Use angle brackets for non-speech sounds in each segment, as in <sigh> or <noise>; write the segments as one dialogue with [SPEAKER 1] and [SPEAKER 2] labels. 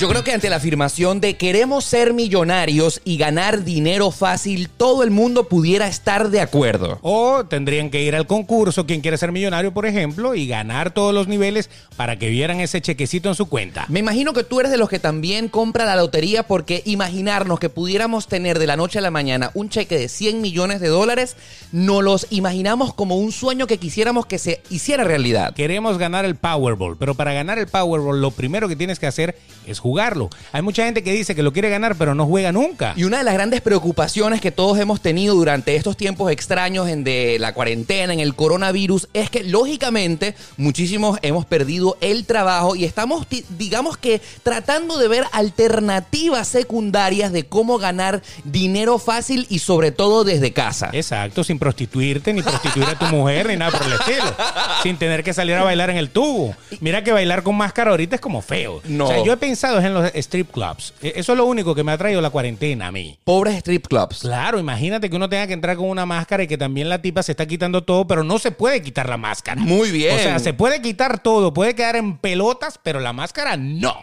[SPEAKER 1] Yo creo que ante la afirmación de queremos ser millonarios y ganar dinero fácil, todo el mundo pudiera estar de acuerdo.
[SPEAKER 2] O tendrían que ir al concurso, quien quiere ser millonario, por ejemplo, y ganar todos los niveles para que vieran ese chequecito en su cuenta.
[SPEAKER 1] Me imagino que tú eres de los que también compra la lotería porque imaginarnos que pudiéramos tener de la noche a la mañana un cheque de 100 millones de dólares, no los imaginamos como un sueño que quisiéramos que se hiciera realidad.
[SPEAKER 2] Queremos ganar el Powerball, pero para ganar el Powerball lo primero que tienes que hacer es jugarlo. Hay mucha gente que dice que lo quiere ganar, pero no juega nunca.
[SPEAKER 1] Y una de las grandes preocupaciones que todos hemos tenido durante estos tiempos extraños en de la cuarentena, en el coronavirus, es que lógicamente muchísimos hemos perdido el trabajo y estamos, ti- digamos que, tratando de ver alternativas secundarias de cómo ganar dinero fácil y sobre todo desde casa.
[SPEAKER 2] Exacto, sin prostituirte, ni prostituir a tu mujer, ni nada por el estilo. Sin tener que salir a bailar en el tubo. Mira que bailar con máscara ahorita es como feo.
[SPEAKER 1] No.
[SPEAKER 2] O sea, yo he pensado en los strip clubs. E- Eso es lo único que me ha traído la cuarentena a mí.
[SPEAKER 1] Pobres strip clubs.
[SPEAKER 2] Claro, imagínate que uno tenga que entrar con una máscara y que también la tipa se está quitando todo, pero no se puede quitar la máscara.
[SPEAKER 1] Muy bien.
[SPEAKER 2] O sea, se puede quitar todo, puede quedar en pelotas, pero la máscara no.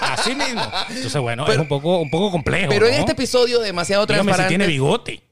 [SPEAKER 2] Así mismo. Entonces, bueno, es un poco, un poco complejo.
[SPEAKER 1] Pero en
[SPEAKER 2] ¿no?
[SPEAKER 1] este episodio demasiado
[SPEAKER 2] Dígame si
[SPEAKER 1] transparente.
[SPEAKER 2] tiene bigote.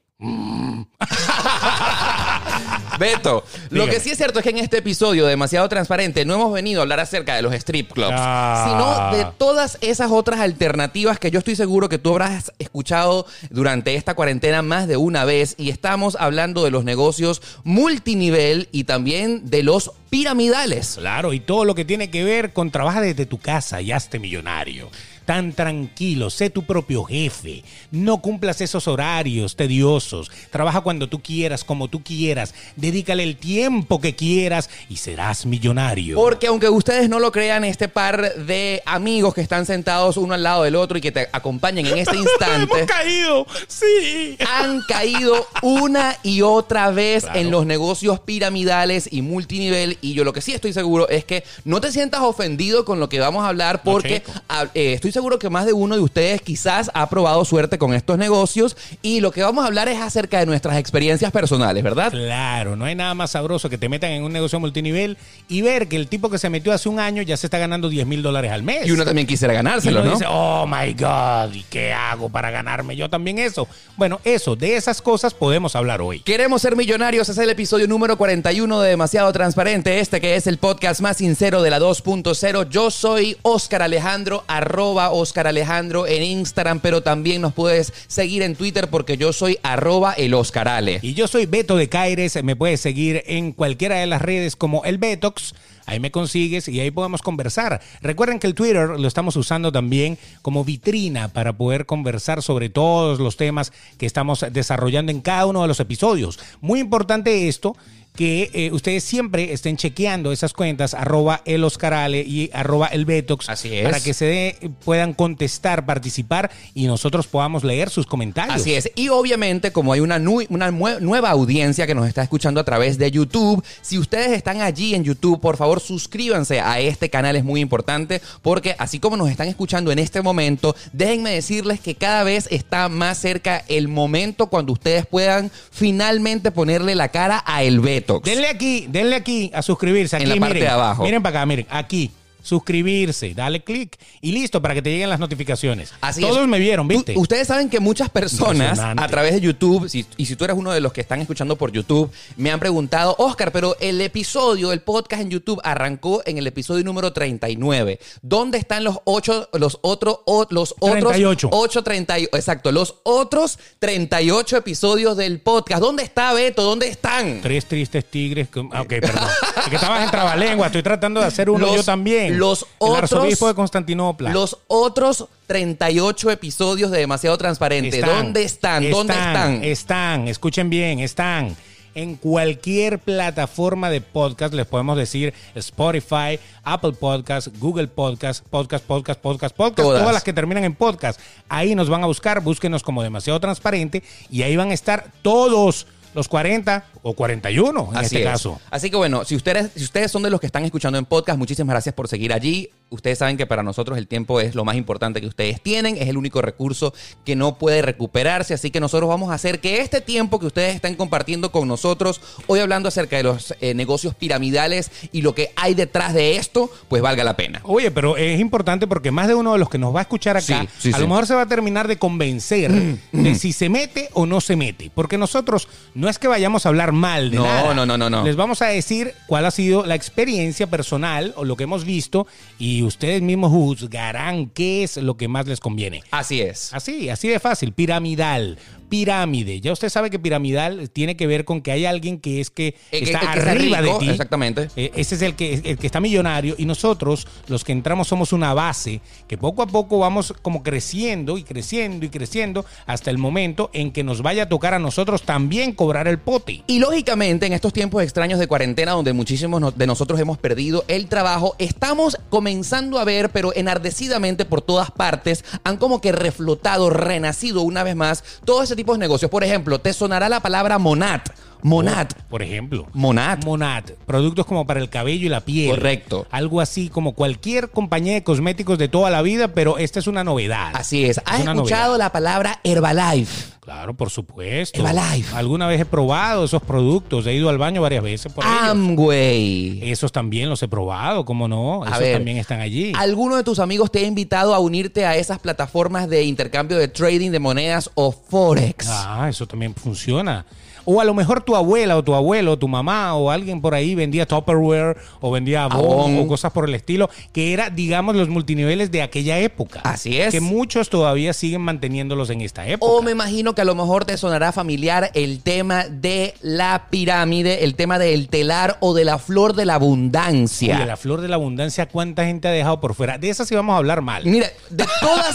[SPEAKER 1] Beto, lo
[SPEAKER 2] Dígame.
[SPEAKER 1] que sí es cierto es que en este episodio demasiado transparente no hemos venido a hablar acerca de los strip clubs,
[SPEAKER 2] Ah.
[SPEAKER 1] sino de todas esas otras alternativas que yo estoy seguro que tú habrás escuchado durante esta cuarentena más de una vez y estamos hablando de los negocios multinivel y también de los piramidales.
[SPEAKER 2] Claro, y todo lo que tiene que ver con trabaja desde tu casa y hazte millonario. Tan tranquilo, sé tu propio jefe. No cumplas esos horarios tediosos. Trabaja cuando tú quieras, como tú quieras. Dedícale el tiempo que quieras y serás millonario.
[SPEAKER 1] Porque aunque ustedes no lo crean, este par de amigos que están sentados uno al lado del otro y que te acompañan en
[SPEAKER 2] <laughs>
[SPEAKER 1] este instante.
[SPEAKER 2] caído! ¡Sí!
[SPEAKER 1] han caído una y otra vez
[SPEAKER 2] Claro.
[SPEAKER 1] en los negocios piramidales y multinivel. Y yo lo que sí estoy seguro es que no te sientas ofendido con lo que vamos a hablar porque
[SPEAKER 2] chico.
[SPEAKER 1] ah, eh, estoy seguro que más de uno de ustedes quizás ha probado suerte con estos negocios. Y lo que vamos a hablar es acerca de nuestras experiencias personales, ¿verdad?
[SPEAKER 2] Claro, no hay nada más sabroso que te metan en un negocio multinivel y ver que el tipo que se metió hace un año ya se está ganando 10 mil dólares al mes.
[SPEAKER 1] Y uno también quisiera
[SPEAKER 2] Y
[SPEAKER 1] ganárselo,
[SPEAKER 2] uno
[SPEAKER 1] ¿no?
[SPEAKER 2] dice, oh my God, ¿y qué hago para ganarme yo también eso? Bueno, eso, de esas cosas podemos hablar hoy.
[SPEAKER 1] Queremos ser millonarios es el episodio número 41 de Demasiado Transparente, este que es el podcast más sincero de la 2.0. Yo soy Oscar Alejandro, arroba Oscar Alejandro en Instagram, pero también nos puedes seguir en Twitter porque yo soy arroba el Oscar Ale.
[SPEAKER 2] Y yo soy Beto de Caires, me puedes seguir en cualquiera de las redes como el Betox, ahí me consigues y ahí podemos conversar. Recuerden que el Twitter lo estamos usando también como vitrina para poder conversar sobre todos los temas que estamos desarrollando en cada uno de los episodios. Muy importante esto que eh, ustedes siempre estén chequeando esas cuentas, arroba el Oscarale y arroba el Betox,
[SPEAKER 1] Así es.
[SPEAKER 2] para que se dé- puedan contestar, participar y nosotros podamos leer sus comentarios.
[SPEAKER 1] Así es. Y obviamente, como hay una, nu- una mue- nueva audiencia que nos está escuchando a través de YouTube, si ustedes están allí en YouTube, por favor suscríbanse a este canal, es muy importante, porque así como nos están escuchando en este momento, déjenme decirles que cada vez está más cerca el momento cuando ustedes puedan finalmente ponerle la cara a el Betox.
[SPEAKER 2] Denle aquí, denle aquí a suscribirse. Aquí,
[SPEAKER 1] En la parte
[SPEAKER 2] miren,
[SPEAKER 1] de abajo.
[SPEAKER 2] Miren para acá, miren, aquí. Suscribirse, dale clic y listo para que te lleguen las notificaciones.
[SPEAKER 1] Así
[SPEAKER 2] Todos
[SPEAKER 1] es.
[SPEAKER 2] me vieron, ¿viste?
[SPEAKER 1] Tú- ustedes saben que muchas personas
[SPEAKER 2] Impresionante.
[SPEAKER 1] a través de YouTube, si- y si tú eres uno de los que están escuchando por YouTube, me han preguntado, Oscar, pero el episodio, el podcast en YouTube arrancó en el episodio número 39. ¿Dónde están los ocho, los otros, los otros
[SPEAKER 2] 38.
[SPEAKER 1] 8, 30 y- exacto, los otros 38 episodios del podcast? ¿Dónde está Beto? ¿Dónde están?
[SPEAKER 2] Tres tristes tigres. con- ah, Ok, perdón. Es que estabas en trabalengua. Estoy tratando de hacer uno
[SPEAKER 1] Eh. <laughs> Los-
[SPEAKER 2] yo también.
[SPEAKER 1] los
[SPEAKER 2] El
[SPEAKER 1] otros-
[SPEAKER 2] arzobispo de Constantinopla.
[SPEAKER 1] Los otros 38 episodios de Demasiado Transparente. ¿Dónde están? ¿Dónde están?
[SPEAKER 2] Están, escuchen bien, están. En cualquier plataforma de podcast les podemos decir Spotify, Apple Podcast, Google Podcast, Podcast, Podcast, Podcast, Podcast,
[SPEAKER 1] Todas.
[SPEAKER 2] todas. las que terminan en podcast. Ahí nos van a buscar, búsquenos como demasiado transparente y ahí van a estar todos los 40 o 41 en este
[SPEAKER 1] es.
[SPEAKER 2] caso.
[SPEAKER 1] Así que bueno, si ustedes, si ustedes son de los que están escuchando en podcast, muchísimas gracias por seguir allí. Ustedes saben que para nosotros el tiempo es lo más importante que ustedes tienen, es el único recurso que no puede recuperarse, así que nosotros vamos a hacer que este tiempo que ustedes están compartiendo con nosotros, hoy hablando acerca de los eh, negocios piramidales y lo que hay detrás de esto, pues valga la pena.
[SPEAKER 2] Oye, pero es importante porque más de uno de los que nos va a escuchar acá,
[SPEAKER 1] Sí, sí,
[SPEAKER 2] a lo
[SPEAKER 1] sí. Mm,
[SPEAKER 2] mejor se va a terminar de convencer de si se mete o no se mete. Porque nosotros no es que vayamos a hablar mal de
[SPEAKER 1] No,
[SPEAKER 2] nada.
[SPEAKER 1] no, no, no, no.
[SPEAKER 2] Les vamos a decir cuál ha sido la experiencia personal o lo que hemos visto y ustedes mismos juzgarán qué es lo que más les conviene.
[SPEAKER 1] Así es.
[SPEAKER 2] Así, así de fácil, piramidal, pirámide. Ya usted sabe que piramidal tiene que ver con que hay alguien que es que
[SPEAKER 1] Eh, que-
[SPEAKER 2] está
[SPEAKER 1] que está
[SPEAKER 2] arriba
[SPEAKER 1] rico,
[SPEAKER 2] de ti.
[SPEAKER 1] exactamente.
[SPEAKER 2] Eh, ese es el que, el que está millonario y nosotros, los que entramos, somos una base que poco a poco vamos como creciendo y creciendo y creciendo hasta el momento en que nos vaya a tocar a nosotros también cobrar el pote.
[SPEAKER 1] Y lógicamente, en estos tiempos extraños de cuarentena, donde muchísimos no- de nosotros hemos perdido el trabajo, estamos comenzando a ver, pero enardecidamente por todas partes, han como que reflotado, renacido una vez más, todo ese tipo de negocios. Por ejemplo, te sonará la palabra Monat. Monat.
[SPEAKER 2] Por ejemplo.
[SPEAKER 1] Monat.
[SPEAKER 2] Monat, productos como para el cabello y la piel.
[SPEAKER 1] Correcto.
[SPEAKER 2] Algo así como cualquier compañía de cosméticos de toda la vida, pero esta es una novedad.
[SPEAKER 1] Así es. ¿Has
[SPEAKER 2] una
[SPEAKER 1] escuchado la palabra Herbalife?
[SPEAKER 2] Claro, por supuesto.
[SPEAKER 1] Herbalife.
[SPEAKER 2] Alguna vez he probado esos productos, he ido al baño varias veces por ellos.
[SPEAKER 1] Amway.
[SPEAKER 2] Esos también los he probado, ¿cómo no?
[SPEAKER 1] A
[SPEAKER 2] Esos
[SPEAKER 1] ver,
[SPEAKER 2] también están allí.
[SPEAKER 1] ¿Alguno de tus amigos te ha invitado a unirte a esas plataformas de intercambio de trading de monedas o forex?
[SPEAKER 2] Ah, eso también funciona. O a lo mejor tu abuela o tu abuelo, tu mamá o alguien por ahí vendía Tupperware o vendía Avon
[SPEAKER 1] Avon.
[SPEAKER 2] o cosas por el estilo, que era, digamos, los multiniveles de aquella época.
[SPEAKER 1] Así es.
[SPEAKER 2] Que muchos todavía siguen manteniéndolos en esta época.
[SPEAKER 1] O me imagino que a lo mejor te sonará familiar el tema de la pirámide, el tema del telar o de la flor de la abundancia.
[SPEAKER 2] Oye, la flor de la abundancia, ¿cuánta gente ha dejado por fuera? De esa sí vamos a hablar mal.
[SPEAKER 1] Mira, de
[SPEAKER 2] <laughs>
[SPEAKER 1] todas,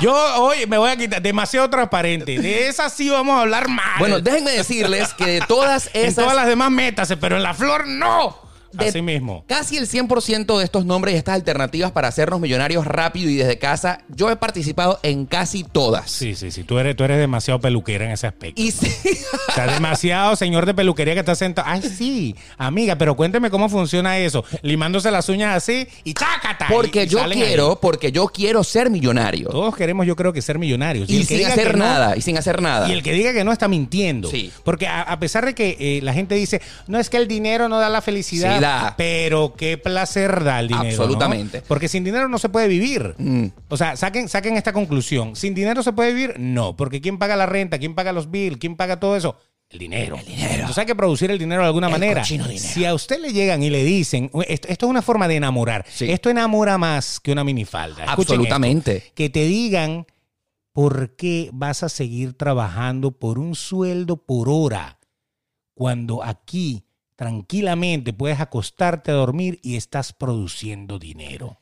[SPEAKER 2] Yo hoy me voy a quitar demasiado transparente. De esa sí vamos a hablar mal.
[SPEAKER 1] bueno, déjenme decirles que de todas
[SPEAKER 2] en
[SPEAKER 1] esas
[SPEAKER 2] todas las demás métase, pero en la flor no.
[SPEAKER 1] de
[SPEAKER 2] Así mismo.
[SPEAKER 1] Casi el 100% de estos nombres y estas alternativas para hacernos millonarios rápido y desde casa, yo he participado en casi todas.
[SPEAKER 2] Sí, sí, sí. Tú eres, tú eres demasiado peluquera en ese aspecto.
[SPEAKER 1] Y sí,
[SPEAKER 2] O sea, demasiado señor de peluquería que está sentado. Ay, sí, amiga, pero cuénteme cómo funciona eso. Limándose las uñas así y chácata. y-
[SPEAKER 1] porque
[SPEAKER 2] y
[SPEAKER 1] yo
[SPEAKER 2] salen ahí.
[SPEAKER 1] quiero, porque yo quiero ser millonario.
[SPEAKER 2] Todos queremos, yo creo que ser millonarios.
[SPEAKER 1] Y,
[SPEAKER 2] el que
[SPEAKER 1] sin
[SPEAKER 2] diga
[SPEAKER 1] hacer
[SPEAKER 2] que no-
[SPEAKER 1] nada, y sin hacer nada.
[SPEAKER 2] Y el que diga que no está mintiendo.
[SPEAKER 1] Sí.
[SPEAKER 2] Porque a, a pesar de que eh, la gente dice, no es que el dinero no da la felicidad,
[SPEAKER 1] Sí da.
[SPEAKER 2] pero qué placer da el dinero. ¿no?
[SPEAKER 1] Absolutamente. Mm.
[SPEAKER 2] Porque sin dinero no se puede vivir. O sea, saquen, saquen esta conclusión. ¿Sin dinero se puede vivir? No, porque ¿quién paga la renta? ¿Quién paga los bills? ¿Quién paga todo eso? El dinero. El dinero. Entonces hay que producir el dinero de alguna
[SPEAKER 1] El
[SPEAKER 2] manera.
[SPEAKER 1] cochino dinero.
[SPEAKER 2] Si a usted le llegan y le dicen, esto, esto es una forma de enamorar.
[SPEAKER 1] Sí.
[SPEAKER 2] Esto enamora más que una minifalda. Escuchen esto.
[SPEAKER 1] Absolutamente.
[SPEAKER 2] Que te digan ¿Por qué vas a seguir trabajando por un sueldo por hora cuando aquí tranquilamente puedes acostarte a dormir y estás produciendo dinero?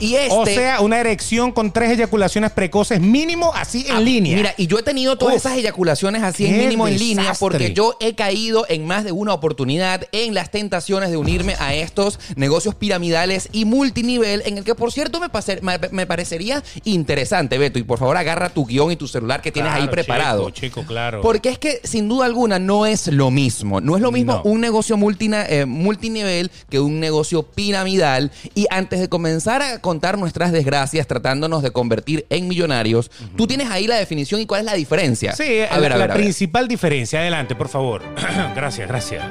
[SPEAKER 1] Y este.
[SPEAKER 2] O sea, una erección con tres eyaculaciones precoces mínimo así en línea.
[SPEAKER 1] Ah, Mira, y yo he tenido todas
[SPEAKER 2] Uf,
[SPEAKER 1] esas eyaculaciones así
[SPEAKER 2] qué
[SPEAKER 1] en mínimo en línea
[SPEAKER 2] desastre.
[SPEAKER 1] porque yo he caído en más de una oportunidad en las tentaciones de unirme a estos negocios piramidales y multinivel en el que, por cierto, me, pase- me- me parecería interesante, Beto. Y por favor, agarra tu guión y tu celular que tienes ahí
[SPEAKER 2] Claro,
[SPEAKER 1] preparado.
[SPEAKER 2] Chico, chico, claro.
[SPEAKER 1] Porque es que sin duda alguna no es lo mismo. No es lo mismo
[SPEAKER 2] No.
[SPEAKER 1] un negocio multina- eh, multinivel que un negocio piramidal. Y antes de comenzar a contar nuestras desgracias tratándonos de convertir en millonarios, tú tienes ahí la definición y cuál es la diferencia.
[SPEAKER 2] Sí, eh,
[SPEAKER 1] a
[SPEAKER 2] la,
[SPEAKER 1] ver, a
[SPEAKER 2] la
[SPEAKER 1] ver, a ver.
[SPEAKER 2] principal diferencia. Adelante, por favor. <clears throat> gracias, gracias.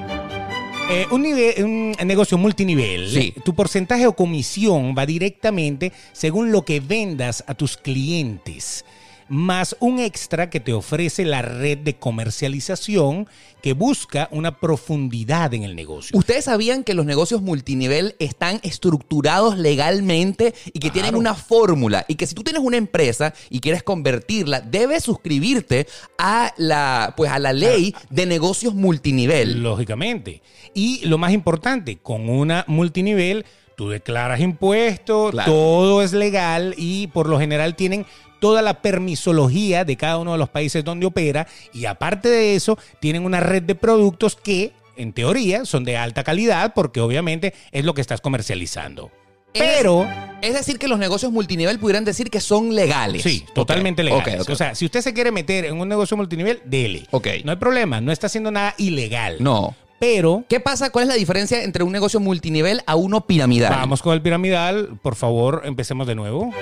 [SPEAKER 2] Eh, un, nive- un negocio multinivel,
[SPEAKER 1] Sí.
[SPEAKER 2] tu porcentaje o comisión va directamente según lo que vendas a tus clientes, más un extra que te ofrece la red de comercialización que busca una profundidad en el negocio.
[SPEAKER 1] ¿Ustedes sabían que los negocios multinivel están estructurados legalmente y que tienen una fórmula? Y que si tú tienes una empresa y quieres convertirla, debes suscribirte a la, pues, a la ley de negocios multinivel.
[SPEAKER 2] Lógicamente. Y lo más importante, con una multinivel, tú declaras impuestos,
[SPEAKER 1] Claro.
[SPEAKER 2] todo es legal y por lo general tienen toda la permisología de cada uno de los países donde opera y aparte de eso, tienen una red de productos que, en teoría, son de alta calidad porque obviamente es lo que estás comercializando.
[SPEAKER 1] Es-
[SPEAKER 2] Pero...
[SPEAKER 1] Es decir, que los negocios multinivel pudieran decir que son legales.
[SPEAKER 2] Sí, totalmente
[SPEAKER 1] Ok,
[SPEAKER 2] legales.
[SPEAKER 1] ok, ok.
[SPEAKER 2] O sea, si usted se quiere meter en un negocio multinivel, dele.
[SPEAKER 1] Ok.
[SPEAKER 2] No hay problema, no está haciendo nada ilegal.
[SPEAKER 1] no.
[SPEAKER 2] pero
[SPEAKER 1] ¿Qué pasa? ¿Cuál es la diferencia entre un negocio multinivel a uno piramidal?
[SPEAKER 2] Vamos con el piramidal, por favor, empecemos de nuevo.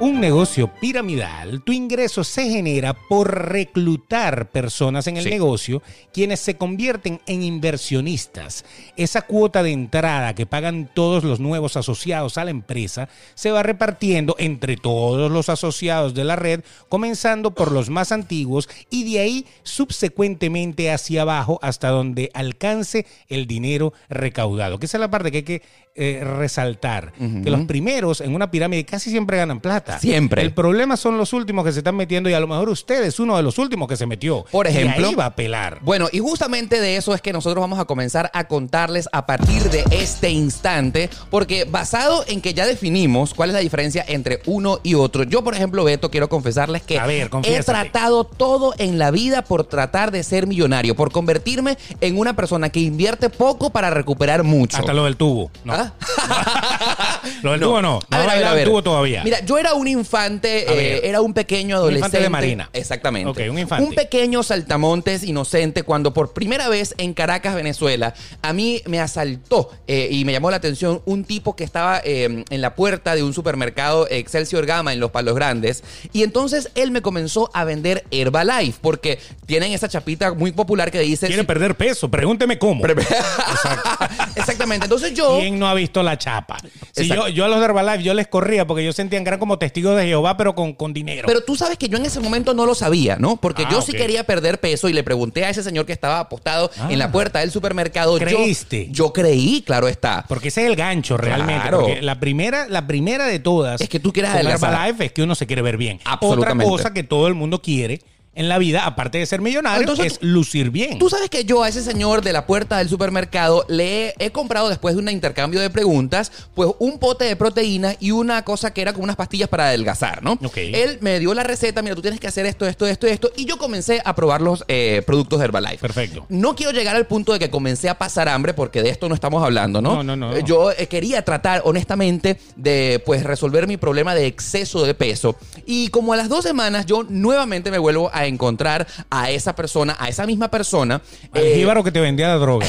[SPEAKER 2] Un negocio piramidal, tu ingreso se genera por reclutar personas en el
[SPEAKER 1] Sí.
[SPEAKER 2] negocio, quienes se convierten en inversionistas. Esa cuota de entrada que pagan todos los nuevos asociados a la empresa se va repartiendo entre todos los asociados de la red, comenzando por los más antiguos y de ahí subsecuentemente hacia abajo hasta donde alcance el dinero recaudado. Que esa es la parte que hay que eh, resaltar, que los primeros en una pirámide casi siempre ganan plata.
[SPEAKER 1] Siempre.
[SPEAKER 2] El problema son los últimos que se están metiendo y a lo mejor usted es uno de los últimos que se metió.
[SPEAKER 1] Por
[SPEAKER 2] Y
[SPEAKER 1] ejemplo,
[SPEAKER 2] ahí va a pelar.
[SPEAKER 1] Bueno, y justamente de eso es que nosotros vamos a comenzar a contarles a partir de este instante, porque basado en que ya definimos cuál es la diferencia entre uno y otro, yo por ejemplo, Beto, quiero confesarles que
[SPEAKER 2] A ver,
[SPEAKER 1] he
[SPEAKER 2] confiésate.
[SPEAKER 1] tratado todo en la vida por tratar de ser millonario, por convertirme en una persona que invierte poco para recuperar mucho.
[SPEAKER 2] Hasta lo del tubo. No.
[SPEAKER 1] ¿Ah?
[SPEAKER 2] <laughs> Lo del tubo no. No
[SPEAKER 1] A ver,
[SPEAKER 2] ha
[SPEAKER 1] a ver,
[SPEAKER 2] bailado
[SPEAKER 1] a
[SPEAKER 2] el
[SPEAKER 1] ver.
[SPEAKER 2] tubo todavía.
[SPEAKER 1] Mira, yo era un infante,
[SPEAKER 2] A
[SPEAKER 1] eh,
[SPEAKER 2] ver.
[SPEAKER 1] era un pequeño
[SPEAKER 2] Un
[SPEAKER 1] adolescente.
[SPEAKER 2] infante de marina.
[SPEAKER 1] Exactamente.
[SPEAKER 2] Ok, un infante.
[SPEAKER 1] pequeño saltamontes inocente cuando por primera vez en Caracas, Venezuela, a mí me asaltó eh, y me llamó la atención un tipo que estaba eh, en la puerta de un supermercado Excelsior Gama en Los Palos Grandes. Y entonces él me comenzó a vender Herbalife porque tienen esa chapita muy popular que dice... <laughs>
[SPEAKER 2] Quiere perder peso, pregúnteme cómo.
[SPEAKER 1] Exactamente. Entonces yo...
[SPEAKER 2] ¿Quién no ha visto la chapa? Si
[SPEAKER 1] Exacto.
[SPEAKER 2] yo, yo a los de Herbalife yo les corría porque yo sentían que eran como testigos de Jehová, pero con, con dinero.
[SPEAKER 1] Pero tú sabes que yo en ese momento no lo sabía, ¿no? Porque
[SPEAKER 2] Ah,
[SPEAKER 1] yo
[SPEAKER 2] ok.
[SPEAKER 1] sí quería perder peso y le pregunté a ese señor que estaba apostado
[SPEAKER 2] Ah.
[SPEAKER 1] en la puerta del supermercado. yo-
[SPEAKER 2] ¿Creíste?
[SPEAKER 1] Yo, creí, claro está.
[SPEAKER 2] porque ese es el gancho realmente.
[SPEAKER 1] Claro.
[SPEAKER 2] Porque la primera, la primera de todas
[SPEAKER 1] Es que tú quieres
[SPEAKER 2] con
[SPEAKER 1] adelgazar.
[SPEAKER 2] Herbalife es que uno se quiere ver bien. Otra
[SPEAKER 1] Absolutamente.
[SPEAKER 2] cosa que todo el mundo quiere en la vida, aparte de ser millonario,
[SPEAKER 1] Entonces
[SPEAKER 2] es
[SPEAKER 1] tú-
[SPEAKER 2] lucir bien.
[SPEAKER 1] Tú sabes que yo a ese señor de la puerta del supermercado le he comprado después de un intercambio de preguntas, pues un pote de proteína y una cosa que era como unas pastillas para adelgazar, ¿no?
[SPEAKER 2] Ok.
[SPEAKER 1] Él me dio la receta, mira, tú tienes que hacer esto, esto, esto, esto, y yo comencé a probar los eh, productos de Herbalife.
[SPEAKER 2] Perfecto.
[SPEAKER 1] No quiero llegar al punto de que comencé a pasar hambre, porque de esto no estamos hablando, ¿no?
[SPEAKER 2] No, no, no, no.
[SPEAKER 1] Eh, Yo eh, quería tratar, honestamente, de pues resolver mi problema de exceso de peso. Y como a las dos semanas, yo nuevamente me vuelvo a encontrar a esa persona, a esa misma persona.
[SPEAKER 2] Al
[SPEAKER 1] eh,
[SPEAKER 2] jíbaro que te vendía
[SPEAKER 1] <laughs>
[SPEAKER 2] la droga.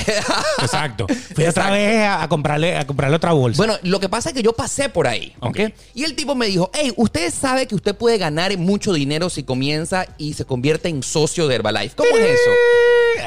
[SPEAKER 2] Exacto. Fui otra
[SPEAKER 1] Exacto.
[SPEAKER 2] vez a, a comprarle, a comprarle otra bolsa.
[SPEAKER 1] Bueno, lo que pasa es que yo pasé por ahí, ¿ok?
[SPEAKER 2] Ok.
[SPEAKER 1] Y el tipo me dijo, hey, usted sabe que usted puede ganar mucho dinero si comienza y se convierte en socio de Herbalife. ¿Cómo es eso?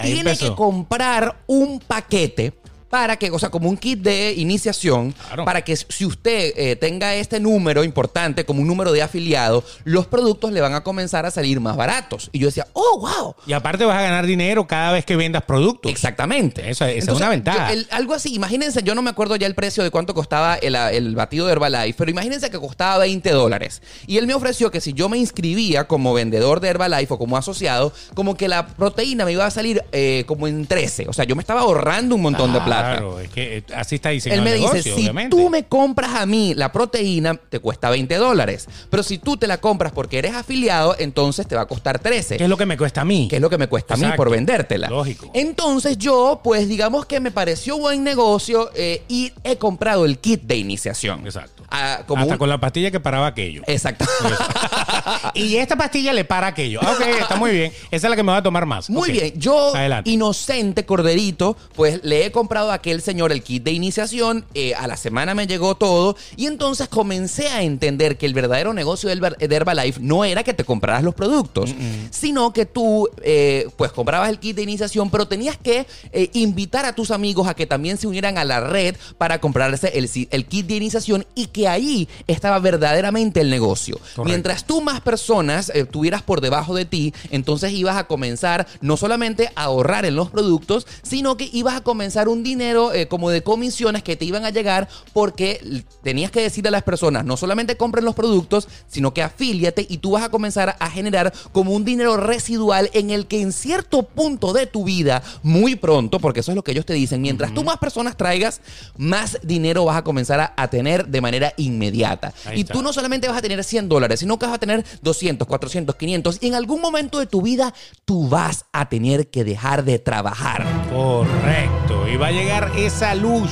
[SPEAKER 2] Ahí
[SPEAKER 1] Tiene
[SPEAKER 2] empezó.
[SPEAKER 1] que comprar un paquete para que, o sea, como un kit de iniciación,
[SPEAKER 2] Claro.
[SPEAKER 1] para que si usted eh, tenga este número importante como un número de afiliado, los productos le van a comenzar a salir más baratos. Y yo decía, oh, wow.
[SPEAKER 2] Y aparte vas a ganar dinero cada vez que vendas productos.
[SPEAKER 1] Exactamente.
[SPEAKER 2] Esa- esa es una ventaja.
[SPEAKER 1] yo- el- algo así, imagínense, yo no me acuerdo ya el precio de cuánto costaba el, el batido de Herbalife, pero imagínense que costaba 20 dólares. Y él me ofreció que si yo me inscribía como vendedor de Herbalife o como asociado, como que la proteína me iba a salir eh, como en 13. O sea, yo me estaba ahorrando un montón de plata.
[SPEAKER 2] Claro, es que eh, así está diseñado
[SPEAKER 1] Él me
[SPEAKER 2] el
[SPEAKER 1] dice,
[SPEAKER 2] negocio,
[SPEAKER 1] si
[SPEAKER 2] obviamente.
[SPEAKER 1] tú me compras a mí la proteína, te cuesta 20 dólares. Pero si tú te la compras porque eres afiliado, entonces te va a costar 13
[SPEAKER 2] ¿Qué es lo que me cuesta a mí?
[SPEAKER 1] que es lo que me cuesta a mí
[SPEAKER 2] Exacto.
[SPEAKER 1] por vendértela.
[SPEAKER 2] Lógico.
[SPEAKER 1] Entonces yo, pues digamos que me pareció buen negocio eh, y he comprado el kit de iniciación.
[SPEAKER 2] Exacto.
[SPEAKER 1] Ah, como
[SPEAKER 2] Hasta
[SPEAKER 1] un-
[SPEAKER 2] con la pastilla que paraba aquello.
[SPEAKER 1] <laughs> Exacto. ah.
[SPEAKER 2] Y esta pastilla le para aquello. Ah, Ok, está muy bien. Esa es la que me va a tomar más.
[SPEAKER 1] Muy
[SPEAKER 2] Ok.
[SPEAKER 1] bien, yo,
[SPEAKER 2] Adelante.
[SPEAKER 1] inocente corderito, pues le he comprado a aquel señor el kit de iniciación, eh, a la semana me llegó todo y entonces comencé a entender que el verdadero negocio del Her- de Herbalife no era que te compraras los productos,
[SPEAKER 2] Mm,
[SPEAKER 1] sino que tú eh, pues comprabas el kit de iniciación, pero tenías que eh, invitar a tus amigos a que también se unieran a la red para comprarse el, si- el kit de iniciación y que ahí estaba verdaderamente el negocio.
[SPEAKER 2] Correcto.
[SPEAKER 1] Mientras mientras tú más personas eh, tuvieras por debajo de ti, entonces ibas a comenzar no solamente a ahorrar en los productos, sino que ibas a comenzar un dinero eh, como de comisiones que te iban a llegar porque l- tenías que decir a las personas, no solamente compren los productos, sino que afíliate y tú vas a comenzar a generar como un dinero residual en el que en cierto punto de tu vida, muy pronto, porque eso es lo que ellos te dicen, mientras tú más personas traigas, más dinero vas a comenzar a, a tener de manera inmediata.
[SPEAKER 2] Ahí
[SPEAKER 1] Y
[SPEAKER 2] está.
[SPEAKER 1] tú no no solamente vas a tener 100 dólares, sino que vas a tener 200, 400, 500. Y en algún momento de tu vida, tú vas a tener que dejar de trabajar.
[SPEAKER 2] Correcto. Y va a llegar esa luz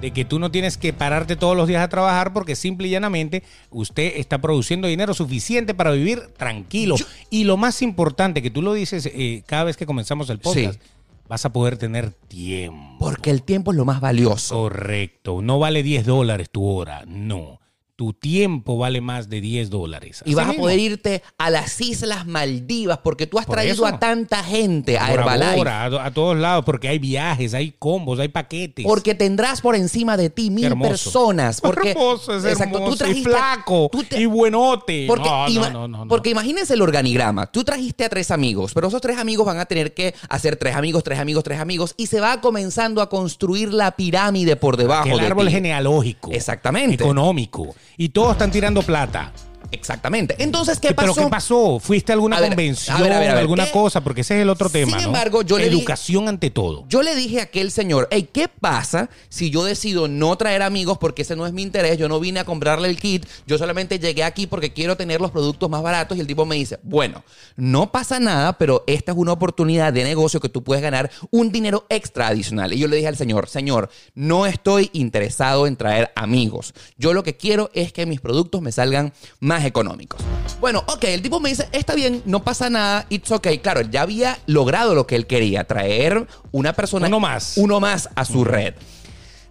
[SPEAKER 2] de que tú no tienes que pararte todos los días a trabajar porque simple y llanamente usted está produciendo dinero suficiente para vivir tranquilo. Y lo más importante, que tú lo dices eh, cada vez que comenzamos el podcast, vas a poder tener tiempo.
[SPEAKER 1] Porque el tiempo es lo más valioso.
[SPEAKER 2] Correcto. No vale 10 dólares tu hora. No. Tu tiempo vale más de 10 dólares.
[SPEAKER 1] Y vas
[SPEAKER 2] Así
[SPEAKER 1] a
[SPEAKER 2] mismo.
[SPEAKER 1] poder irte a las Islas Maldivas porque tú has
[SPEAKER 2] Por
[SPEAKER 1] traído
[SPEAKER 2] eso.
[SPEAKER 1] a tanta gente a
[SPEAKER 2] Bora
[SPEAKER 1] Herbalife.
[SPEAKER 2] Bora, a, a todos lados, porque hay viajes, hay combos, hay paquetes.
[SPEAKER 1] Porque tendrás por encima de ti mil
[SPEAKER 2] hermoso.
[SPEAKER 1] personas. Porque,
[SPEAKER 2] <laughs> hermoso, es hermoso, y
[SPEAKER 1] a-
[SPEAKER 2] flaco,
[SPEAKER 1] tú te-
[SPEAKER 2] y buenote.
[SPEAKER 1] Porque,
[SPEAKER 2] no, no,
[SPEAKER 1] ima-
[SPEAKER 2] no, no, no.
[SPEAKER 1] porque imagínense el organigrama. Tú trajiste a tres amigos, pero esos tres amigos van a tener que hacer tres amigos, tres amigos, tres amigos, y se va comenzando a construir la pirámide por debajo.
[SPEAKER 2] Que el
[SPEAKER 1] de
[SPEAKER 2] árbol
[SPEAKER 1] ti.
[SPEAKER 2] genealógico.
[SPEAKER 1] Exactamente.
[SPEAKER 2] Económico. Y todos están tirando plata.
[SPEAKER 1] Exactamente. Entonces, ¿qué
[SPEAKER 2] ¿Pero
[SPEAKER 1] pasó?
[SPEAKER 2] qué pasó? ¿Fuiste a alguna
[SPEAKER 1] A ver,
[SPEAKER 2] convención?
[SPEAKER 1] a ver, a ver, a ver,
[SPEAKER 2] ¿Alguna
[SPEAKER 1] ¿qué?
[SPEAKER 2] cosa? Porque ese es el otro
[SPEAKER 1] Sin
[SPEAKER 2] tema. ¿no?
[SPEAKER 1] embargo, yo le dije-
[SPEAKER 2] Educación ante todo.
[SPEAKER 1] Yo le dije a aquel señor, hey, ¿qué pasa si yo decido no traer amigos porque ese no es mi interés? Yo no vine a comprarle el kit, yo solamente llegué aquí porque quiero tener los productos más baratos y el tipo me dice, bueno, no pasa nada, pero esta es una oportunidad de negocio que tú puedes ganar un dinero extra adicional. Y yo le dije al señor, señor, no estoy interesado en traer amigos. Yo lo que quiero es que mis productos me salgan más económicos. Bueno, ok, el tipo me dice, está bien, no pasa nada, it's okay. Claro, ya había logrado lo que él quería, traer una persona...
[SPEAKER 2] Uno más.
[SPEAKER 1] Uno más a su red.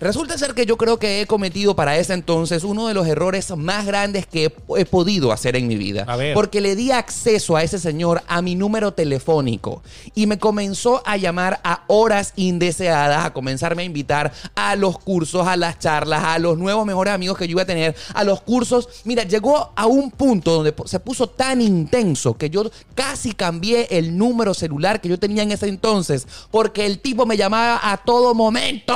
[SPEAKER 1] Resulta ser que yo creo que he cometido para ese entonces uno de los errores más grandes que he, he podido hacer en mi vida.
[SPEAKER 2] A ver.
[SPEAKER 1] Porque le di acceso a ese señor a mi número telefónico y me comenzó a llamar a horas indeseadas, a comenzarme a invitar a los cursos, a las charlas, a los nuevos mejores amigos que yo iba a tener, a los cursos. Mira, llegó a un punto donde po- se puso tan intenso que yo casi cambié el número celular que yo tenía en ese entonces porque el tipo me llamaba a todo momento.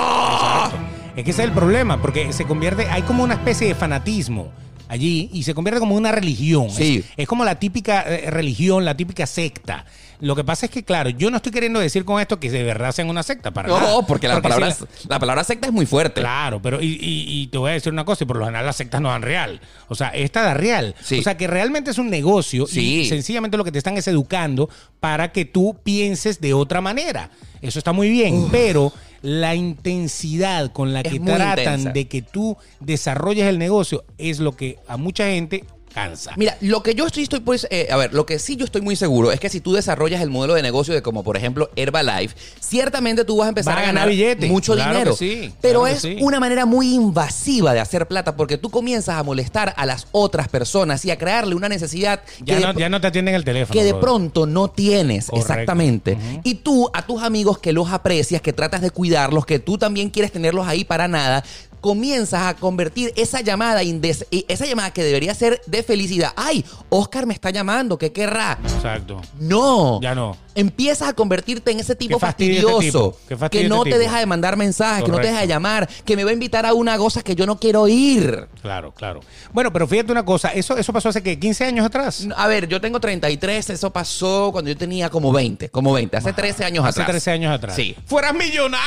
[SPEAKER 2] Es que ese es el problema, porque se convierte, hay como una especie de fanatismo allí y se convierte como una religión.
[SPEAKER 1] Sí.
[SPEAKER 2] Es, es como la típica eh, religión, la típica secta. Lo que pasa es que, claro, yo no estoy queriendo decir con esto que de verdad sean una secta, para nada.
[SPEAKER 1] No, porque la,
[SPEAKER 2] si
[SPEAKER 1] palabra,
[SPEAKER 2] la-
[SPEAKER 1] la palabra secta es muy fuerte.
[SPEAKER 2] Claro, pero y, y- y te voy a decir una cosa, y por lo general las sectas no dan real. O sea, esta da real.
[SPEAKER 1] Sí.
[SPEAKER 2] O sea, que realmente es un negocio y
[SPEAKER 1] Sí.
[SPEAKER 2] sencillamente lo que te están es educando para que tú pienses de otra manera. Eso está muy bien, pero la intensidad con la
[SPEAKER 1] Es
[SPEAKER 2] que
[SPEAKER 1] muy
[SPEAKER 2] tratan
[SPEAKER 1] intensa.
[SPEAKER 2] de que tú desarrolles el negocio es lo que a mucha gente cansa.
[SPEAKER 1] Mira, lo que yo estoy, estoy pues, eh, a ver, lo que sí yo estoy muy seguro es que si tú desarrollas el modelo de negocio de como por ejemplo Herbalife, ciertamente tú vas a empezar
[SPEAKER 2] Va
[SPEAKER 1] a ganar
[SPEAKER 2] billete.
[SPEAKER 1] mucho
[SPEAKER 2] Claro
[SPEAKER 1] dinero.
[SPEAKER 2] que sí,
[SPEAKER 1] pero
[SPEAKER 2] claro que
[SPEAKER 1] es
[SPEAKER 2] sí.
[SPEAKER 1] una manera muy invasiva de hacer plata porque tú comienzas a molestar a las otras personas y a crearle una necesidad
[SPEAKER 2] Ya
[SPEAKER 1] que de
[SPEAKER 2] no, ya Ah, no te atienden el teléfono.
[SPEAKER 1] que de
[SPEAKER 2] brother.
[SPEAKER 1] pronto no tienes
[SPEAKER 2] Correcto.
[SPEAKER 1] exactamente. Y tú a tus amigos que los aprecias, que tratas de cuidarlos, que tú también quieres tenerlos ahí para nada, comienzas a convertir esa llamada indes- eh, esa llamada que debería ser de felicidad. Ay, Oscar me está llamando, ¿qué querrá?
[SPEAKER 2] Exacto.
[SPEAKER 1] No.
[SPEAKER 2] Ya no.
[SPEAKER 1] Empiezas a convertirte en ese tipo
[SPEAKER 2] Qué fastidio este
[SPEAKER 1] fastidioso
[SPEAKER 2] tipo. Qué fastidio
[SPEAKER 1] que no
[SPEAKER 2] este
[SPEAKER 1] te
[SPEAKER 2] tipo.
[SPEAKER 1] deja de mandar mensajes, que no te
[SPEAKER 2] Correcto.
[SPEAKER 1] deja de llamar, que me va a invitar a una cosa que yo no quiero ir.
[SPEAKER 2] Claro, claro. Bueno, pero fíjate una cosa, eso, eso pasó hace que 15 años atrás.
[SPEAKER 1] A ver, yo tengo 33, eso pasó cuando yo tenía como 20, como 20, hace 13 años
[SPEAKER 2] Hace
[SPEAKER 1] atrás.
[SPEAKER 2] 13 años atrás.
[SPEAKER 1] Sí.
[SPEAKER 2] ¡Fueras millonario!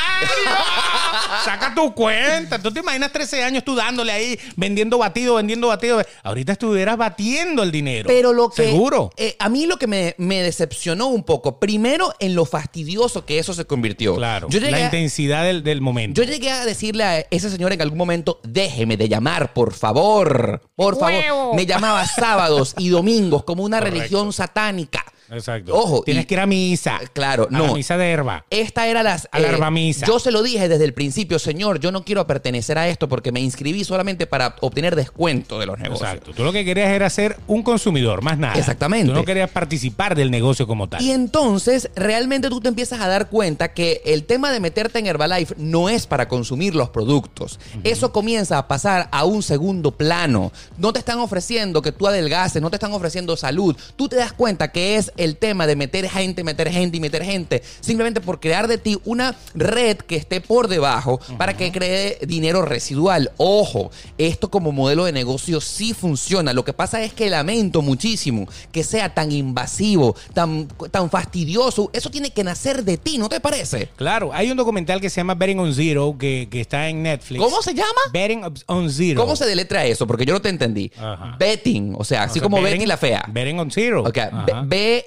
[SPEAKER 2] <laughs> Saca tu cuenta. ¿Tú te imaginas 13 años tú dándole ahí, vendiendo batido, vendiendo batido? Ahorita estuvieras batiendo el dinero.
[SPEAKER 1] Pero lo que.
[SPEAKER 2] Seguro.
[SPEAKER 1] eh, a mí lo que me, me decepcionó un poco, primero en lo fastidioso que eso se convirtió.
[SPEAKER 2] Claro.
[SPEAKER 1] Yo
[SPEAKER 2] la
[SPEAKER 1] llegué, a-
[SPEAKER 2] intensidad del, del momento.
[SPEAKER 1] yo llegué a decirle a ese señor en algún momento, déjeme de llamar, por favor. Por favor.
[SPEAKER 2] Huevo.
[SPEAKER 1] Me llamaba sábados y domingos como una
[SPEAKER 2] Correcto.
[SPEAKER 1] religión satánica.
[SPEAKER 2] Exacto.
[SPEAKER 1] Ojo.
[SPEAKER 2] Tienes
[SPEAKER 1] y- Eh,
[SPEAKER 2] que ir a misa.
[SPEAKER 1] Claro,
[SPEAKER 2] A la
[SPEAKER 1] no.
[SPEAKER 2] misa de herba.
[SPEAKER 1] Esta era las. eh,
[SPEAKER 2] A la arbamisa.
[SPEAKER 1] Yo se lo dije desde el principio, señor, yo no quiero pertenecer a esto porque me inscribí solamente para obtener descuento de los negocios.
[SPEAKER 2] Exacto. Tú lo que querías era ser un consumidor, más nada.
[SPEAKER 1] Exactamente.
[SPEAKER 2] Tú no querías participar del negocio como tal.
[SPEAKER 1] Y entonces realmente tú te empiezas a dar cuenta que el tema de meterte en Herbalife no es para consumir los productos. Eso comienza a pasar a un segundo plano. No te están ofreciendo que tú adelgaces, no te están ofreciendo salud. Tú te das cuenta que es el tema de meter gente, meter gente y meter gente, simplemente por crear de ti una red que esté por debajo para que cree dinero residual. Ojo, esto como modelo de negocio sí funciona. Lo que pasa es que lamento muchísimo que sea tan invasivo, tan, tan fastidioso. Eso tiene que nacer de ti, ¿no te parece?
[SPEAKER 2] Claro, hay un documental que se llama Betting on Zero que, que está en Netflix.
[SPEAKER 1] ¿Cómo se llama?
[SPEAKER 2] Betting on Zero.
[SPEAKER 1] ¿Cómo se deletra eso? Porque yo no te entendí.
[SPEAKER 2] Ajá.
[SPEAKER 1] Betting, o sea, así
[SPEAKER 2] O sea,
[SPEAKER 1] como
[SPEAKER 2] betting-
[SPEAKER 1] Betty la fea.
[SPEAKER 2] Betting on Zero.
[SPEAKER 1] Ok,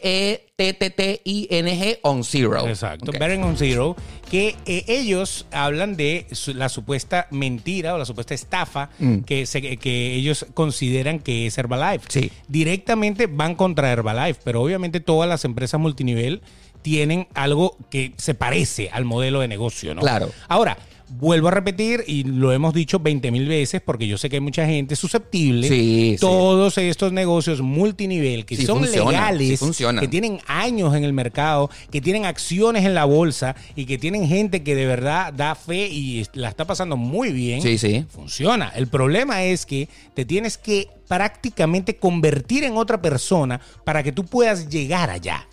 [SPEAKER 1] E
[SPEAKER 2] Ajá.
[SPEAKER 1] B-E-T-T-T-I-N-G on zero.
[SPEAKER 2] Exacto,
[SPEAKER 1] Ok.
[SPEAKER 2] Betting on Zero, que eh, ellos hablan de su- la supuesta mentira o la supuesta estafa
[SPEAKER 1] Mm.
[SPEAKER 2] que, se- que ellos consideran que es Herbalife.
[SPEAKER 1] Sí.
[SPEAKER 2] Directamente van contra Herbalife, pero obviamente todas las empresas multinivel tienen algo que se parece al modelo de negocio, ¿no?
[SPEAKER 1] Claro.
[SPEAKER 2] Ahora, vuelvo a repetir y lo hemos dicho 20 mil veces porque yo sé que hay mucha gente susceptible.
[SPEAKER 1] Sí, sí.
[SPEAKER 2] Todos estos negocios multinivel que
[SPEAKER 1] Sí,
[SPEAKER 2] son
[SPEAKER 1] funcionan, sí,
[SPEAKER 2] legales,
[SPEAKER 1] funcionan.
[SPEAKER 2] que tienen años en el mercado, que tienen acciones en la bolsa y que tienen gente que de verdad da fe y la está pasando muy bien.
[SPEAKER 1] Sí, sí.
[SPEAKER 2] Funciona. El problema es que te tienes que prácticamente convertir en otra persona para que tú puedas llegar allá.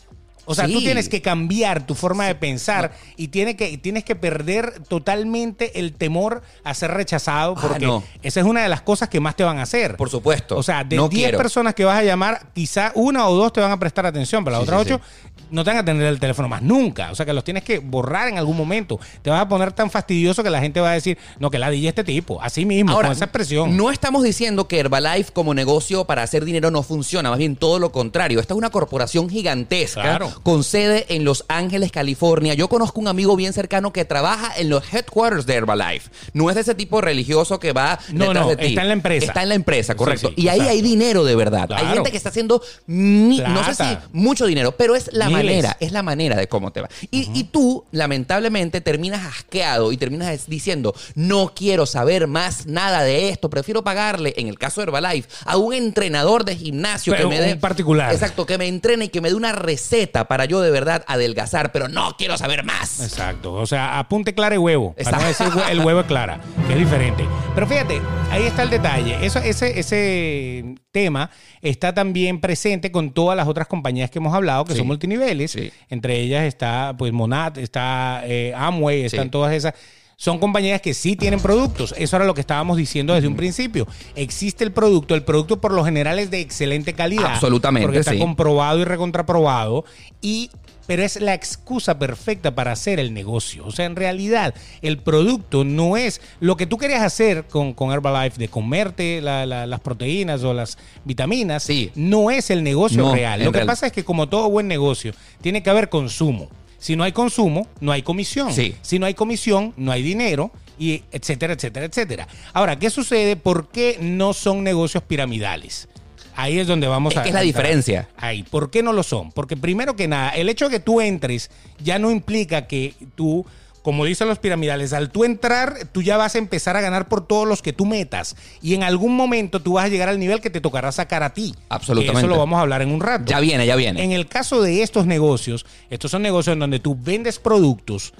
[SPEAKER 2] O sea, tú
[SPEAKER 1] Sí.
[SPEAKER 2] tienes que cambiar tu forma de pensar y tiene que, y tienes que perder totalmente el temor a ser rechazado
[SPEAKER 1] Ah,
[SPEAKER 2] porque
[SPEAKER 1] no.
[SPEAKER 2] esa es una de las cosas que más te van a hacer.
[SPEAKER 1] Por supuesto.
[SPEAKER 2] O sea, de
[SPEAKER 1] No
[SPEAKER 2] 10
[SPEAKER 1] quiero.
[SPEAKER 2] personas que vas a llamar, quizá una o dos te van a prestar atención, pero las
[SPEAKER 1] Sí,
[SPEAKER 2] otras
[SPEAKER 1] sí,
[SPEAKER 2] ocho no te van a tener el teléfono más nunca. O sea, que los tienes que borrar en algún momento. Te vas a poner tan fastidioso que la gente va a decir, no, que la DJ este tipo, así mismo,
[SPEAKER 1] Ahora,
[SPEAKER 2] con esa expresión.
[SPEAKER 1] No estamos diciendo que Herbalife como negocio para hacer dinero no funciona, más bien todo lo contrario. Esta es una corporación gigantesca
[SPEAKER 2] Claro.
[SPEAKER 1] con sede en Los Ángeles, California. Yo conozco un amigo bien cercano que trabaja en los headquarters de Herbalife. No es de ese tipo religioso que va
[SPEAKER 2] No,
[SPEAKER 1] detrás
[SPEAKER 2] no,
[SPEAKER 1] de ti.
[SPEAKER 2] está en la empresa.
[SPEAKER 1] Está en la empresa,
[SPEAKER 2] Sí,
[SPEAKER 1] correcto.
[SPEAKER 2] sí,
[SPEAKER 1] y ahí
[SPEAKER 2] exacto.
[SPEAKER 1] hay dinero de verdad. Hay
[SPEAKER 2] Claro.
[SPEAKER 1] gente que está haciendo ni- no sé si
[SPEAKER 2] Plata.
[SPEAKER 1] mucho dinero, pero es la
[SPEAKER 2] Miles.
[SPEAKER 1] manera, es la manera de cómo te va. Y, y tú, lamentablemente, terminas asqueado y terminas es- diciendo, no quiero saber más nada de esto, prefiero pagarle, en el caso de Herbalife, a un entrenador de gimnasio
[SPEAKER 2] Pero
[SPEAKER 1] que me dé...
[SPEAKER 2] un particular.
[SPEAKER 1] Exacto, que me entrene y que me dé una receta para yo de verdad adelgazar, pero no quiero saber más.
[SPEAKER 2] Exacto. O sea, apunte clara y huevo. Para no
[SPEAKER 1] Exacto.
[SPEAKER 2] decir hue- el huevo es clara, que es diferente. Pero fíjate, ahí está el detalle. Eso, ese, ese tema está también presente con todas las otras compañías que hemos hablado, que
[SPEAKER 1] Sí.
[SPEAKER 2] son multiniveles.
[SPEAKER 1] Sí.
[SPEAKER 2] Entre ellas está pues Monat, está eh, Amway, están
[SPEAKER 1] Sí.
[SPEAKER 2] todas esas. Son compañías que sí tienen productos. Eso era lo que estábamos diciendo desde un principio. Existe el producto. El producto por lo general es de excelente calidad.
[SPEAKER 1] Absolutamente,
[SPEAKER 2] Porque está
[SPEAKER 1] sí.
[SPEAKER 2] comprobado y recontraprobado. Y, pero es la excusa perfecta para hacer el negocio. O sea, en realidad, el producto no es lo que tú querías hacer con, con Herbalife, de comerte la- la- las proteínas o las vitaminas.
[SPEAKER 1] Sí.
[SPEAKER 2] No es el negocio
[SPEAKER 1] No,
[SPEAKER 2] real.
[SPEAKER 1] en
[SPEAKER 2] Lo que
[SPEAKER 1] real-
[SPEAKER 2] pasa es que, como todo buen negocio, tiene que haber consumo. Si no hay consumo, no hay comisión.
[SPEAKER 1] Sí.
[SPEAKER 2] Si no hay comisión, no hay dinero, y etcétera, etcétera, etcétera. Ahora, ¿qué sucede? ¿Por qué no son negocios piramidales? Ahí es donde vamos
[SPEAKER 1] Es
[SPEAKER 2] a.
[SPEAKER 1] que es la
[SPEAKER 2] a entrar.
[SPEAKER 1] diferencia.
[SPEAKER 2] Ahí. ¿Por qué no lo son? Porque primero que nada, el hecho de que tú entres ya no implica que tú, como dicen los piramidales, al tú entrar, tú ya vas a empezar a ganar por todos los que tú metas. Y en algún momento tú vas a llegar al nivel que te tocará sacar a ti.
[SPEAKER 1] Absolutamente.
[SPEAKER 2] Que Eso lo vamos a hablar en un rato.
[SPEAKER 1] Ya viene, ya viene.
[SPEAKER 2] En el caso de estos negocios, estos son negocios en donde tú vendes productos,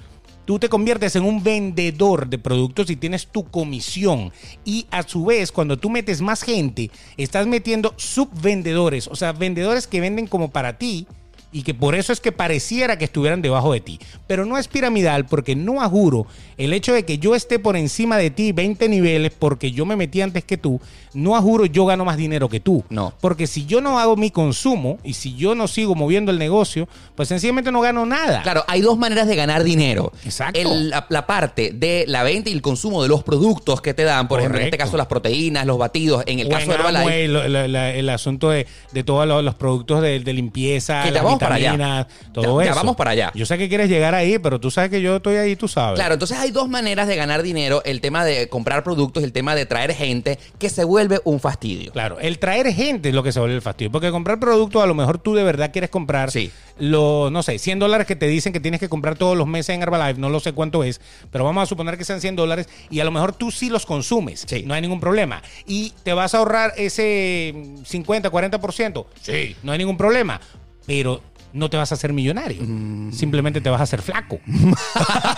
[SPEAKER 2] tú te conviertes en un vendedor de productos y tienes tu comisión. Y a su vez, cuando tú metes más gente, estás metiendo subvendedores, o sea, vendedores que venden como para ti. Y que por eso es que pareciera que estuvieran debajo de ti. Pero no es piramidal porque no ajuro el hecho de que yo esté por encima de ti 20 niveles porque yo me metí antes que tú. No ajuro yo gano más dinero que tú.
[SPEAKER 1] No.
[SPEAKER 2] Porque si yo no hago mi consumo y si yo no sigo moviendo el negocio, pues sencillamente no gano nada.
[SPEAKER 1] Claro, hay dos maneras de ganar dinero.
[SPEAKER 2] Exacto.
[SPEAKER 1] El- la, la parte de la venta y el consumo de los productos que te dan, por ejemplo, en este
[SPEAKER 2] Correcto.
[SPEAKER 1] caso las proteínas, los batidos, en el
[SPEAKER 2] O
[SPEAKER 1] caso
[SPEAKER 2] en
[SPEAKER 1] de Herbalife.
[SPEAKER 2] Amway, lo- la- la- el asunto de, de todos los, los productos de, de limpieza,
[SPEAKER 1] Que ya
[SPEAKER 2] las
[SPEAKER 1] vamos para allá.
[SPEAKER 2] vitaminas, todo
[SPEAKER 1] Ya- ya
[SPEAKER 2] eso.
[SPEAKER 1] vamos para allá.
[SPEAKER 2] Yo sé que quieres llegar ahí, pero tú sabes que yo estoy ahí, tú sabes.
[SPEAKER 1] Claro, entonces hay dos maneras de ganar dinero, el tema de comprar productos y el tema de traer gente, que se vuelve un fastidio.
[SPEAKER 2] Claro, el traer gente es lo que se vuelve el fastidio. Porque comprar productos, a lo mejor tú de verdad quieres comprar
[SPEAKER 1] Sí.
[SPEAKER 2] los, no sé, 100 dólares que te dicen que tienes que comprar todos los meses en Herbalife, no lo sé cuánto es, pero vamos a suponer que sean 100 dólares y a lo mejor tú sí los consumes,
[SPEAKER 1] Sí.
[SPEAKER 2] no hay ningún problema. Y te vas a ahorrar ese 50, 40%, sí, no hay ningún problema, pero no te vas a hacer millonario,
[SPEAKER 1] Mm.
[SPEAKER 2] simplemente te vas a
[SPEAKER 1] <laughs>
[SPEAKER 2] hacer flaco. <laughs>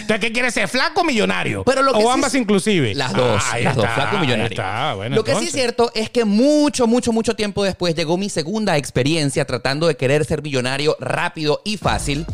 [SPEAKER 2] Entonces, ¿qué quieres ser? ¿Flaco o millonario?
[SPEAKER 1] Pero lo que
[SPEAKER 2] o
[SPEAKER 1] sí
[SPEAKER 2] ambas
[SPEAKER 1] es-
[SPEAKER 2] inclusive.
[SPEAKER 1] Las dos,
[SPEAKER 2] Ah, ahí
[SPEAKER 1] las dos,
[SPEAKER 2] está,
[SPEAKER 1] flaco y millonario.
[SPEAKER 2] ahí está, bueno,
[SPEAKER 1] Lo que sí
[SPEAKER 2] entonces.
[SPEAKER 1] es cierto es que mucho, mucho, mucho tiempo después llegó mi segunda experiencia tratando de querer ser millonario rápido y fácil.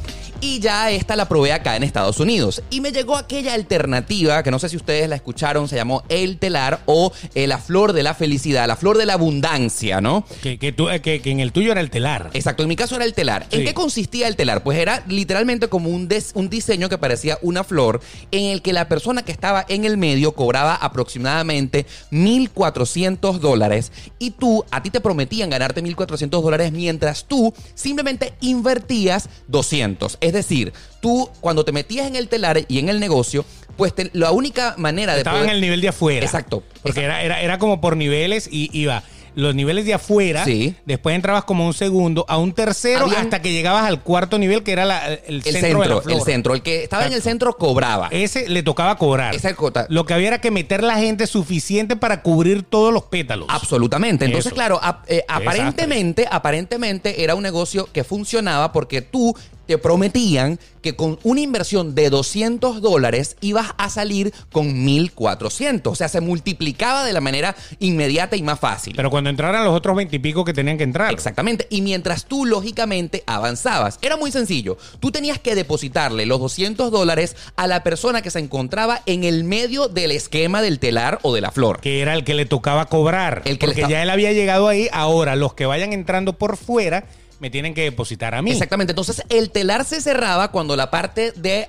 [SPEAKER 1] Y ya esta la probé acá en Estados Unidos. Y me llegó aquella alternativa, que no sé si ustedes la escucharon, se llamó el telar o eh, la flor de la felicidad, la flor de la abundancia, ¿no?
[SPEAKER 2] Que, que, tú- eh, que- que en el tuyo era el telar.
[SPEAKER 1] Exacto, en mi caso era el telar.
[SPEAKER 2] Sí.
[SPEAKER 1] ¿En qué consistía el telar? Pues era literalmente como un, des- un diseño que parecía una flor en el que la persona que estaba en el medio cobraba aproximadamente 1.400 dólares y tú, a ti te prometían ganarte 1.400 dólares mientras tú simplemente invertías 200. Es decir, tú cuando te metías en el telar y en el negocio, pues te- la única manera de
[SPEAKER 2] Estaba en
[SPEAKER 1] poder-
[SPEAKER 2] el nivel de afuera.
[SPEAKER 1] pues, Exacto.
[SPEAKER 2] Porque Era, era, era como por niveles y iba los niveles de afuera,
[SPEAKER 1] Sí.
[SPEAKER 2] después entrabas como a un segundo, a un tercero,
[SPEAKER 1] Habían-
[SPEAKER 2] hasta que llegabas al cuarto nivel, que era la-
[SPEAKER 1] El
[SPEAKER 2] el, centro, de la
[SPEAKER 1] centro,
[SPEAKER 2] flor.
[SPEAKER 1] el centro. El que estaba en el centro cobraba.
[SPEAKER 2] Ese le tocaba cobrar.
[SPEAKER 1] Esa es cota.
[SPEAKER 2] Lo que había era que meter la gente suficiente para cubrir todos los pétalos.
[SPEAKER 1] Absolutamente. Entonces,
[SPEAKER 2] Eso.
[SPEAKER 1] claro, ap- eh,
[SPEAKER 2] desastre.
[SPEAKER 1] aparentemente, aparentemente era un negocio que funcionaba porque tú te prometían que con una inversión de 200 dólares ibas a salir con 1400. O sea, se multiplicaba de la manera inmediata y más fácil.
[SPEAKER 2] Pero cuando entraran los otros veintipico que tenían que entrar.
[SPEAKER 1] Exactamente. Y mientras tú lógicamente avanzabas, era muy sencillo. Tú tenías que depositarle los 200 dólares a la persona que se encontraba en el medio del esquema del telar o de la flor.
[SPEAKER 2] Que era el que le tocaba cobrar.
[SPEAKER 1] El que le
[SPEAKER 2] porque
[SPEAKER 1] estaba-
[SPEAKER 2] ya él había llegado ahí. Ahora, los que vayan entrando por fuera me tienen que depositar a mí.
[SPEAKER 1] Exactamente. Entonces, el telar se cerraba cuando la parte de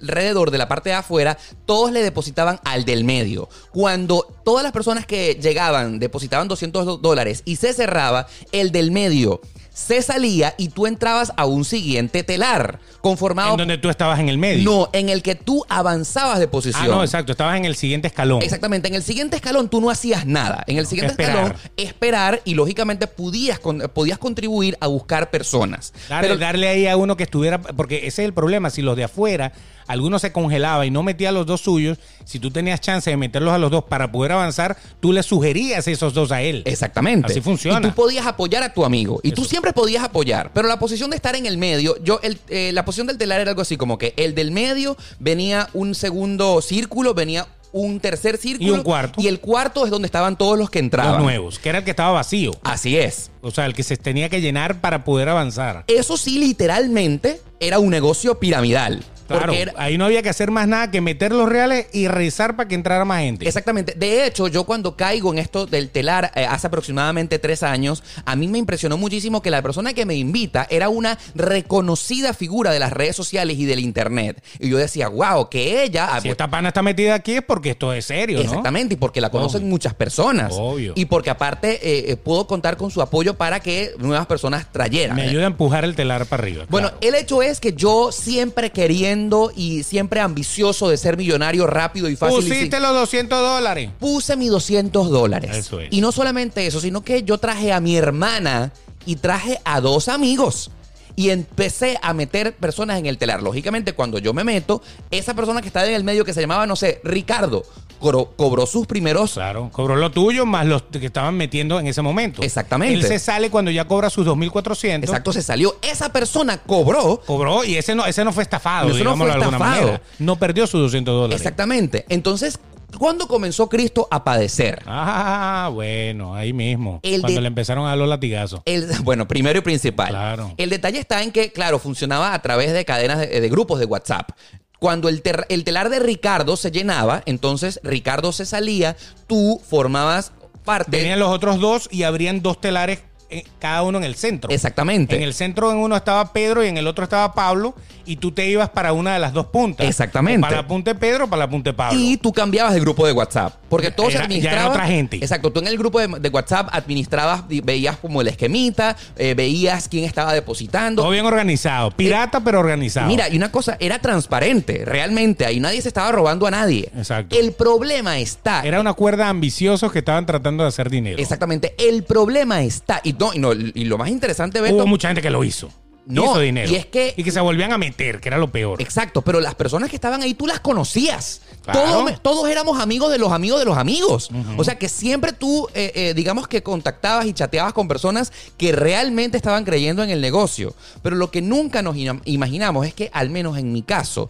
[SPEAKER 1] alrededor, de la parte de afuera, todos le depositaban al del medio. Cuando todas las personas que llegaban depositaban 200 dólares y se cerraba, el del medio se salía y tú entrabas a un siguiente telar conformado
[SPEAKER 2] En donde tú estabas en el medio.
[SPEAKER 1] No, en el que tú avanzabas de
[SPEAKER 2] Ah,
[SPEAKER 1] posición.
[SPEAKER 2] no, exacto. Estabas en el siguiente escalón.
[SPEAKER 1] Exactamente, en el siguiente escalón tú no hacías nada. En el siguiente
[SPEAKER 2] Esperar.
[SPEAKER 1] escalón, esperar y lógicamente podías, con- podías contribuir a buscar personas.
[SPEAKER 2] Darle,
[SPEAKER 1] Pero-
[SPEAKER 2] darle ahí a uno que estuviera, porque ese es el problema, si los de afuera, algunos se congelaba y no metía a los dos suyos, si tú tenías chance de meterlos a los dos para poder avanzar, tú le sugerías esos dos a él.
[SPEAKER 1] Exactamente.
[SPEAKER 2] Así funciona.
[SPEAKER 1] Y tú podías apoyar a tu amigo. Y tú
[SPEAKER 2] Eso.
[SPEAKER 1] siempre podías apoyar. Pero la posición de estar en el medio, yo, el, eh, la posición del telar era algo así, como que el del medio venía un segundo círculo, venía un tercer círculo.
[SPEAKER 2] Y un cuarto.
[SPEAKER 1] Y el cuarto es donde estaban todos los que entraban.
[SPEAKER 2] Los nuevos, que era el que estaba vacío.
[SPEAKER 1] Así es.
[SPEAKER 2] O sea, el que se tenía que llenar para poder avanzar.
[SPEAKER 1] Eso sí, literalmente, era un negocio piramidal.
[SPEAKER 2] Claro,
[SPEAKER 1] Porque era-
[SPEAKER 2] ahí no había que hacer más nada que meter los reales y rezar para que entrara más gente.
[SPEAKER 1] Exactamente. De hecho, yo cuando caigo en esto del telar eh, hace aproximadamente tres años, a mí me impresionó muchísimo que la persona que me invita era una reconocida figura de las redes sociales y del internet. Y yo decía, wow, que ella...
[SPEAKER 2] Si esta pana está metida aquí es porque esto es serio, ¿no?
[SPEAKER 1] Exactamente, y porque la conocen
[SPEAKER 2] Obvio.
[SPEAKER 1] muchas personas.
[SPEAKER 2] Obvio.
[SPEAKER 1] Y porque aparte eh, eh, puedo contar con su apoyo para que nuevas personas trayeran.
[SPEAKER 2] Me ayuda a empujar el telar para arriba.
[SPEAKER 1] Bueno,
[SPEAKER 2] claro.
[SPEAKER 1] el hecho es que yo siempre queriendo y siempre ambicioso de ser millonario rápido y fácil. y sin-
[SPEAKER 2] pusiste los 200 dólares.
[SPEAKER 1] puse mis 200 dólares.
[SPEAKER 2] Eso es.
[SPEAKER 1] Y no solamente eso, sino que yo traje a mi hermana y traje a dos amigos. Y empecé a meter personas en el telar. Lógicamente, cuando yo me meto, esa persona que está en el medio, que se llamaba, no sé, Ricardo, coro- cobró sus primeros.
[SPEAKER 2] Claro, cobró lo tuyo más los que estaban metiendo en ese momento.
[SPEAKER 1] Exactamente.
[SPEAKER 2] Él se sale cuando ya cobra sus 2.400.
[SPEAKER 1] Exacto, se salió. Esa persona cobró.
[SPEAKER 2] Cobró y ese no, ese no fue estafado,
[SPEAKER 1] Ese no
[SPEAKER 2] digámoslo
[SPEAKER 1] fue
[SPEAKER 2] de alguna
[SPEAKER 1] estafado.
[SPEAKER 2] manera. No perdió sus 200 dólares.
[SPEAKER 1] Exactamente. Entonces, ¿cuándo comenzó Cristo a padecer?
[SPEAKER 2] Ah, bueno, ahí mismo.
[SPEAKER 1] El
[SPEAKER 2] cuando
[SPEAKER 1] de-
[SPEAKER 2] le empezaron a dar los latigazos.
[SPEAKER 1] El- <laughs> bueno, primero y principal.
[SPEAKER 2] Claro.
[SPEAKER 1] El detalle está en que, claro, funcionaba a través de cadenas de, de grupos de WhatsApp. Cuando el, ter- el telar de Ricardo se llenaba, entonces Ricardo se salía, tú formabas parte.
[SPEAKER 2] Tenían los otros dos y abrían dos telares eh, cada uno en el centro.
[SPEAKER 1] Exactamente.
[SPEAKER 2] En el centro en uno estaba Pedro y en el otro estaba Pablo y tú te ibas para una de las dos puntas.
[SPEAKER 1] Exactamente.
[SPEAKER 2] O Para la punta de Pedro o para la punta de Pablo.
[SPEAKER 1] Y tú cambiabas de grupo de WhatsApp. Porque todo se
[SPEAKER 2] Era- ya era
[SPEAKER 1] administraba.
[SPEAKER 2] otra gente.
[SPEAKER 1] Exacto. Tú en el grupo de, de WhatsApp administrabas, di- veías como el esquemita, eh, veías quién estaba depositando.
[SPEAKER 2] Todo bien organizado. Pirata, pero organizado.
[SPEAKER 1] Eh, Mira, y una cosa, era transparente, realmente. Ahí nadie se estaba robando a nadie.
[SPEAKER 2] Exacto.
[SPEAKER 1] El problema está.
[SPEAKER 2] Era una cuerda de ambiciosos que estaban tratando de hacer dinero.
[SPEAKER 1] Exactamente. El problema está. Y, no, y, no, y lo más interesante, Beto.
[SPEAKER 2] Hubo mucha gente que lo hizo.
[SPEAKER 1] No,
[SPEAKER 2] hizo dinero.
[SPEAKER 1] y es que-
[SPEAKER 2] se volvían a meter, que era lo peor.
[SPEAKER 1] Exacto, pero las personas que estaban ahí tú las conocías.
[SPEAKER 2] Claro.
[SPEAKER 1] Todos, todos éramos amigos de los amigos de los amigos. O sea que siempre tú, eh, eh, digamos que contactabas y chateabas con personas que realmente estaban creyendo en el negocio. Pero lo que nunca nos ina- imaginamos es que, al menos en mi caso,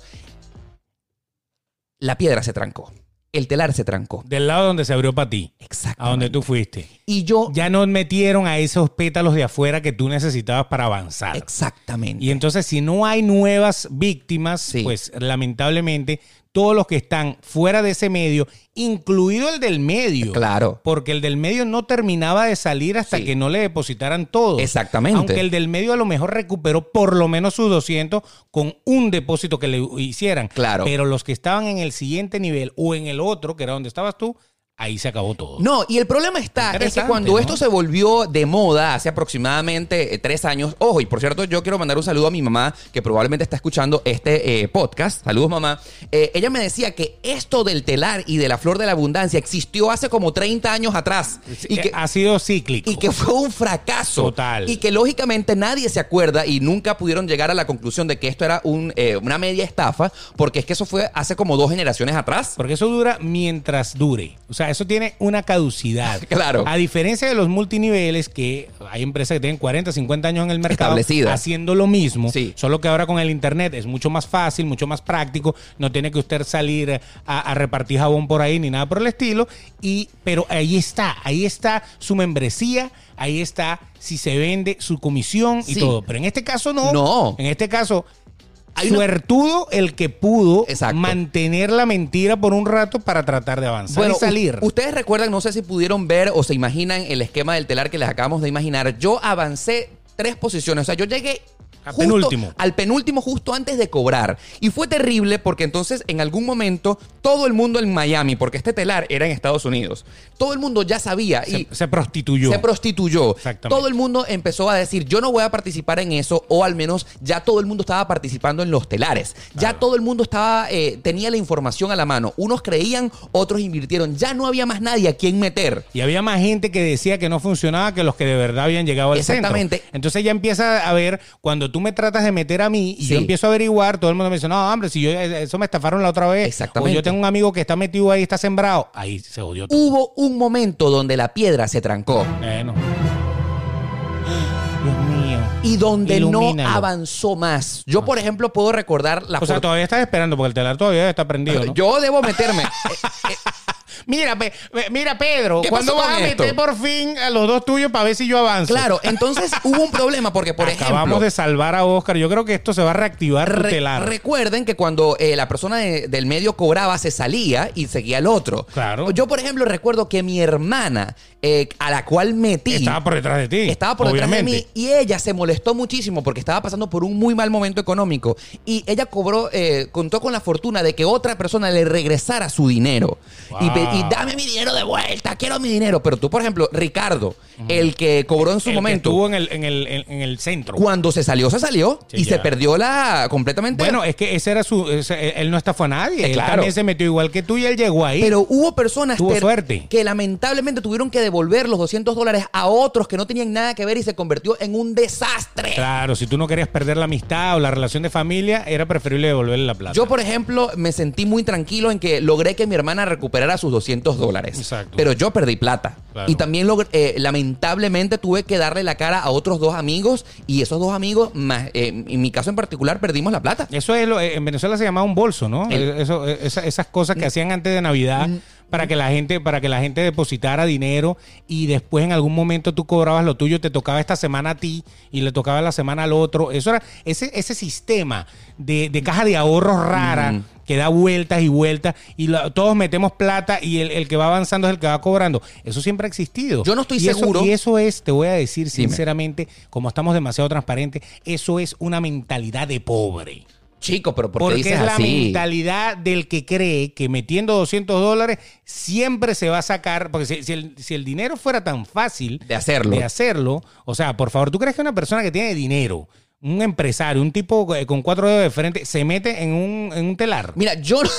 [SPEAKER 1] la piedra se trancó. El telar se trancó.
[SPEAKER 2] Del lado donde se abrió para ti,
[SPEAKER 1] Exacto.
[SPEAKER 2] a donde tú fuiste.
[SPEAKER 1] Y yo.
[SPEAKER 2] Ya no metieron a esos pétalos de afuera que tú necesitabas para avanzar.
[SPEAKER 1] Exactamente.
[SPEAKER 2] Y entonces, si no hay nuevas víctimas,
[SPEAKER 1] Sí.
[SPEAKER 2] pues lamentablemente todos los que están fuera de ese medio, incluido el del medio.
[SPEAKER 1] Claro.
[SPEAKER 2] Porque el del medio no terminaba de salir hasta
[SPEAKER 1] Sí.
[SPEAKER 2] que no le depositaran todo.
[SPEAKER 1] Exactamente.
[SPEAKER 2] Aunque el del medio a lo mejor recuperó por lo menos sus 200 con un depósito que le hicieran.
[SPEAKER 1] Claro.
[SPEAKER 2] Pero los que estaban en el siguiente nivel o en el otro, que era donde estabas tú, ahí se acabó todo.
[SPEAKER 1] No, y el problema está es que
[SPEAKER 2] Interesante,
[SPEAKER 1] cuando
[SPEAKER 2] ¿no?
[SPEAKER 1] esto se volvió de moda hace aproximadamente eh, tres años, ojo, y por cierto, yo quiero mandar un saludo a mi mamá, que probablemente está escuchando este eh, podcast. Saludos, mamá. Eh, ella me decía que esto del telar y de la flor de la abundancia existió hace como 30 años atrás. Y
[SPEAKER 2] Eh,
[SPEAKER 1] que,
[SPEAKER 2] ha sido cíclico.
[SPEAKER 1] y que fue un fracaso.
[SPEAKER 2] Total.
[SPEAKER 1] Y que lógicamente nadie se acuerda y nunca pudieron llegar a la conclusión de que esto era un, eh, una media estafa, porque es que eso fue hace como dos generaciones atrás.
[SPEAKER 2] Porque eso dura mientras dure. O sea, eso tiene una caducidad.
[SPEAKER 1] <laughs> Claro.
[SPEAKER 2] A diferencia de los multiniveles, que hay empresas que tienen 40, 50 años en el mercado
[SPEAKER 1] Establecidas.
[SPEAKER 2] haciendo lo mismo.
[SPEAKER 1] Sí.
[SPEAKER 2] Solo que ahora con el Internet es mucho más fácil, mucho más práctico. No tiene que usted salir a, a repartir jabón por ahí ni nada por el estilo. Y, pero ahí está, ahí está su membresía, ahí está si se vende su comisión y
[SPEAKER 1] Sí.
[SPEAKER 2] todo. Pero en este caso no.
[SPEAKER 1] No.
[SPEAKER 2] En este caso...
[SPEAKER 1] Hay una-
[SPEAKER 2] suertudo el que pudo
[SPEAKER 1] Exacto.
[SPEAKER 2] mantener la mentira por un rato para tratar de avanzar
[SPEAKER 1] Bueno,
[SPEAKER 2] y salir.
[SPEAKER 1] u- ustedes recuerdan, no sé si pudieron ver o se imaginan el esquema del telar que les acabamos de imaginar. Yo avancé tres posiciones, o sea, yo llegué
[SPEAKER 2] Al
[SPEAKER 1] justo-
[SPEAKER 2] penúltimo.
[SPEAKER 1] al penúltimo justo antes de cobrar. Y fue terrible porque entonces en algún momento todo el mundo en Miami, porque este telar era en Estados Unidos, todo el mundo ya sabía y
[SPEAKER 2] se, se prostituyó.
[SPEAKER 1] se prostituyó.
[SPEAKER 2] Exactamente.
[SPEAKER 1] Todo el mundo empezó a decir, yo no voy a participar en eso, o al menos ya todo el mundo estaba participando en los telares. Ya todo el mundo estaba, eh, tenía la información a la mano. Unos creían, otros invirtieron. Ya no había más nadie a quien meter.
[SPEAKER 2] y había más gente que decía que no funcionaba que los que de verdad habían llegado al
[SPEAKER 1] Exactamente.
[SPEAKER 2] centro. Entonces ya empieza a ver, cuando tú me tratas de meter a mí y
[SPEAKER 1] Sí.
[SPEAKER 2] yo empiezo a averiguar, todo el mundo me dice, no, hombre, si yo eh, eso me estafaron la otra vez.
[SPEAKER 1] Exactamente.
[SPEAKER 2] O yo tengo un amigo que está metido ahí, está sembrado. Ahí se jodió todo.
[SPEAKER 1] Hubo un momento donde la piedra se trancó
[SPEAKER 2] Bueno. Dios mío.
[SPEAKER 1] y donde
[SPEAKER 2] Ilumínalo.
[SPEAKER 1] no avanzó más. Yo, por ejemplo, puedo recordar la
[SPEAKER 2] O sea,
[SPEAKER 1] foto-
[SPEAKER 2] todavía estás esperando porque el telar todavía está prendido, ¿no?
[SPEAKER 1] Yo debo
[SPEAKER 2] <laughs>
[SPEAKER 1] meterme. Eh, eh,
[SPEAKER 2] Mira, pe- pe- mira Pedro,
[SPEAKER 1] ¿Qué
[SPEAKER 2] ¿cuándo
[SPEAKER 1] pasó
[SPEAKER 2] vas a
[SPEAKER 1] con
[SPEAKER 2] meter
[SPEAKER 1] esto?
[SPEAKER 2] por fin a los dos tuyos para ver si yo avanzo?
[SPEAKER 1] claro, entonces hubo un problema porque, por
[SPEAKER 2] Acabamos
[SPEAKER 1] ejemplo...
[SPEAKER 2] de salvar a Oscar. Yo creo que esto se va a reactivar tu
[SPEAKER 1] Re-
[SPEAKER 2] telar.
[SPEAKER 1] Recuerden que cuando eh, la persona de- del medio cobraba, se salía y seguía al otro.
[SPEAKER 2] Claro.
[SPEAKER 1] Yo, por ejemplo, recuerdo que mi hermana, eh, a la cual metí.
[SPEAKER 2] Estaba por detrás de ti.
[SPEAKER 1] Estaba por detrás de
[SPEAKER 2] obviamente.
[SPEAKER 1] mí y ella se molestó muchísimo porque estaba pasando por un muy mal momento económico y ella cobró, eh, contó con la fortuna de que otra persona le regresara su dinero y, pe-
[SPEAKER 2] Wow.
[SPEAKER 1] y dame mi dinero de vuelta, quiero mi dinero. Pero tú, por ejemplo, Ricardo, el que cobró en su
[SPEAKER 2] El que
[SPEAKER 1] momento,
[SPEAKER 2] estuvo en el, en el, en- en el centro.
[SPEAKER 1] cuando se salió, se salió
[SPEAKER 2] Sí,
[SPEAKER 1] y se
[SPEAKER 2] ya.
[SPEAKER 1] perdió la completamente.
[SPEAKER 2] Bueno, es que ese era su. ese- él no estafó a nadie.
[SPEAKER 1] Eh,
[SPEAKER 2] él
[SPEAKER 1] claro.
[SPEAKER 2] también se metió igual que tú y él llegó ahí.
[SPEAKER 1] Pero hubo personas
[SPEAKER 2] Tuvo
[SPEAKER 1] ter-
[SPEAKER 2] suerte.
[SPEAKER 1] que lamentablemente tuvieron que devolver los 200 dólares a otros que no tenían nada que ver y se convirtió en un desastre.
[SPEAKER 2] Claro, si tú no querías perder la amistad o la relación de familia, era preferible devolverle la plata.
[SPEAKER 1] Yo, por ejemplo, me sentí muy tranquilo en que logré que mi hermana recuperara sus 200 dólares.
[SPEAKER 2] Exacto.
[SPEAKER 1] Pero yo perdí plata.
[SPEAKER 2] Claro.
[SPEAKER 1] Y también, logr- eh, lamentablemente, tuve que darle la cara a otros dos amigos. Y esos dos amigos, más, eh, en mi caso en particular, perdimos la plata.
[SPEAKER 2] Eso es lo, eh, en Venezuela se llamaba un bolso, ¿no?
[SPEAKER 1] El-
[SPEAKER 2] Eso, eh, esa- esas cosas que hacían antes de Navidad para que la gente, para que la gente depositara dinero y después en algún momento tú cobrabas lo tuyo, te tocaba esta semana a ti y le tocaba la semana al otro. Eso era ese, ese sistema de, de caja de ahorros rara que da vueltas y vueltas y la- todos metemos plata y el, el que va avanzando es el que va cobrando. Eso siempre ha existido.
[SPEAKER 1] Yo no estoy
[SPEAKER 2] Y eso-
[SPEAKER 1] seguro.
[SPEAKER 2] y eso es, te voy a decir
[SPEAKER 1] Dime.
[SPEAKER 2] sinceramente, como estamos demasiado transparentes, eso es una mentalidad de pobre.
[SPEAKER 1] Chico, pero ¿por qué
[SPEAKER 2] Porque
[SPEAKER 1] dices
[SPEAKER 2] es la
[SPEAKER 1] así?
[SPEAKER 2] mentalidad del que cree que metiendo 200 dólares siempre se va a sacar. Porque si, si el, si el dinero fuera tan fácil
[SPEAKER 1] De hacerlo.
[SPEAKER 2] de hacerlo, o sea, por favor, ¿tú crees que una persona que tiene dinero, un empresario, un tipo eh, con cuatro dedos de frente, se mete en un, en un telar?
[SPEAKER 1] Mira, yo... <laughs>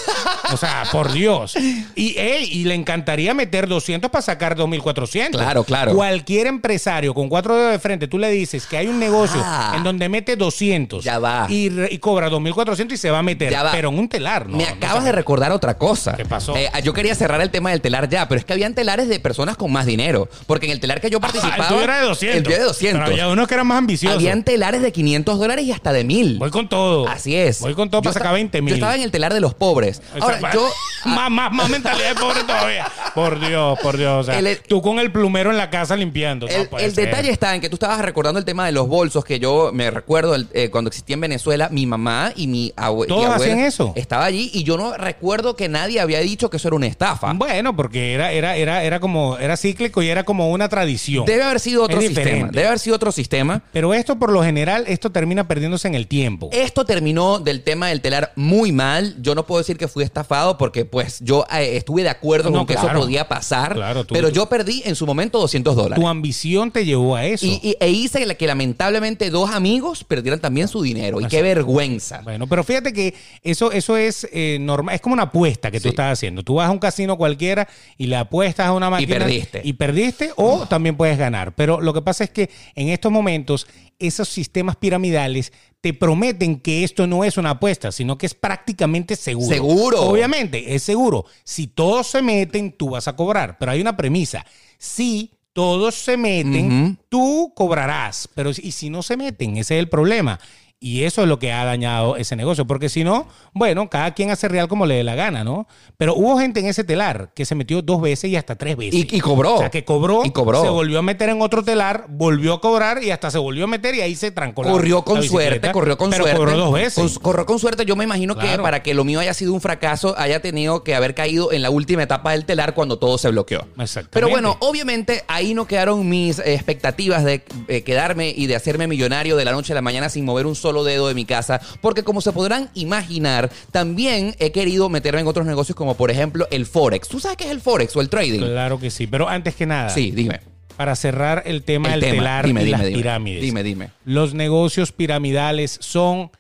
[SPEAKER 2] O sea, por Dios. Y, ey, y le encantaría meter 200 para sacar 2.400.
[SPEAKER 1] Claro, claro.
[SPEAKER 2] Cualquier empresario con cuatro dedos de frente, tú le dices que hay un negocio
[SPEAKER 1] Ah.
[SPEAKER 2] en donde mete 200.
[SPEAKER 1] Ya va.
[SPEAKER 2] Y, re- y cobra 2.400 y se va a meter.
[SPEAKER 1] Ya va.
[SPEAKER 2] Pero en un telar, ¿no?
[SPEAKER 1] me
[SPEAKER 2] no
[SPEAKER 1] acabas
[SPEAKER 2] se
[SPEAKER 1] de <laughs>
[SPEAKER 2] mete.
[SPEAKER 1] recordar otra cosa.
[SPEAKER 2] ¿Qué pasó?
[SPEAKER 1] Eh, yo quería cerrar el tema del telar ya, pero es que habían telares de personas con más dinero. Porque en el telar que yo
[SPEAKER 2] <laughs> Ah,
[SPEAKER 1] participaba.
[SPEAKER 2] el tuyo era de 200.
[SPEAKER 1] El tuyo de 200.
[SPEAKER 2] Pero había unos que eran más ambiciosos.
[SPEAKER 1] habían telares de 500 dólares y hasta de 1000.
[SPEAKER 2] Voy con todo.
[SPEAKER 1] Así es.
[SPEAKER 2] Voy con todo
[SPEAKER 1] Yo
[SPEAKER 2] para
[SPEAKER 1] esta-
[SPEAKER 2] sacar 20 mil.
[SPEAKER 1] Yo estaba en el telar de los pobres. Ahora, yo.
[SPEAKER 2] <laughs>
[SPEAKER 1] ah,
[SPEAKER 2] más, más, más mentalidad de pobre todavía. Por Dios, por Dios. O sea,
[SPEAKER 1] El-
[SPEAKER 2] tú con el plumero en la casa limpiando. No
[SPEAKER 1] El,
[SPEAKER 2] puede
[SPEAKER 1] el
[SPEAKER 2] ser.
[SPEAKER 1] detalle está en que tú estabas recordando el tema de los bolsos que yo me recuerdo el- eh, cuando existía en Venezuela, mi mamá y mi abue- y abuela.
[SPEAKER 2] ¿Todos hacían eso?
[SPEAKER 1] Estaba allí y yo no recuerdo que nadie había dicho que eso era una estafa.
[SPEAKER 2] Bueno, porque era, era, era, era como, era cíclico y era como una tradición.
[SPEAKER 1] Debe haber sido otro
[SPEAKER 2] Es
[SPEAKER 1] sistema.
[SPEAKER 2] diferente.
[SPEAKER 1] Debe haber sido otro sistema.
[SPEAKER 2] Pero esto por lo general, esto esto termina perdiéndose en el tiempo.
[SPEAKER 1] Esto terminó del tema del telar muy mal. Yo no puedo decir que fui estafado porque pues yo eh, estuve de acuerdo
[SPEAKER 2] No,
[SPEAKER 1] con que eso
[SPEAKER 2] claro.
[SPEAKER 1] podía pasar.
[SPEAKER 2] Claro, tú-
[SPEAKER 1] pero
[SPEAKER 2] tú-
[SPEAKER 1] yo perdí en su momento 200 dólares.
[SPEAKER 2] Tu ambición te llevó a eso.
[SPEAKER 1] Y, y- e hice que, la- que lamentablemente dos amigos perdieran también su dinero. Y qué vergüenza.
[SPEAKER 2] Bueno, pero fíjate que eso, eso es eh, normal, es como una apuesta que
[SPEAKER 1] Sí.
[SPEAKER 2] tú estás haciendo. Tú vas a un casino cualquiera y le apuestas a una máquina.
[SPEAKER 1] perdiste.
[SPEAKER 2] Y perdiste o también puedes ganar. Pero lo que pasa es que en estos momentos esos sistemas piramidales te prometen que esto no es una apuesta, sino que es prácticamente seguro.
[SPEAKER 1] Seguro.
[SPEAKER 2] Obviamente, es seguro. Si todos se meten, tú vas a cobrar. Pero hay una premisa. Si todos se meten,
[SPEAKER 1] Ujú.
[SPEAKER 2] tú cobrarás. Pero si- y si no se meten, ese es el problema. Y eso es lo que ha dañado ese negocio. Porque si no, bueno, cada quien hace real como le dé la gana, ¿no? Pero hubo gente en ese telar que se metió dos veces y hasta tres veces.
[SPEAKER 1] Y- y cobró.
[SPEAKER 2] O sea, que cobró,
[SPEAKER 1] Y cobró.
[SPEAKER 2] se volvió a meter en otro telar, volvió a cobrar y hasta se volvió a meter y ahí se trancó la-
[SPEAKER 1] Corrió
[SPEAKER 2] la
[SPEAKER 1] con
[SPEAKER 2] bicicleta.
[SPEAKER 1] suerte, corrió con
[SPEAKER 2] Pero
[SPEAKER 1] suerte.
[SPEAKER 2] cobró dos veces.
[SPEAKER 1] Con- corrió con suerte. Yo me imagino que
[SPEAKER 2] Claro.
[SPEAKER 1] para que lo mío haya sido un fracaso, haya tenido que haber caído en la última etapa del telar cuando todo se bloqueó.
[SPEAKER 2] Exactamente.
[SPEAKER 1] Pero bueno, obviamente ahí no quedaron mis eh, expectativas de eh, quedarme y de hacerme millonario de la noche a la mañana sin mover un solo dedo de mi casa, porque como se podrán imaginar, también he querido meterme en otros negocios como por ejemplo el Forex. ¿Tú sabes qué es el Forex o el trading?
[SPEAKER 2] Claro que sí. Pero antes que nada,
[SPEAKER 1] Sí, dime.
[SPEAKER 2] para cerrar el tema
[SPEAKER 1] El
[SPEAKER 2] del
[SPEAKER 1] tema.
[SPEAKER 2] telar
[SPEAKER 1] Dime,
[SPEAKER 2] y
[SPEAKER 1] dime,
[SPEAKER 2] las
[SPEAKER 1] dime.
[SPEAKER 2] pirámides.
[SPEAKER 1] Dime, dime.
[SPEAKER 2] Los negocios piramidales son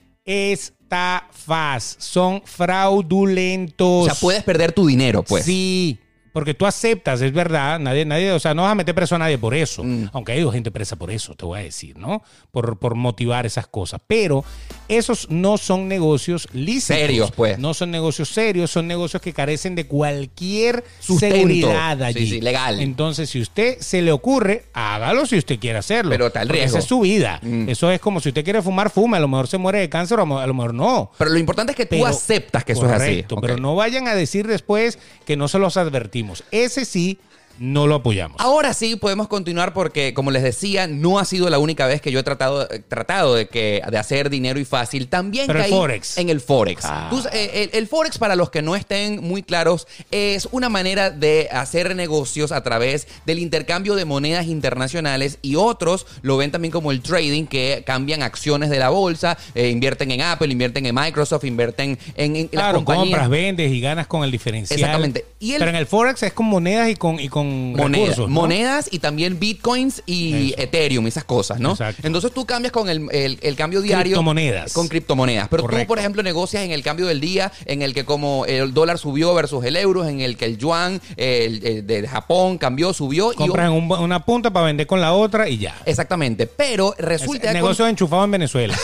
[SPEAKER 2] estafas, son fraudulentos.
[SPEAKER 1] O sea, puedes perder tu dinero, pues.
[SPEAKER 2] Pues, Sí. Porque tú aceptas, es verdad, nadie, nadie, o sea, no vas a meter preso a nadie por eso.
[SPEAKER 1] Mm.
[SPEAKER 2] Aunque hay gente presa por eso, te voy a decir, ¿no? Por, por motivar esas cosas. Pero esos no son negocios lícitos.
[SPEAKER 1] Serios, pues.
[SPEAKER 2] No son negocios serios, son negocios que carecen de cualquier
[SPEAKER 1] Sustento.
[SPEAKER 2] seguridad allí.
[SPEAKER 1] Sí, sí, legal.
[SPEAKER 2] Entonces, si usted se le ocurre, hágalo si usted quiere hacerlo.
[SPEAKER 1] Pero está el
[SPEAKER 2] Porque
[SPEAKER 1] riesgo.
[SPEAKER 2] Esa es su vida.
[SPEAKER 1] Mm.
[SPEAKER 2] Eso es como si usted quiere fumar, fume. A lo mejor se muere de cáncer, a mo- a lo mejor no.
[SPEAKER 1] Pero lo importante es que tú
[SPEAKER 2] Pero-
[SPEAKER 1] aceptas que eso
[SPEAKER 2] Correcto,
[SPEAKER 1] es así.
[SPEAKER 2] Pero
[SPEAKER 1] Ok.
[SPEAKER 2] no vayan a decir después que no se los advertimos. Ese sí, no lo apoyamos.
[SPEAKER 1] Ahora sí podemos continuar porque, como les decía, no ha sido la única vez que yo he tratado, eh, tratado de, que, de hacer dinero y fácil. También
[SPEAKER 2] Pero el
[SPEAKER 1] caí
[SPEAKER 2] Forex.
[SPEAKER 1] en el Forex.
[SPEAKER 2] Ah.
[SPEAKER 1] Tú sa- eh, el, el Forex, para los que no estén muy claros, es una manera de hacer negocios a través del intercambio de monedas internacionales y otros lo ven también como el trading, que cambian acciones de la bolsa, eh, invierten en Apple, invierten en Microsoft, invierten en, en las
[SPEAKER 2] Claro,
[SPEAKER 1] compañías.
[SPEAKER 2] compras, vendes y ganas con el diferencial.
[SPEAKER 1] Exactamente. Y el-
[SPEAKER 2] Pero en el Forex es con monedas y con, y con
[SPEAKER 1] Monedas,
[SPEAKER 2] recursos, ¿no?
[SPEAKER 1] monedas y también bitcoins y
[SPEAKER 2] Eso.
[SPEAKER 1] Ethereum, esas cosas, ¿no?
[SPEAKER 2] Exacto.
[SPEAKER 1] Entonces tú cambias con el, el- el cambio diario.
[SPEAKER 2] Criptomonedas.
[SPEAKER 1] Con criptomonedas. Pero tú,
[SPEAKER 2] Correcto.
[SPEAKER 1] por ejemplo, negocias en el cambio del día, en el que como el dólar subió versus el euro, en el que el yuan el- el de Japón cambió, subió. y-
[SPEAKER 2] Compras en un- una punta para vender con la otra y ya.
[SPEAKER 1] Exactamente. Pero
[SPEAKER 2] Es-
[SPEAKER 1] resulta que-
[SPEAKER 2] negocio enchufado
[SPEAKER 1] <laughs>
[SPEAKER 2] en Venezuela.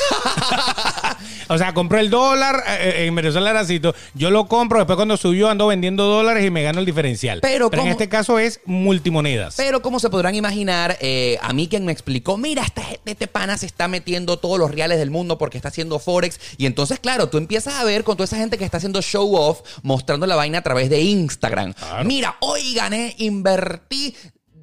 [SPEAKER 2] O sea, compró el dólar, eh, eh, en Venezuela era así, tú- yo lo compro, después cuando subió ando vendiendo dólares y me gano el diferencial.
[SPEAKER 1] Pero
[SPEAKER 2] en
[SPEAKER 1] ¿cómo?
[SPEAKER 2] este caso es multimonedas. Ah,
[SPEAKER 1] Pero como se podrán imaginar, eh, a mí quien me explicó, mira, este, este pana se está metiendo todos los reales del mundo porque está haciendo Forex. Y entonces, claro, tú empiezas a ver con toda esa gente que está haciendo show off, mostrando la vaina a través de Instagram. Mira, hoy gané, invertí.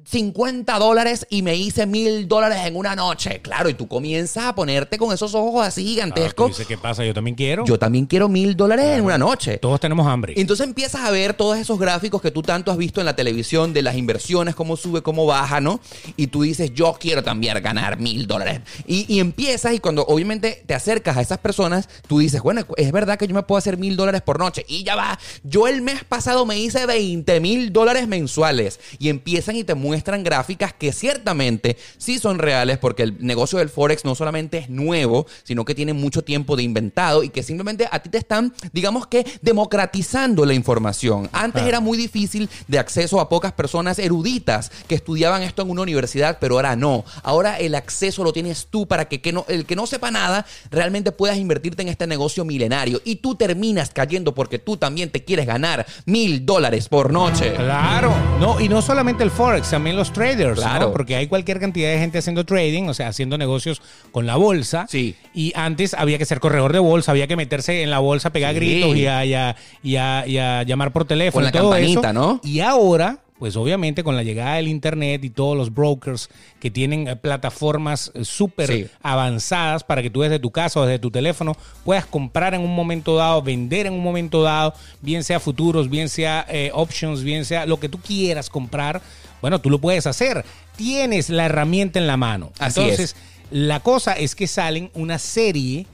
[SPEAKER 1] 50 dólares y me hice mil dólares en una noche. Claro, y tú comienzas a ponerte con esos ojos así
[SPEAKER 2] Ah, tú
[SPEAKER 1] gigantescos.
[SPEAKER 2] dices, ¿qué pasa? Yo también quiero.
[SPEAKER 1] Yo también quiero mil dólares en una noche.
[SPEAKER 2] Todos tenemos hambre.
[SPEAKER 1] Y Entonces empiezas a ver todos esos gráficos que tú tanto has visto en la televisión de las inversiones, cómo sube, cómo baja, ¿no? Y tú dices, yo quiero también ganar mil dólares. Y, y empiezas y cuando obviamente te acercas a esas personas, tú dices, bueno, es verdad que yo me puedo hacer mil dólares por noche. Y ya va, yo el mes pasado me hice 20 mil dólares mensuales. Y empiezan y te muestran gráficas que ciertamente sí son reales porque el negocio del Forex no solamente es nuevo, sino que tiene mucho tiempo de inventado y que simplemente a ti te están, digamos que, democratizando la información. Antes
[SPEAKER 2] Claro.
[SPEAKER 1] era muy difícil de acceso a pocas personas eruditas que estudiaban esto en una universidad, pero ahora no. Ahora el acceso lo tienes tú para que, que no, el que no sepa nada realmente puedas invertirte en este negocio milenario. Y tú terminas cayendo porque tú también te quieres ganar mil dólares por noche.
[SPEAKER 2] Claro, no, y no solamente el Forex, también los traders,
[SPEAKER 1] Claro.
[SPEAKER 2] ¿no? Porque hay cualquier cantidad de gente haciendo trading, o sea, haciendo negocios con la bolsa.
[SPEAKER 1] Sí.
[SPEAKER 2] Y antes había que ser corredor de bolsa, había que meterse en la bolsa, pegar
[SPEAKER 1] Sí.
[SPEAKER 2] gritos y a, y a- y a- y a llamar por teléfono.
[SPEAKER 1] Con la
[SPEAKER 2] y todo
[SPEAKER 1] campanita,
[SPEAKER 2] eso.
[SPEAKER 1] ¿no?
[SPEAKER 2] Y ahora, pues obviamente con la llegada del Internet y todos los brokers que tienen eh, plataformas eh, súper
[SPEAKER 1] Sí.
[SPEAKER 2] avanzadas para que tú desde tu casa o desde tu teléfono puedas comprar en un momento dado, vender en un momento dado, bien sea futuros, bien sea eh, options, bien sea lo que tú quieras comprar, bueno, tú lo puedes hacer. Tienes la herramienta en la mano.
[SPEAKER 1] Así
[SPEAKER 2] Entonces, La cosa es que salen una serie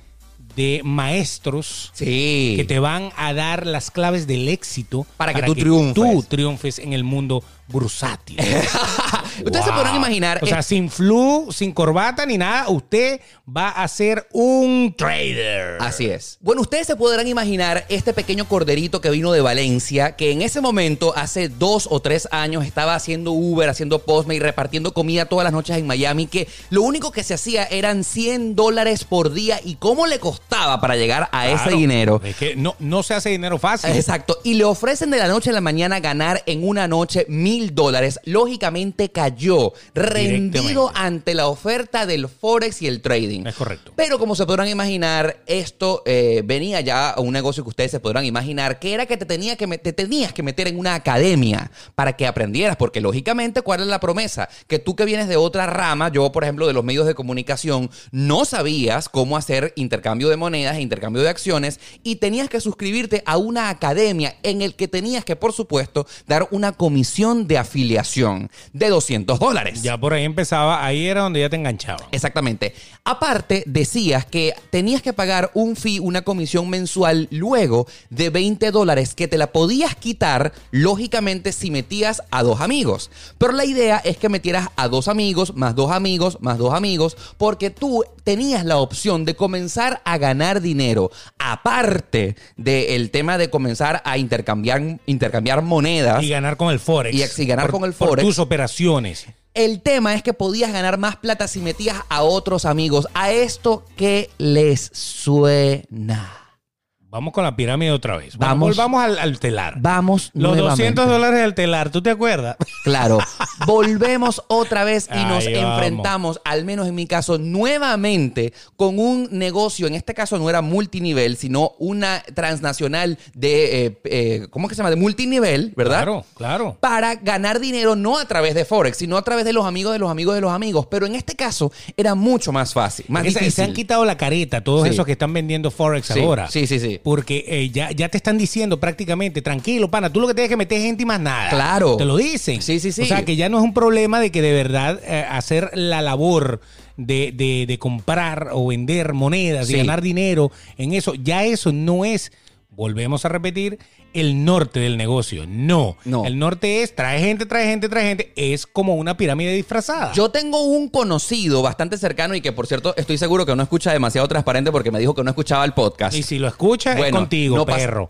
[SPEAKER 2] de maestros
[SPEAKER 1] Sí.
[SPEAKER 2] que te van a dar las claves del éxito
[SPEAKER 1] Para que tú triunfes.
[SPEAKER 2] tú triunfes en el mundo bursátil.
[SPEAKER 1] <laughs> Ustedes se
[SPEAKER 2] Wow.
[SPEAKER 1] podrán imaginar.
[SPEAKER 2] O sea, sin flu, sin corbata ni nada, usted va a ser un trader.
[SPEAKER 1] Así es. Bueno, ustedes se podrán imaginar este pequeño corderito que vino de Valencia, que en ese momento, hace dos o tres años, estaba haciendo Uber, haciendo Postme y repartiendo comida todas las noches en Miami, que lo único que se hacía eran 100 dólares por día y cómo le costaba para llegar a ese
[SPEAKER 2] Claro.
[SPEAKER 1] dinero.
[SPEAKER 2] Es que no, no se hace dinero fácil.
[SPEAKER 1] Exacto. Y le ofrecen de la noche a la mañana ganar en una noche mil dólares. Lógicamente cayó, rendido
[SPEAKER 2] Directamente.
[SPEAKER 1] ante la oferta del Forex y el trading.
[SPEAKER 2] Es correcto.
[SPEAKER 1] Pero como se podrán imaginar, esto eh, venía ya a un negocio que ustedes se podrán imaginar, que era que te, tenía que me- te tenías que meter en una academia para que aprendieras, porque lógicamente, ¿cuál es la promesa? Que tú que vienes de otra rama, yo por ejemplo de los medios de comunicación, no sabías cómo hacer intercambio de monedas e intercambio de acciones y tenías que suscribirte a una academia en el que tenías que, por supuesto, dar una comisión de afiliación de 200 dólares.
[SPEAKER 2] Ya por ahí empezaba, ahí era donde ya te enganchaban.
[SPEAKER 1] Exactamente. Aparte, decías que tenías que pagar un fee, una comisión mensual luego de 20 dólares que te la podías quitar, lógicamente, si metías a dos amigos. Pero la idea es que metieras a dos amigos, más dos amigos, más dos amigos, porque tú tenías la opción de comenzar a ganar dinero. Aparte del tema de comenzar a intercambiar, intercambiar monedas.
[SPEAKER 2] Y ganar con el Forex.
[SPEAKER 1] Y ex- y ganar
[SPEAKER 2] Por-
[SPEAKER 1] con el
[SPEAKER 2] por
[SPEAKER 1] Forex.
[SPEAKER 2] tus operaciones.
[SPEAKER 1] El tema es que podías ganar más plata si metías a otros amigos. A esto que les suena.
[SPEAKER 2] Vamos con la pirámide otra vez.
[SPEAKER 1] Vamos.
[SPEAKER 2] Vamos, volvamos al, al telar.
[SPEAKER 1] Vamos
[SPEAKER 2] Los
[SPEAKER 1] nuevamente.
[SPEAKER 2] 200 dólares del telar, ¿tú te acuerdas? <laughs>
[SPEAKER 1] Claro. Volvemos otra vez y nos
[SPEAKER 2] Ahí vamos.
[SPEAKER 1] enfrentamos, al menos en mi caso, nuevamente con un negocio. En este caso no era multinivel, sino una transnacional de. eh, eh, ¿Cómo es que se llama? De multinivel, ¿verdad?
[SPEAKER 2] Claro, claro.
[SPEAKER 1] para ganar dinero no a través de Forex, sino a través de los amigos de los amigos de los amigos. Pero en este caso era mucho más fácil, más
[SPEAKER 2] Es que se-
[SPEAKER 1] difícil.
[SPEAKER 2] Se han quitado la careta todos
[SPEAKER 1] Sí.
[SPEAKER 2] esos que están vendiendo Forex
[SPEAKER 1] Sí,
[SPEAKER 2] ahora.
[SPEAKER 1] sí, sí, sí.
[SPEAKER 2] Porque eh, ya, ya te están diciendo prácticamente, tranquilo, pana, tú lo que tienes que meter es gente y más nada.
[SPEAKER 1] Claro.
[SPEAKER 2] Te lo dicen.
[SPEAKER 1] Sí, sí, sí.
[SPEAKER 2] O sea, que ya no es un problema de que de verdad eh, hacer la labor de, de- de comprar o vender monedas
[SPEAKER 1] Sí.
[SPEAKER 2] y ganar dinero en eso, ya eso no es. Volvemos a repetir, el norte del negocio. No.
[SPEAKER 1] No.
[SPEAKER 2] El norte es trae gente, trae gente, trae gente. Es como una pirámide disfrazada.
[SPEAKER 1] Yo tengo un conocido bastante cercano y que, por cierto, estoy seguro que no escucha demasiado transparente porque me dijo que no escuchaba el podcast.
[SPEAKER 2] y si lo escuchas,
[SPEAKER 1] Bueno,
[SPEAKER 2] es contigo,
[SPEAKER 1] no pasa-
[SPEAKER 2] perro.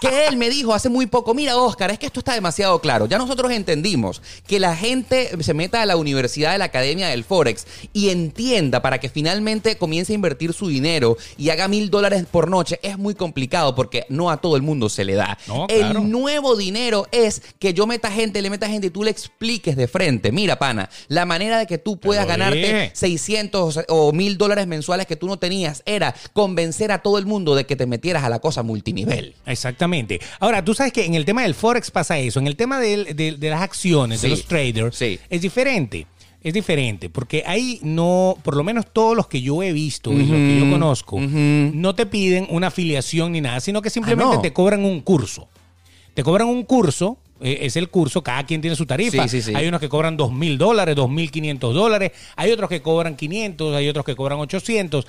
[SPEAKER 1] que él me dijo hace muy poco, mira Oscar, es que esto está demasiado claro. Ya nosotros entendimos que la gente se meta a la universidad de la Academia del Forex y entienda para que finalmente comience a invertir su dinero y haga mil dólares por noche. Es muy complicado porque no a todo el mundo se le da.
[SPEAKER 2] No,
[SPEAKER 1] El
[SPEAKER 2] claro.
[SPEAKER 1] nuevo dinero es que yo meta gente, le meta gente y tú le expliques de frente, mira pana, la manera de que tú puedas
[SPEAKER 2] lo
[SPEAKER 1] ganarte
[SPEAKER 2] dije.
[SPEAKER 1] 600 o mil dólares mensuales que tú no tenías era convencer a todo el mundo de que te metieras a la cosa multinivel.
[SPEAKER 2] Exactamente. Ahora, tú sabes que en el tema del Forex pasa eso. En el tema del- de, de las acciones,
[SPEAKER 1] Sí,
[SPEAKER 2] de los traders,
[SPEAKER 1] sí.
[SPEAKER 2] es diferente. Es diferente, porque ahí no, por lo menos todos los que yo he visto y los que yo conozco, no te piden una afiliación ni nada, sino que simplemente
[SPEAKER 1] Ah, no.
[SPEAKER 2] te cobran un curso. Te cobran un curso, eh, es el curso, cada quien tiene su tarifa.
[SPEAKER 1] Sí, sí, sí.
[SPEAKER 2] Hay unos que cobran dos mil dólares, dos mil quinientos dólares, hay otros que cobran 500, hay otros que cobran 800.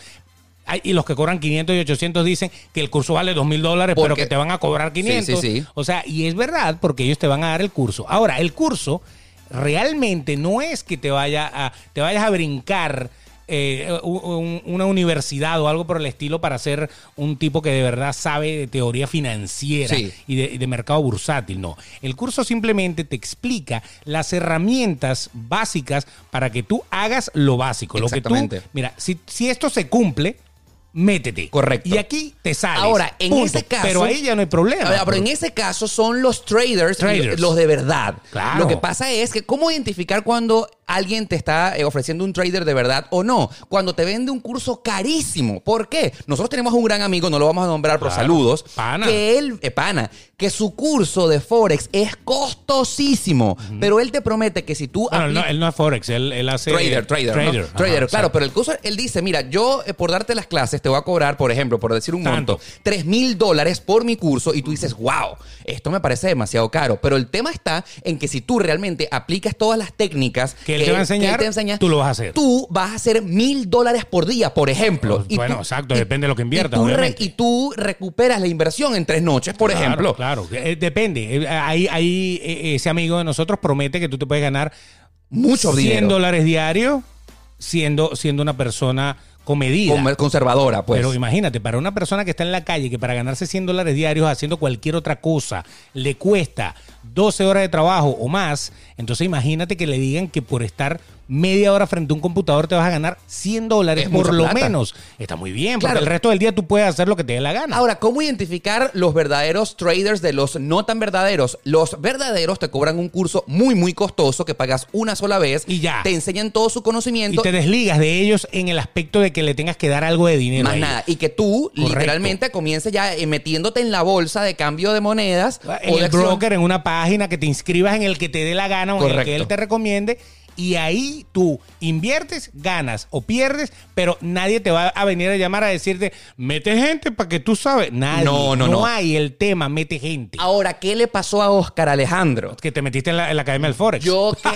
[SPEAKER 2] Hay- y los que cobran 500 y 800 dicen que el curso vale dos mil dólares, pero
[SPEAKER 1] Porque-
[SPEAKER 2] que te van a cobrar 500.
[SPEAKER 1] Sí, sí, sí.
[SPEAKER 2] O sea, y es verdad porque ellos te van a dar el curso. Ahora, el curso realmente no es que te, vaya a, te vayas a brincar eh, un- un- una universidad o algo por el estilo para ser un tipo que de verdad sabe de teoría financiera
[SPEAKER 1] Sí.
[SPEAKER 2] y, de, y de mercado bursátil. No, el curso simplemente te explica las herramientas básicas para que tú hagas lo básico. Lo que tú,
[SPEAKER 1] Exactamente.
[SPEAKER 2] mira, si, si esto se cumple... Métete.
[SPEAKER 1] Correcto.
[SPEAKER 2] Y aquí te sales.
[SPEAKER 1] Ahora, en
[SPEAKER 2] Punto.
[SPEAKER 1] ese caso-
[SPEAKER 2] Pero ahí ya no hay problema. pues.
[SPEAKER 1] Ahora, pero en ese caso son los traders,
[SPEAKER 2] Traders.
[SPEAKER 1] los de verdad.
[SPEAKER 2] Claro.
[SPEAKER 1] Lo que pasa es que cómo identificar cuando alguien te está eh, ofreciendo un trader de verdad o no. Cuando te vende un curso carísimo. ¿Por qué? Nosotros tenemos un gran amigo, no lo vamos a nombrar, pero
[SPEAKER 2] Claro.
[SPEAKER 1] saludos.
[SPEAKER 2] Pana.
[SPEAKER 1] Que él, eh, pana, que su curso de Forex es costosísimo. Pero él te promete que si tú
[SPEAKER 2] Bueno, él no,
[SPEAKER 1] aplicas-
[SPEAKER 2] él no es Forex, él, él hace.
[SPEAKER 1] Trader, trader. ¿no? Trader,
[SPEAKER 2] Ajá,
[SPEAKER 1] claro.
[SPEAKER 2] exacto.
[SPEAKER 1] Pero el curso, él dice, mira, yo eh, por darte las clases te voy a cobrar, por ejemplo, por decir un
[SPEAKER 2] Tanto.
[SPEAKER 1] monto, 3 mil dólares por mi curso y tú dices, wow, esto me parece demasiado caro. Pero el tema está en que si tú realmente aplicas todas las técnicas
[SPEAKER 2] Que él él te va a enseñar,
[SPEAKER 1] que
[SPEAKER 2] tú lo vas a hacer.
[SPEAKER 1] Tú vas a hacer mil dólares por día, por ejemplo.
[SPEAKER 2] Pues,
[SPEAKER 1] Y
[SPEAKER 2] bueno,
[SPEAKER 1] tú-
[SPEAKER 2] exacto,
[SPEAKER 1] y-
[SPEAKER 2] depende de lo que inviertas,
[SPEAKER 1] Y tú, re-
[SPEAKER 2] obviamente.
[SPEAKER 1] y tú recuperas la inversión en tres noches, por
[SPEAKER 2] Claro,
[SPEAKER 1] ejemplo.
[SPEAKER 2] Claro, Eh, depende. Eh, Ahí, ahí eh, ese amigo de nosotros promete que tú te puedes ganar
[SPEAKER 1] Mucho
[SPEAKER 2] 100
[SPEAKER 1] dinero.
[SPEAKER 2] dólares diario siendo, siendo una persona comedida.
[SPEAKER 1] Con- Conservadora, pues.
[SPEAKER 2] Pero imagínate, para una persona que está en la calle, que para ganarse 100 dólares diarios haciendo cualquier otra cosa, le cuesta 12 horas de trabajo o más, entonces imagínate que le digan que por estar media hora frente a un computador te vas a ganar 100 dólares,
[SPEAKER 1] Es
[SPEAKER 2] por
[SPEAKER 1] mucha
[SPEAKER 2] lo
[SPEAKER 1] plata.
[SPEAKER 2] menos. Está muy bien, porque
[SPEAKER 1] Claro.
[SPEAKER 2] el resto del día tú puedes hacer lo que te dé la gana.
[SPEAKER 1] Ahora, ¿cómo identificar los verdaderos traders de los no tan verdaderos? Los verdaderos te cobran un curso muy, muy costoso que pagas una sola vez.
[SPEAKER 2] Y ya.
[SPEAKER 1] Te enseñan todo su
[SPEAKER 2] y
[SPEAKER 1] conocimiento.
[SPEAKER 2] te desligas de ellos en el aspecto de que le tengas que dar algo de dinero.
[SPEAKER 1] más
[SPEAKER 2] a ellos.
[SPEAKER 1] nada. Y que tú
[SPEAKER 2] Correcto.
[SPEAKER 1] literalmente comiences ya eh, metiéndote en la bolsa de cambio de monedas.
[SPEAKER 2] Ah, En
[SPEAKER 1] de
[SPEAKER 2] el
[SPEAKER 1] acción.
[SPEAKER 2] broker, en una página, que te inscribas en el que te dé la gana o en el que
[SPEAKER 1] Correcto.
[SPEAKER 2] él te recomiende. Y ahí tú inviertes, ganas o pierdes, pero nadie te va a venir a llamar a decirte, mete gente para que tú sabes. Nadie.
[SPEAKER 1] No, no, no.
[SPEAKER 2] hay el tema, mete gente.
[SPEAKER 1] Ahora, ¿qué le pasó a Oscar Alejandro?
[SPEAKER 2] Que te metiste en la, en la Academia del Forex.
[SPEAKER 1] Yo, que-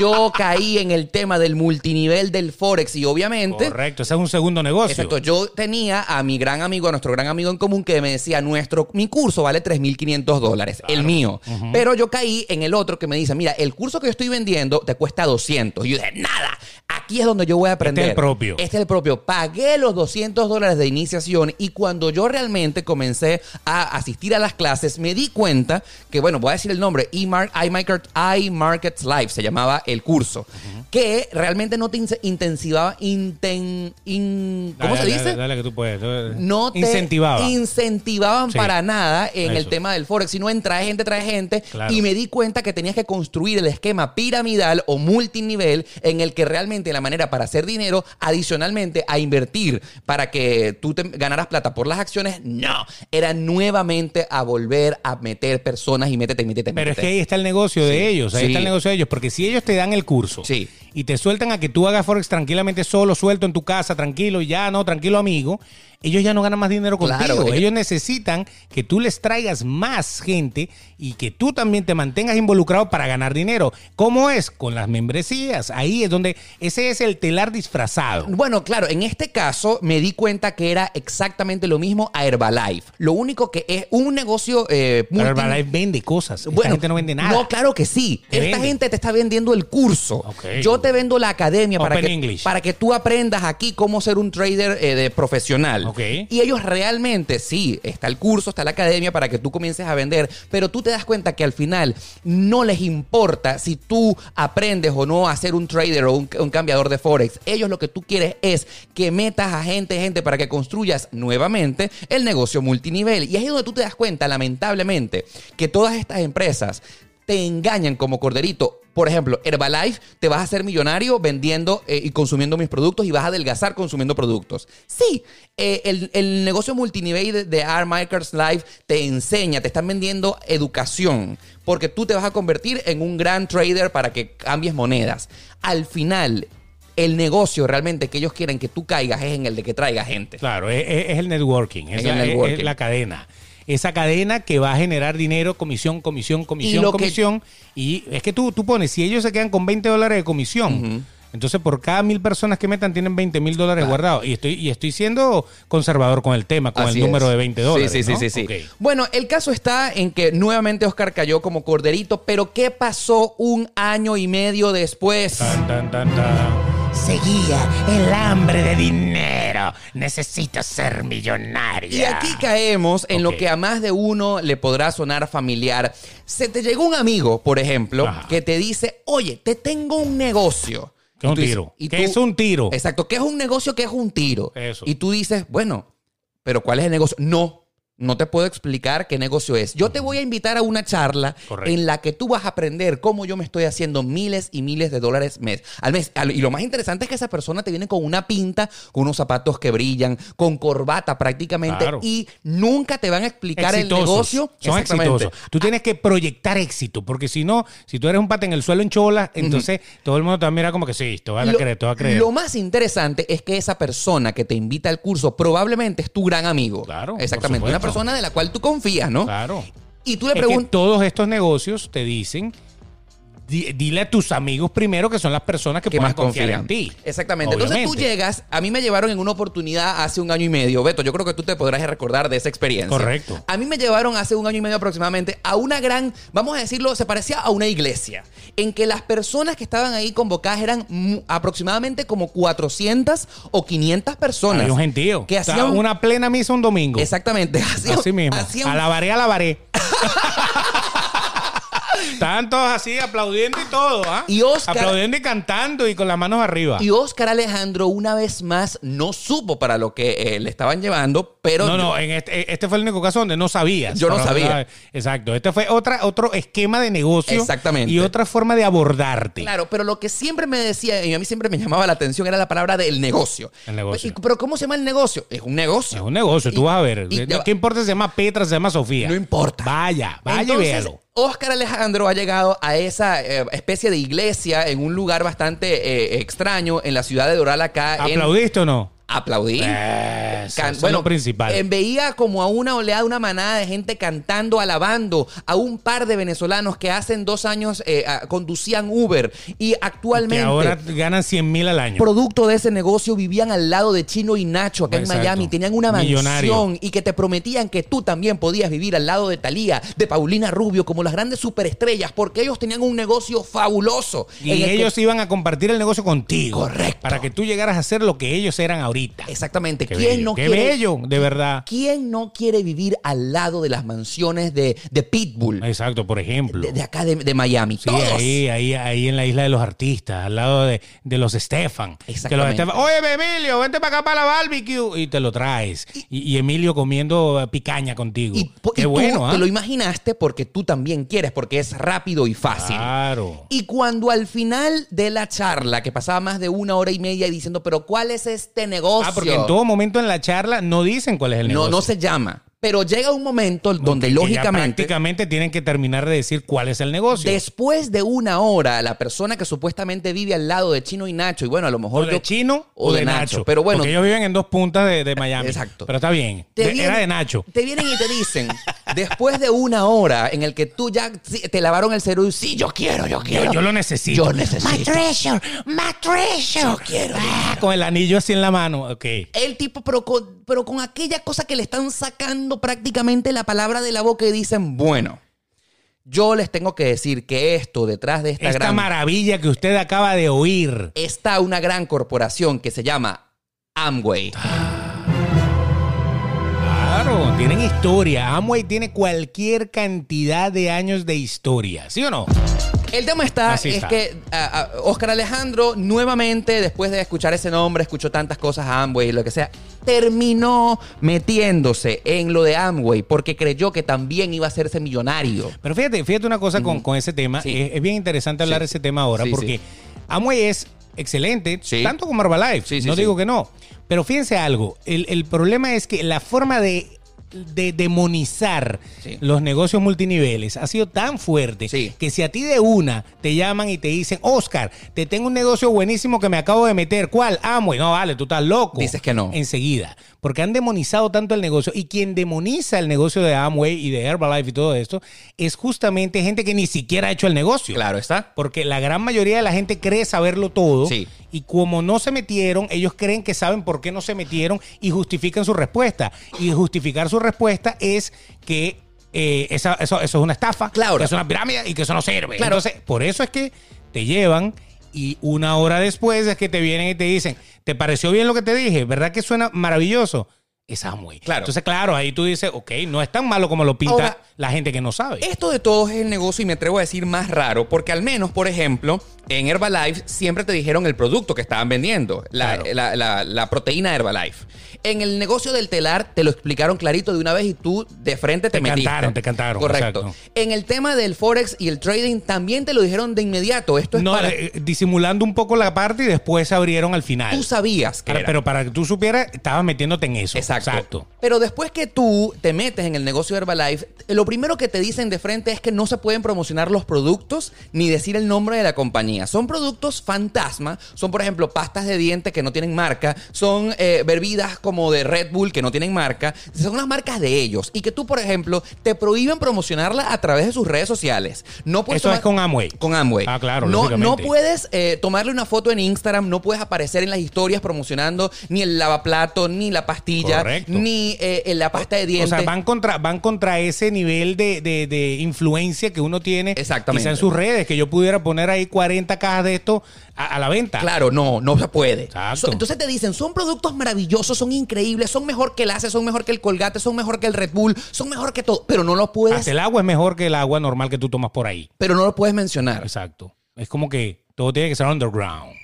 [SPEAKER 1] yo caí en el tema del multinivel del Forex y obviamente
[SPEAKER 2] Correcto, ese es un segundo negocio.
[SPEAKER 1] Exacto, yo tenía a mi gran amigo, a nuestro gran amigo en común que me decía, nuestro, mi curso vale 3.500 dólares, el mío. Pero yo caí en el otro que me dice, mira, el curso que yo estoy vendiendo te cuesta 200. Y yo dije, nada, aquí es donde yo voy a aprender.
[SPEAKER 2] propio.
[SPEAKER 1] Este es el propio. Pagué los 200 dólares de iniciación y cuando yo realmente comencé a asistir a las clases, me di cuenta que, bueno, voy a decir el nombre, E-Mar- iMarket- iMarkets Live se llamaba el curso, que realmente no te in- intensivaba, inten- in- ¿cómo
[SPEAKER 2] Dale,
[SPEAKER 1] se
[SPEAKER 2] dale,
[SPEAKER 1] dice?
[SPEAKER 2] Dale, dale que tú puedes.
[SPEAKER 1] no te
[SPEAKER 2] Incentivaba.
[SPEAKER 1] incentivaban
[SPEAKER 2] Sí.
[SPEAKER 1] para nada en el
[SPEAKER 2] Eso.
[SPEAKER 1] tema del Forex, sino en trae gente, trae gente.
[SPEAKER 2] Claro.
[SPEAKER 1] Y me di cuenta que tenías que construir el esquema piramidal o multinivel en el que realmente la manera para hacer dinero, adicionalmente a invertir para que tú te ganaras plata por las acciones, no. Era nuevamente a volver a meter personas y métete, métete,
[SPEAKER 2] Pero es
[SPEAKER 1] métete.
[SPEAKER 2] que ahí está el negocio
[SPEAKER 1] Sí,
[SPEAKER 2] de ellos, ahí
[SPEAKER 1] sí.
[SPEAKER 2] está el negocio de ellos, porque si ellos te dan el curso
[SPEAKER 1] Sí.
[SPEAKER 2] y te sueltan a que tú hagas Forex tranquilamente solo, suelto en tu casa, tranquilo, ya no, tranquilo amigo, ellos ya no ganan más dinero contigo.
[SPEAKER 1] Claro, ellos-
[SPEAKER 2] ellos... necesitan que tú les traigas más gente y que tú también te mantengas involucrado para ganar dinero. ¿Cómo es? Con las membresías. Ahí es donde ese es el telar disfrazado.
[SPEAKER 1] Bueno, claro, en este caso me di cuenta que era exactamente lo mismo a Herbalife. Lo único que es un negocio eh,
[SPEAKER 2] Pero
[SPEAKER 1] multi-
[SPEAKER 2] Herbalife vende cosas. Esta gente no vende nada.
[SPEAKER 1] No, claro que sí.
[SPEAKER 2] Te
[SPEAKER 1] Esta
[SPEAKER 2] vende.
[SPEAKER 1] gente te está vendiendo el curso.
[SPEAKER 2] Ok.
[SPEAKER 1] Yo te vendo la academia para
[SPEAKER 2] Open
[SPEAKER 1] que,
[SPEAKER 2] English.
[SPEAKER 1] para que tú aprendas aquí cómo ser un trader eh, de profesional.
[SPEAKER 2] Ok.
[SPEAKER 1] Y ellos realmente, sí, está el curso, está la academia para que tú comiences a vender, pero tú te das cuenta que al final no les importa si tú aprendes o no a ser un trader o un, un cambiador de Forex. Ellos lo que tú quieres es que metas a gente, gente, para que construyas nuevamente el negocio multinivel. Y ahí es donde tú te das cuenta, lamentablemente, que todas estas empresas te engañan como corderito. Por ejemplo, Herbalife, te vas a hacer millonario vendiendo eh, y consumiendo mis productos y vas a adelgazar consumiendo productos. Sí, eh, el, el negocio multinivel de, de Markers Life te enseña, te están vendiendo educación, porque tú te vas a convertir en un gran trader para que cambies monedas. Al final, el negocio realmente que ellos quieren que tú caigas es en el de que traiga gente.
[SPEAKER 2] Claro, es, es- es el networking, es,
[SPEAKER 1] En
[SPEAKER 2] la,
[SPEAKER 1] el
[SPEAKER 2] es- es
[SPEAKER 1] networking.
[SPEAKER 2] la cadena. Esa cadena que va a generar dinero, comisión, comisión, comisión,
[SPEAKER 1] lo que-
[SPEAKER 2] comisión. Y es que tú, tú pones, si ellos se quedan con 20 dólares de comisión, entonces por cada mil personas que metan tienen 20 mil dólares guardados. Y estoy, y estoy siendo conservador con el tema, con
[SPEAKER 1] Así
[SPEAKER 2] el
[SPEAKER 1] es.
[SPEAKER 2] número de 20 dólares.
[SPEAKER 1] Sí, sí,
[SPEAKER 2] ¿no?
[SPEAKER 1] sí, sí. sí.
[SPEAKER 2] Ok.
[SPEAKER 1] Bueno, el caso está en que nuevamente Oscar cayó como corderito, pero ¿qué pasó un año y medio después?
[SPEAKER 2] Tan, tan, tan, tan. Seguía el hambre de dinero. Necesito ser millonaria.
[SPEAKER 1] Y aquí caemos en
[SPEAKER 2] Ok.
[SPEAKER 1] lo que a más de uno le podrá sonar familiar. Se te llegó un amigo, por ejemplo,
[SPEAKER 2] Ajá.
[SPEAKER 1] que te dice, oye, te tengo un negocio.
[SPEAKER 2] Que
[SPEAKER 1] Y
[SPEAKER 2] es un
[SPEAKER 1] tú dices-
[SPEAKER 2] tiro.
[SPEAKER 1] y
[SPEAKER 2] Que
[SPEAKER 1] tú-
[SPEAKER 2] es un tiro.
[SPEAKER 1] Exacto, que es un negocio que es un tiro.
[SPEAKER 2] Eso.
[SPEAKER 1] Y tú dices, bueno, pero ¿cuál es el negocio? No, no te puedo explicar qué negocio es. Yo te voy a invitar a una charla
[SPEAKER 2] Correcto.
[SPEAKER 1] en la que tú vas a aprender cómo yo me estoy haciendo miles y miles de dólares mes, al mes. Al- Y lo más interesante es que esa persona te viene con una pinta, con unos zapatos que brillan, con corbata prácticamente,
[SPEAKER 2] Claro.
[SPEAKER 1] y nunca te van a explicar el negocio.
[SPEAKER 2] Son
[SPEAKER 1] Exactamente.
[SPEAKER 2] exitosos. Tú tienes que proyectar éxito, porque si no, si tú eres un pata en el suelo en chola, entonces todo el mundo te va a mirar como que sí, esto va a
[SPEAKER 1] Lo-
[SPEAKER 2] creer, te va a creer.
[SPEAKER 1] Lo más interesante es que esa persona que te invita al curso probablemente es tu gran amigo.
[SPEAKER 2] Claro, por
[SPEAKER 1] Exactamente. Una
[SPEAKER 2] supuesto.
[SPEAKER 1] persona de la cual tú confías, ¿no?
[SPEAKER 2] claro.
[SPEAKER 1] Y tú le
[SPEAKER 2] Es que
[SPEAKER 1] preguntas.
[SPEAKER 2] todos estos negocios te dicen di- dile a tus amigos primero que son las personas que,
[SPEAKER 1] que más
[SPEAKER 2] pueden confiar
[SPEAKER 1] confían.
[SPEAKER 2] en ti.
[SPEAKER 1] Exactamente. Entonces tú
[SPEAKER 2] Obviamente.
[SPEAKER 1] llegas, a mí me llevaron en una oportunidad hace un año y medio, Beto, yo creo que tú te podrás recordar de esa experiencia.
[SPEAKER 2] Correcto.
[SPEAKER 1] A mí me llevaron hace un año y medio aproximadamente a una gran, vamos a decirlo, se parecía a una iglesia, en que las personas que estaban ahí convocadas eran mu- aproximadamente como 400 o 500 personas.
[SPEAKER 2] Había un gentío.
[SPEAKER 1] Que
[SPEAKER 2] O sea,
[SPEAKER 1] hacían
[SPEAKER 2] una plena misa un domingo.
[SPEAKER 1] Exactamente. <laughs> Hacían,
[SPEAKER 2] Así mismo.
[SPEAKER 1] hacían- <laughs>
[SPEAKER 2] Alabaré, alabaré. Estaban todos así aplaudiendo y todo, ¿ah?
[SPEAKER 1] Y Oscar-
[SPEAKER 2] Aplaudiendo y cantando y con las manos arriba.
[SPEAKER 1] Y Oscar Alejandro una vez más no supo para lo que eh, le estaban llevando, pero
[SPEAKER 2] no, no, en este, este fue el único caso donde no sabías.
[SPEAKER 1] Yo no
[SPEAKER 2] Pero,
[SPEAKER 1] sabía.
[SPEAKER 2] ¿sabes? Exacto. Este fue otra, otro esquema de negocio.
[SPEAKER 1] Exactamente.
[SPEAKER 2] Y otra forma de abordarte.
[SPEAKER 1] Claro, pero lo que siempre me decía y a mí siempre me llamaba la atención era la palabra del negocio.
[SPEAKER 2] El negocio.
[SPEAKER 1] Y- Pero ¿cómo se llama el negocio? Es un negocio.
[SPEAKER 2] Es un negocio, tú
[SPEAKER 1] Y-
[SPEAKER 2] vas a ver.
[SPEAKER 1] y-
[SPEAKER 2] No, ¿Qué importa si se llama Petra, se llama Sofía?
[SPEAKER 1] No importa.
[SPEAKER 2] Vaya, vaya y
[SPEAKER 1] Entonces,
[SPEAKER 2] véalo.
[SPEAKER 1] Oscar Alejandro ha llegado a esa eh, especie de iglesia en un lugar bastante eh, extraño en la ciudad de Doral acá. en-
[SPEAKER 2] ¿Aplaudiste o no?
[SPEAKER 1] Aplaudí.
[SPEAKER 2] Eso,
[SPEAKER 1] Can-
[SPEAKER 2] eso es lo principal.
[SPEAKER 1] eh, veía como a una oleada, una manada de gente cantando, alabando a un par de venezolanos que hace dos años eh, a- conducían Uber y
[SPEAKER 2] que
[SPEAKER 1] actualmente...
[SPEAKER 2] ahora ganan 100 mil al año.
[SPEAKER 1] producto de ese negocio vivían al lado de Chino y Nacho acá en
[SPEAKER 2] Exacto.
[SPEAKER 1] Miami, tenían una mansión
[SPEAKER 2] Millonario.
[SPEAKER 1] y que te prometían que tú también podías vivir al lado de Talía, de Paulina Rubio, como las grandes superestrellas, porque ellos tenían un negocio fabuloso.
[SPEAKER 2] Y
[SPEAKER 1] en el que-
[SPEAKER 2] ellos iban a compartir el negocio contigo.
[SPEAKER 1] Correcto.
[SPEAKER 2] Para que tú llegaras a ser lo que ellos eran ahorita.
[SPEAKER 1] Exactamente.
[SPEAKER 2] Qué
[SPEAKER 1] ¿Quién
[SPEAKER 2] bello,
[SPEAKER 1] no
[SPEAKER 2] qué
[SPEAKER 1] quiere?
[SPEAKER 2] bello, de verdad.
[SPEAKER 1] ¿Quién no quiere vivir al lado de las mansiones de, de Pitbull,
[SPEAKER 2] Exacto, por ejemplo.
[SPEAKER 1] de, de acá de, de Miami?
[SPEAKER 2] Sí,
[SPEAKER 1] Todos.
[SPEAKER 2] ahí, ahí, ahí en la isla de los artistas, al lado de, de los Estefan. Que los
[SPEAKER 1] Exactamente.
[SPEAKER 2] Estefan, Oye, Emilio, vente para acá para la barbecue. Y te lo traes. Y, y Emilio comiendo eh, picaña contigo.
[SPEAKER 1] Y, po- y
[SPEAKER 2] Qué
[SPEAKER 1] tú
[SPEAKER 2] bueno, ¿ah?
[SPEAKER 1] te lo imaginaste porque tú también quieres, porque es rápido y fácil.
[SPEAKER 2] Claro.
[SPEAKER 1] Y cuando al final de la charla, que pasaba más de una hora y media y diciendo, pero ¿cuál es este negocio?
[SPEAKER 2] Ah, porque en todo momento en la charla no dicen cuál es el
[SPEAKER 1] no,
[SPEAKER 2] negocio.
[SPEAKER 1] no se llama. Pero llega un momento donde
[SPEAKER 2] Que ya
[SPEAKER 1] lógicamente...
[SPEAKER 2] prácticamente tienen que terminar de decir cuál es el negocio.
[SPEAKER 1] Después de una hora, la persona que supuestamente vive al lado de Chino y Nacho, y bueno, a lo
[SPEAKER 2] O
[SPEAKER 1] mejor
[SPEAKER 2] de
[SPEAKER 1] yo-
[SPEAKER 2] Chino o de Nacho.
[SPEAKER 1] Pero bueno,
[SPEAKER 2] Porque ellos viven en dos puntas de, de Miami.
[SPEAKER 1] Exacto.
[SPEAKER 2] Pero está bien.
[SPEAKER 1] te
[SPEAKER 2] De-
[SPEAKER 1] vienen-
[SPEAKER 2] era de Nacho.
[SPEAKER 1] Te vienen y te
[SPEAKER 2] <laughs>
[SPEAKER 1] dicen, después de una hora en el que tú ya sí, te lavaron el cerebro, y, sí, yo quiero, yo quiero.
[SPEAKER 2] Yo, yo lo necesito.
[SPEAKER 1] Yo necesito.
[SPEAKER 2] My treasure, my treasure.
[SPEAKER 1] Yo quiero.
[SPEAKER 2] Ah, con el anillo así en la mano. Ok.
[SPEAKER 1] El tipo, pero con, pero con aquella cosa que le están sacando prácticamente la palabra de la boca y dicen, bueno, yo les tengo que decir que esto detrás de esta,
[SPEAKER 2] Esta
[SPEAKER 1] gran...
[SPEAKER 2] maravilla que usted acaba de oír.
[SPEAKER 1] Está una gran corporación que se llama Amway.
[SPEAKER 2] Claro, tienen historia. Amway tiene cualquier cantidad de años de historia. ¿Sí o no?
[SPEAKER 1] El tema está,
[SPEAKER 2] Así
[SPEAKER 1] es
[SPEAKER 2] está.
[SPEAKER 1] que a- a- Oscar Alejandro nuevamente, después de escuchar ese nombre, escuchó tantas cosas a Amway y lo que sea, terminó metiéndose en lo de Amway porque creyó que también iba a hacerse millonario.
[SPEAKER 2] Pero fíjate, fíjate una cosa con, con ese tema.
[SPEAKER 1] Sí.
[SPEAKER 2] Es, es bien interesante hablar
[SPEAKER 1] Sí.
[SPEAKER 2] de ese tema ahora
[SPEAKER 1] Sí, sí.
[SPEAKER 2] porque Amway es excelente,
[SPEAKER 1] Sí.
[SPEAKER 2] tanto como Herbalife.
[SPEAKER 1] Sí, sí,
[SPEAKER 2] no
[SPEAKER 1] sí.
[SPEAKER 2] digo que no. Pero fíjense algo, el, el problema es que la forma de, de demonizar
[SPEAKER 1] Sí.
[SPEAKER 2] los negocios multiniveles ha sido tan fuerte
[SPEAKER 1] Sí.
[SPEAKER 2] que si a ti de una te llaman y te dicen, Oscar, te tengo un negocio buenísimo que me acabo de meter, ¿cuál? Amway. No, vale, tú estás loco.
[SPEAKER 1] Dices que no.
[SPEAKER 2] Enseguida. Porque han demonizado tanto el negocio. Y quien demoniza el negocio de Amway y de Herbalife y todo esto es justamente gente que ni siquiera ha hecho el negocio.
[SPEAKER 1] Claro, está.
[SPEAKER 2] Porque la gran mayoría de la gente cree saberlo todo.
[SPEAKER 1] Sí.
[SPEAKER 2] Y como no se metieron, ellos creen que saben por qué no se metieron y justifican su respuesta. Y justificar su respuesta es que eh, esa- eso, eso es una estafa,
[SPEAKER 1] Claro.
[SPEAKER 2] que es una pirámide y que eso no sirve.
[SPEAKER 1] Claro.
[SPEAKER 2] Entonces, por eso es que te llevan. Y una hora después es que te vienen y te dicen, ¿te pareció bien lo que te dije? ¿Verdad que suena maravilloso? Es Amway.
[SPEAKER 1] Claro.
[SPEAKER 2] Entonces, claro, ahí tú dices, ok, no es tan malo como lo pinta
[SPEAKER 1] Ahora-
[SPEAKER 2] la gente que no sabe.
[SPEAKER 1] Esto de todos es el negocio y me atrevo a decir más raro, porque al menos, por ejemplo, en Herbalife siempre te dijeron el producto que estaban vendiendo, la,
[SPEAKER 2] Claro.
[SPEAKER 1] la- la- la proteína de Herbalife. En el negocio del telar te lo explicaron clarito de una vez y tú de frente te,
[SPEAKER 2] Te
[SPEAKER 1] metiste.
[SPEAKER 2] cantaron, te cantaron,
[SPEAKER 1] Correcto.
[SPEAKER 2] exacto.
[SPEAKER 1] En el tema del forex y el trading también te lo dijeron de inmediato. Esto es
[SPEAKER 2] No,
[SPEAKER 1] para
[SPEAKER 2] eh, disimulando un poco la parte y después abrieron al final.
[SPEAKER 1] tú sabías que
[SPEAKER 2] Para-
[SPEAKER 1] era.
[SPEAKER 2] pero para que tú supieras, estabas metiéndote en eso.
[SPEAKER 1] Exacto. Pero después que tú te metes en el negocio de Herbalife, lo primero que te dicen de frente es que no se pueden promocionar los productos ni decir el nombre de la compañía. Son productos fantasma, son por ejemplo pastas de dientes que no tienen marca, son eh, bebidas como de Red Bull que no tienen marca, son las marcas de ellos. Y que tú, por ejemplo, te prohíben promocionarla a través de sus redes sociales. No puedes
[SPEAKER 2] Eso
[SPEAKER 1] tomar-
[SPEAKER 2] es con Amway.
[SPEAKER 1] Con Amway.
[SPEAKER 2] Ah, claro,
[SPEAKER 1] No, no
[SPEAKER 2] lógicamente.
[SPEAKER 1] puedes eh, tomarle una foto en Instagram, no puedes aparecer en las historias promocionando ni el lavaplato, ni la pastilla,
[SPEAKER 2] Correcto.
[SPEAKER 1] ni eh, la pasta de dientes.
[SPEAKER 2] O sea, van contra, van contra ese nivel de, de- de influencia que uno tiene.
[SPEAKER 1] Exactamente.
[SPEAKER 2] Quizá en sus redes, que yo pudiera poner ahí 40 cajas de esto a, a la venta.
[SPEAKER 1] Claro, no, no se puede.
[SPEAKER 2] Exacto.
[SPEAKER 1] So- entonces te dicen, son productos maravillosos, son increíbles, son mejor que el ACE, son mejor que el Colgate, son mejor que el Red Bull, son mejor que todo, pero no lo puedes,
[SPEAKER 2] Hasta el agua es mejor que el agua normal que tú tomas por ahí.
[SPEAKER 1] pero no lo puedes mencionar.
[SPEAKER 2] Exacto. Es como que todo tiene que ser underground.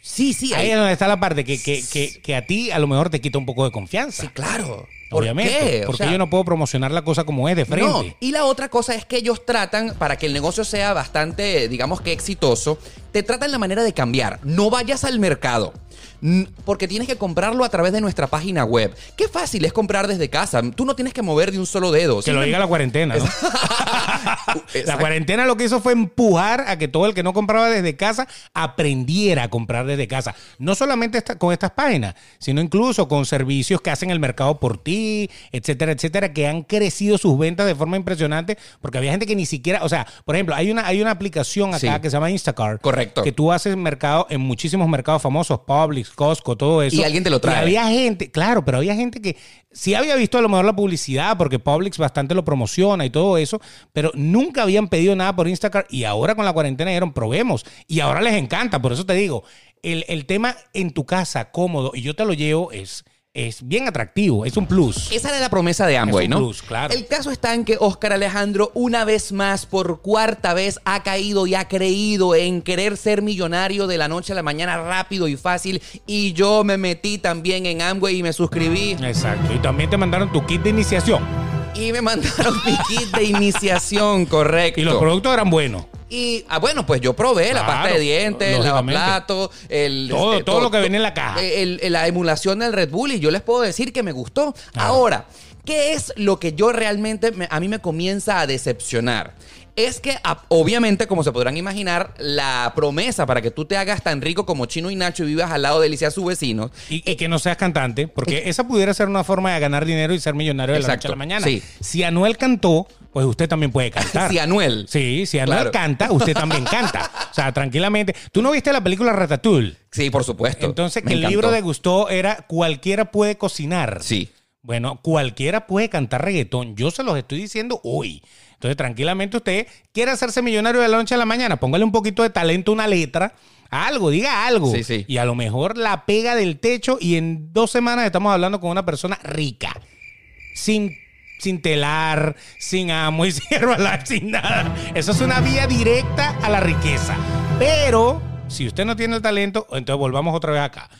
[SPEAKER 1] Sí, sí,
[SPEAKER 2] Ahí
[SPEAKER 1] ahí-
[SPEAKER 2] es donde está la parte que, que- que- que a ti a lo mejor te quita un poco de confianza.
[SPEAKER 1] sí, claro. ¿Por
[SPEAKER 2] obviamente.
[SPEAKER 1] qué? O
[SPEAKER 2] Porque
[SPEAKER 1] sea,
[SPEAKER 2] yo no puedo promocionar la cosa como es de frente.
[SPEAKER 1] No, y la otra cosa es que ellos tratan, para que el negocio sea bastante, digamos que exitoso, te tratan la manera de cambiar. No vayas al mercado. mm, Porque tienes que comprarlo a través de nuestra página web. Qué fácil es comprar desde casa. Tú no tienes que mover de un solo dedo.
[SPEAKER 2] Que lo
[SPEAKER 1] Simplemente-
[SPEAKER 2] diga la cuarentena. ¿no? La
[SPEAKER 1] Exacto.
[SPEAKER 2] cuarentena lo que hizo fue empujar a que todo el que no compraba desde casa aprendiera a comprar desde casa. No solamente esta- con estas páginas, sino incluso con servicios que hacen el mercado por ti, etcétera, etcétera, que han crecido sus ventas de forma impresionante porque había gente que ni siquiera, o sea, por ejemplo, hay una, hay una aplicación acá
[SPEAKER 1] Sí.
[SPEAKER 2] que se llama Instacart.
[SPEAKER 1] Correcto.
[SPEAKER 2] Que tú haces mercado en muchísimos mercados famosos, Publix, Costco, todo eso.
[SPEAKER 1] Y alguien te lo trae.
[SPEAKER 2] Y había gente, claro, pero había gente que sí había visto a lo mejor la publicidad, porque Publix bastante lo promociona y todo eso, pero nunca habían pedido nada por Instacart y ahora con la cuarentena dijeron, probemos. Y ahora les encanta, por eso te digo, el, el tema en tu casa, cómodo, y yo te lo llevo, es, es bien atractivo, es un plus.
[SPEAKER 1] Esa era la promesa de Amway,
[SPEAKER 2] Es un
[SPEAKER 1] ¿no?
[SPEAKER 2] plus, claro.
[SPEAKER 1] El caso está en que Oscar Alejandro, una vez más, por cuarta vez, ha caído y ha creído en querer ser millonario de la noche a la mañana rápido y fácil. Y yo me metí también en Amway y me suscribí.
[SPEAKER 2] Exacto. Y también te mandaron tu kit de iniciación.
[SPEAKER 1] Y me mandaron mi kit de
[SPEAKER 2] <laughs>
[SPEAKER 1] iniciación, correcto.
[SPEAKER 2] Y los productos eran buenos.
[SPEAKER 1] Y, ah, bueno, pues yo probé la
[SPEAKER 2] Claro,
[SPEAKER 1] pasta de dientes, el
[SPEAKER 2] lógicamente.
[SPEAKER 1] lavaplato, el. este, eh,
[SPEAKER 2] Todo- todo lo que venía en la caja.
[SPEAKER 1] el- el- la emulación del Red Bull, y yo les puedo decir que me gustó.
[SPEAKER 2] Claro.
[SPEAKER 1] Ahora, ¿qué es lo que yo realmente. me- a mí me comienza a decepcionar? Es que, a- obviamente, como se podrán imaginar, la promesa para que tú te hagas tan rico como Chino y Nacho y vivas al lado de Alicia, su vecino,
[SPEAKER 2] Y, y que no seas cantante, porque esa pudiera ser una forma de ganar dinero y ser millonario de la noche
[SPEAKER 1] eh, Exacto,
[SPEAKER 2] a la mañana.
[SPEAKER 1] sí.
[SPEAKER 2] Si Anuel cantó, pues usted también puede cantar.
[SPEAKER 1] <laughs> si Anuel.
[SPEAKER 2] Sí, si Anuel
[SPEAKER 1] Claro.
[SPEAKER 2] canta, usted también canta. O sea, tranquilamente. ¿Tú no viste la película Ratatouille?
[SPEAKER 1] Sí, por supuesto.
[SPEAKER 2] Entonces,
[SPEAKER 1] Me
[SPEAKER 2] que el
[SPEAKER 1] encantó.
[SPEAKER 2] libro de Gusteau era Cualquiera puede cocinar.
[SPEAKER 1] Sí.
[SPEAKER 2] Bueno, cualquiera puede cantar reggaetón. Yo se los estoy diciendo hoy. Entonces, tranquilamente usted quiere hacerse millonario de la noche a la mañana. Póngale un poquito de talento, una letra, algo, diga algo.
[SPEAKER 1] Sí, sí.
[SPEAKER 2] Y a lo mejor la pega del techo y en dos semanas estamos hablando con una persona rica. Sin, sin telar, sin amo y <laughs> sin Herbalife, sin nada. Eso es una vía directa a la riqueza. Pero, si usted no tiene el talento, entonces volvamos otra vez acá.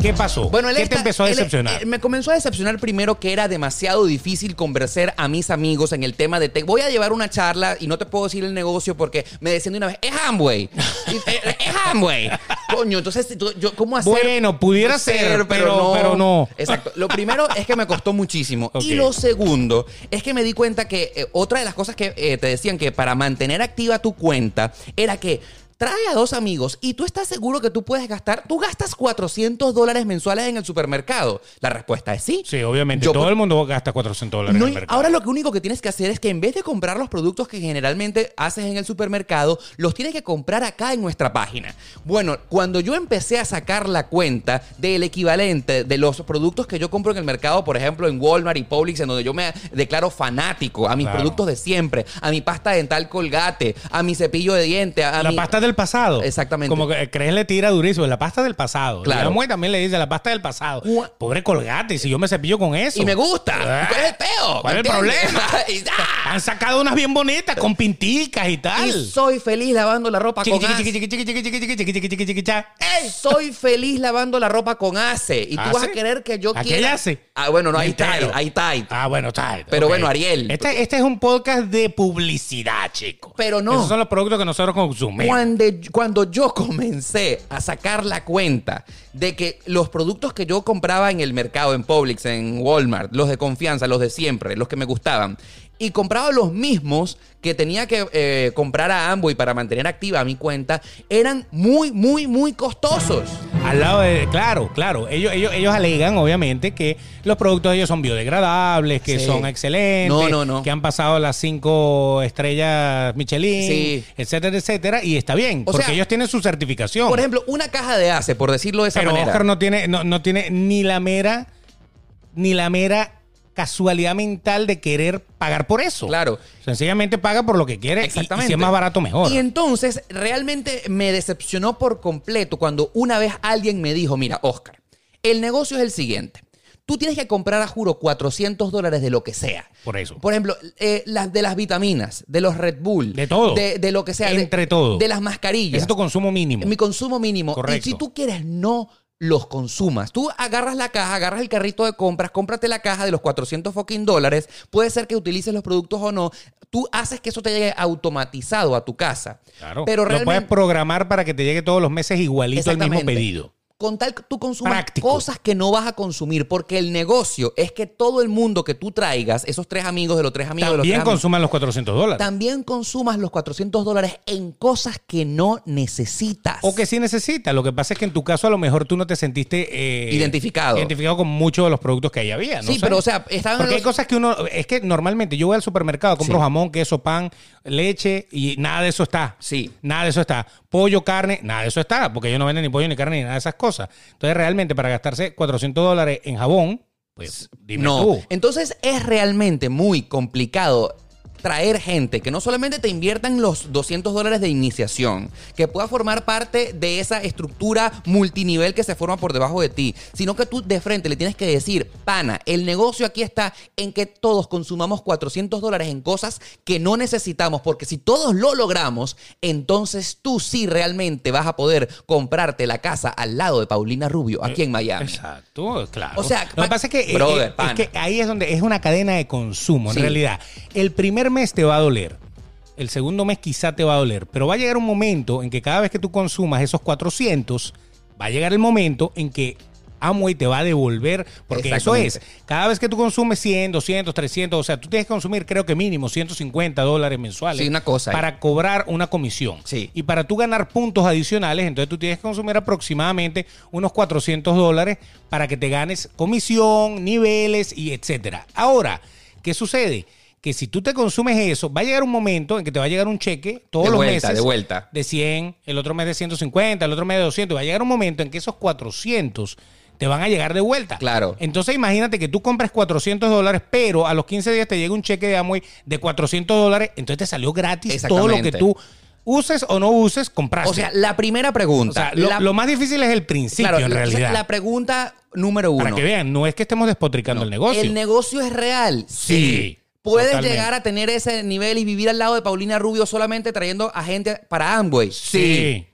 [SPEAKER 2] ¿Qué pasó?
[SPEAKER 1] Bueno, él
[SPEAKER 2] ¿Qué
[SPEAKER 1] está-
[SPEAKER 2] te empezó a
[SPEAKER 1] él-
[SPEAKER 2] decepcionar?
[SPEAKER 1] eh, me comenzó a decepcionar primero que era demasiado difícil convencer a mis amigos en el tema de te voy a llevar una charla y no te puedo decir el negocio porque me decían de una vez, es Amway. Y, eh, es Amway. Coño, entonces tú- yo cómo hacer
[SPEAKER 2] Bueno, pudiera ser, pero- pero no.
[SPEAKER 1] Exacto. Lo primero es que me costó muchísimo
[SPEAKER 2] <laughs> Ok.
[SPEAKER 1] y lo segundo es que me di cuenta que eh, otra de las cosas que eh, te decían que para mantener activa tu cuenta era que trae a dos amigos y tú estás seguro que tú puedes gastar, tú gastas 400 dólares mensuales en el supermercado. La respuesta es sí.
[SPEAKER 2] Sí, obviamente.
[SPEAKER 1] Yo-
[SPEAKER 2] todo el mundo gasta 400 dólares
[SPEAKER 1] No
[SPEAKER 2] en
[SPEAKER 1] hay-
[SPEAKER 2] el mercado.
[SPEAKER 1] ahora lo que único que tienes que hacer es que en vez de comprar los productos que generalmente haces en el supermercado, los tienes que comprar acá en nuestra página. Bueno, cuando yo empecé a sacar la cuenta del equivalente de los productos que yo compro en el mercado, por ejemplo en Walmart y Publix, en donde yo me declaro fanático a mis
[SPEAKER 2] Claro.
[SPEAKER 1] productos de siempre, a mi pasta dental colgate, a mi cepillo de diente, a
[SPEAKER 2] la
[SPEAKER 1] mi...
[SPEAKER 2] pasta del pasado.
[SPEAKER 1] Exactamente.
[SPEAKER 2] Como que eh, crees le tira durísimo. La pasta del pasado.
[SPEAKER 1] Claro.
[SPEAKER 2] La mujer también le dice la pasta del pasado.
[SPEAKER 1] Ua-
[SPEAKER 2] Pobre colgate, si yo me cepillo con eso.
[SPEAKER 1] Y me gusta.
[SPEAKER 2] Ah.
[SPEAKER 1] ¿Cuál es el peo?
[SPEAKER 2] ¿Cuál
[SPEAKER 1] ¿Me
[SPEAKER 2] es el
[SPEAKER 1] entiendes?
[SPEAKER 2] problema?
[SPEAKER 1] <laughs> Y- ¡ah!
[SPEAKER 2] Han sacado unas bien bonitas con pinticas y tal.
[SPEAKER 1] Y soy feliz lavando la ropa
[SPEAKER 2] Chiqui,
[SPEAKER 1] con
[SPEAKER 2] chiqui,
[SPEAKER 1] Axe.
[SPEAKER 2] chiqui, chiqui, chiqui, chiqui, chiqui, chiqui, chiqui, chiqui, cha.
[SPEAKER 1] ¡Ey! Soy feliz lavando la ropa con ACE. Y tú vas a
[SPEAKER 2] ¿Hace?
[SPEAKER 1] querer que yo
[SPEAKER 2] ¿A qué
[SPEAKER 1] quiera.
[SPEAKER 2] le hace?
[SPEAKER 1] Ah, bueno, no, ahí está.
[SPEAKER 2] Entero.
[SPEAKER 1] Ahí está. ahí está.
[SPEAKER 2] Ah, bueno, está.
[SPEAKER 1] Pero
[SPEAKER 2] ok.
[SPEAKER 1] bueno, Ariel.
[SPEAKER 2] Este, este es un podcast de publicidad, chico.
[SPEAKER 1] Pero no.
[SPEAKER 2] Esos son los productos que nosotros consumimos.
[SPEAKER 1] Cuando, cuando yo comencé a sacar la cuenta de que los productos que yo compraba en el mercado, en Publix, en Walmart, los de confianza, los de siempre, los que me gustaban, y compraba los mismos que tenía que eh, comprar a Amway para mantener activa mi cuenta, eran muy, muy, muy costosos.
[SPEAKER 2] Al lado de. Claro, claro. Ellos, ellos, ellos alegan, obviamente, que los productos de ellos son biodegradables, que
[SPEAKER 1] Sí.
[SPEAKER 2] son excelentes,
[SPEAKER 1] No, no, no.
[SPEAKER 2] que han pasado las cinco estrellas Michelin,
[SPEAKER 1] Sí.
[SPEAKER 2] etcétera, etcétera. Y está bien,
[SPEAKER 1] O
[SPEAKER 2] porque
[SPEAKER 1] sea,
[SPEAKER 2] ellos tienen su certificación.
[SPEAKER 1] Por ejemplo, una caja de ACE, por decirlo de esa
[SPEAKER 2] Pero
[SPEAKER 1] manera.
[SPEAKER 2] Oscar no tiene, no, no tiene ni la mera, ni la mera casualidad mental de querer pagar por eso.
[SPEAKER 1] Claro.
[SPEAKER 2] Sencillamente paga por lo que quiere y-
[SPEAKER 1] Exactamente.
[SPEAKER 2] y si es más barato, mejor.
[SPEAKER 1] Y entonces realmente me decepcionó por completo cuando una vez alguien me dijo, mira, Oscar, el negocio es el siguiente. Tú tienes que comprar, a juro, 400 dólares de lo que sea.
[SPEAKER 2] Por eso.
[SPEAKER 1] Por ejemplo, eh, las de las vitaminas, de los Red Bull.
[SPEAKER 2] De todo.
[SPEAKER 1] De, de lo que sea. de-
[SPEAKER 2] Entre todo.
[SPEAKER 1] De las mascarillas.
[SPEAKER 2] es tu consumo mínimo.
[SPEAKER 1] Mi consumo mínimo.
[SPEAKER 2] Correcto.
[SPEAKER 1] Y si tú quieres, no los consumas. Tú agarras la caja, agarras el carrito de compras, cómprate la caja de los 400 fucking dólares. Puede ser que utilices los productos o no. Tú haces que eso te llegue automatizado a tu casa.
[SPEAKER 2] Claro.
[SPEAKER 1] Pero
[SPEAKER 2] lo puedes
[SPEAKER 1] realmente,
[SPEAKER 2] programar para que te llegue todos los meses igualito el mismo
[SPEAKER 1] Exactamente.
[SPEAKER 2] pedido.
[SPEAKER 1] con tal que tú consumas
[SPEAKER 2] Práctico.
[SPEAKER 1] cosas que no vas a consumir, porque el negocio es que todo el mundo que tú traigas, esos tres amigos de los tres amigos de los
[SPEAKER 2] También
[SPEAKER 1] tres amigos,
[SPEAKER 2] consuman los 400 dólares.
[SPEAKER 1] también consumas los 400 dólares en cosas que no necesitas.
[SPEAKER 2] O que sí necesita. Lo que pasa es que en tu caso a lo mejor tú no te sentiste eh,
[SPEAKER 1] Identificado.
[SPEAKER 2] Identificado con muchos de los productos que ahí había. no
[SPEAKER 1] Sí,
[SPEAKER 2] sé.
[SPEAKER 1] pero o sea, estaban
[SPEAKER 2] Porque hay
[SPEAKER 1] los-
[SPEAKER 2] cosas que uno. Es que normalmente yo voy al supermercado, compro
[SPEAKER 1] Sí.
[SPEAKER 2] jamón, queso, pan, leche y nada de eso está.
[SPEAKER 1] Sí.
[SPEAKER 2] Nada de eso está. Pollo, carne, nada de eso está. Porque ellos no venden ni pollo ni carne ni nada de esas cosas. Entonces realmente para gastarse 400 dólares en jabón, pues dime
[SPEAKER 1] no.
[SPEAKER 2] tú.
[SPEAKER 1] Entonces es realmente muy complicado traer gente que no solamente te inviertan los 200 dólares de iniciación, que pueda formar parte de esa estructura multinivel que se forma por debajo de ti, sino que tú de frente le tienes que decir, pana, el negocio aquí está en que todos consumamos 400 dólares en cosas que no necesitamos, porque si todos lo logramos, entonces tú sí realmente vas a poder comprarte la casa al lado de Paulina Rubio,
[SPEAKER 2] Eh,
[SPEAKER 1] aquí en Miami.
[SPEAKER 2] Exacto, claro.
[SPEAKER 1] O sea,
[SPEAKER 2] lo que
[SPEAKER 1] pa-
[SPEAKER 2] pasa es que, eh,
[SPEAKER 1] Brother,
[SPEAKER 2] eh, es
[SPEAKER 1] pana.
[SPEAKER 2] que ahí es donde es una cadena de consumo,
[SPEAKER 1] Sí.
[SPEAKER 2] en realidad. El primer mes te va a doler. El segundo mes quizá te va a doler, pero va a llegar un momento en que cada vez que tú consumas esos 400, va a llegar el momento en que Amway te va a devolver, porque eso es.
[SPEAKER 1] Exactamente.
[SPEAKER 2] Cada vez que tú consumes 100, 200, 300, o sea, tú tienes que consumir creo que mínimo 150 dólares mensuales
[SPEAKER 1] Sí, una cosa ahí.
[SPEAKER 2] para cobrar una comisión.
[SPEAKER 1] Sí.
[SPEAKER 2] Y para tú ganar puntos adicionales, entonces tú tienes que consumir aproximadamente unos 400 dólares para que te ganes comisión, niveles y etcétera. Ahora, ¿qué sucede? Que si tú te consumes eso, va a llegar un momento en que te va a llegar un cheque todos
[SPEAKER 1] De
[SPEAKER 2] los
[SPEAKER 1] vuelta,
[SPEAKER 2] meses.
[SPEAKER 1] de vuelta.
[SPEAKER 2] De 100, el otro mes de 150, el otro mes de 200. Va a llegar un momento en que esos 400 te van a llegar de vuelta.
[SPEAKER 1] Claro.
[SPEAKER 2] Entonces imagínate que tú compras 400 dólares, pero a los 15 días te llega un cheque de Amway de 400 dólares, entonces te salió gratis todo lo que
[SPEAKER 1] Exactamente.
[SPEAKER 2] tú uses o no uses, compraste.
[SPEAKER 1] O sea, la primera pregunta.
[SPEAKER 2] O sea, lo,
[SPEAKER 1] La-
[SPEAKER 2] lo más difícil es el principio
[SPEAKER 1] claro,
[SPEAKER 2] en
[SPEAKER 1] la-
[SPEAKER 2] realidad.
[SPEAKER 1] La pregunta número uno.
[SPEAKER 2] para que vean, no es que estemos despotricando el negocio.
[SPEAKER 1] ¿El negocio es real?
[SPEAKER 2] Sí,
[SPEAKER 1] ¿Puedes
[SPEAKER 2] totalmente.
[SPEAKER 1] llegar a tener ese nivel y vivir al lado de Paulina Rubio solamente trayendo a gente para Amway?
[SPEAKER 2] sí.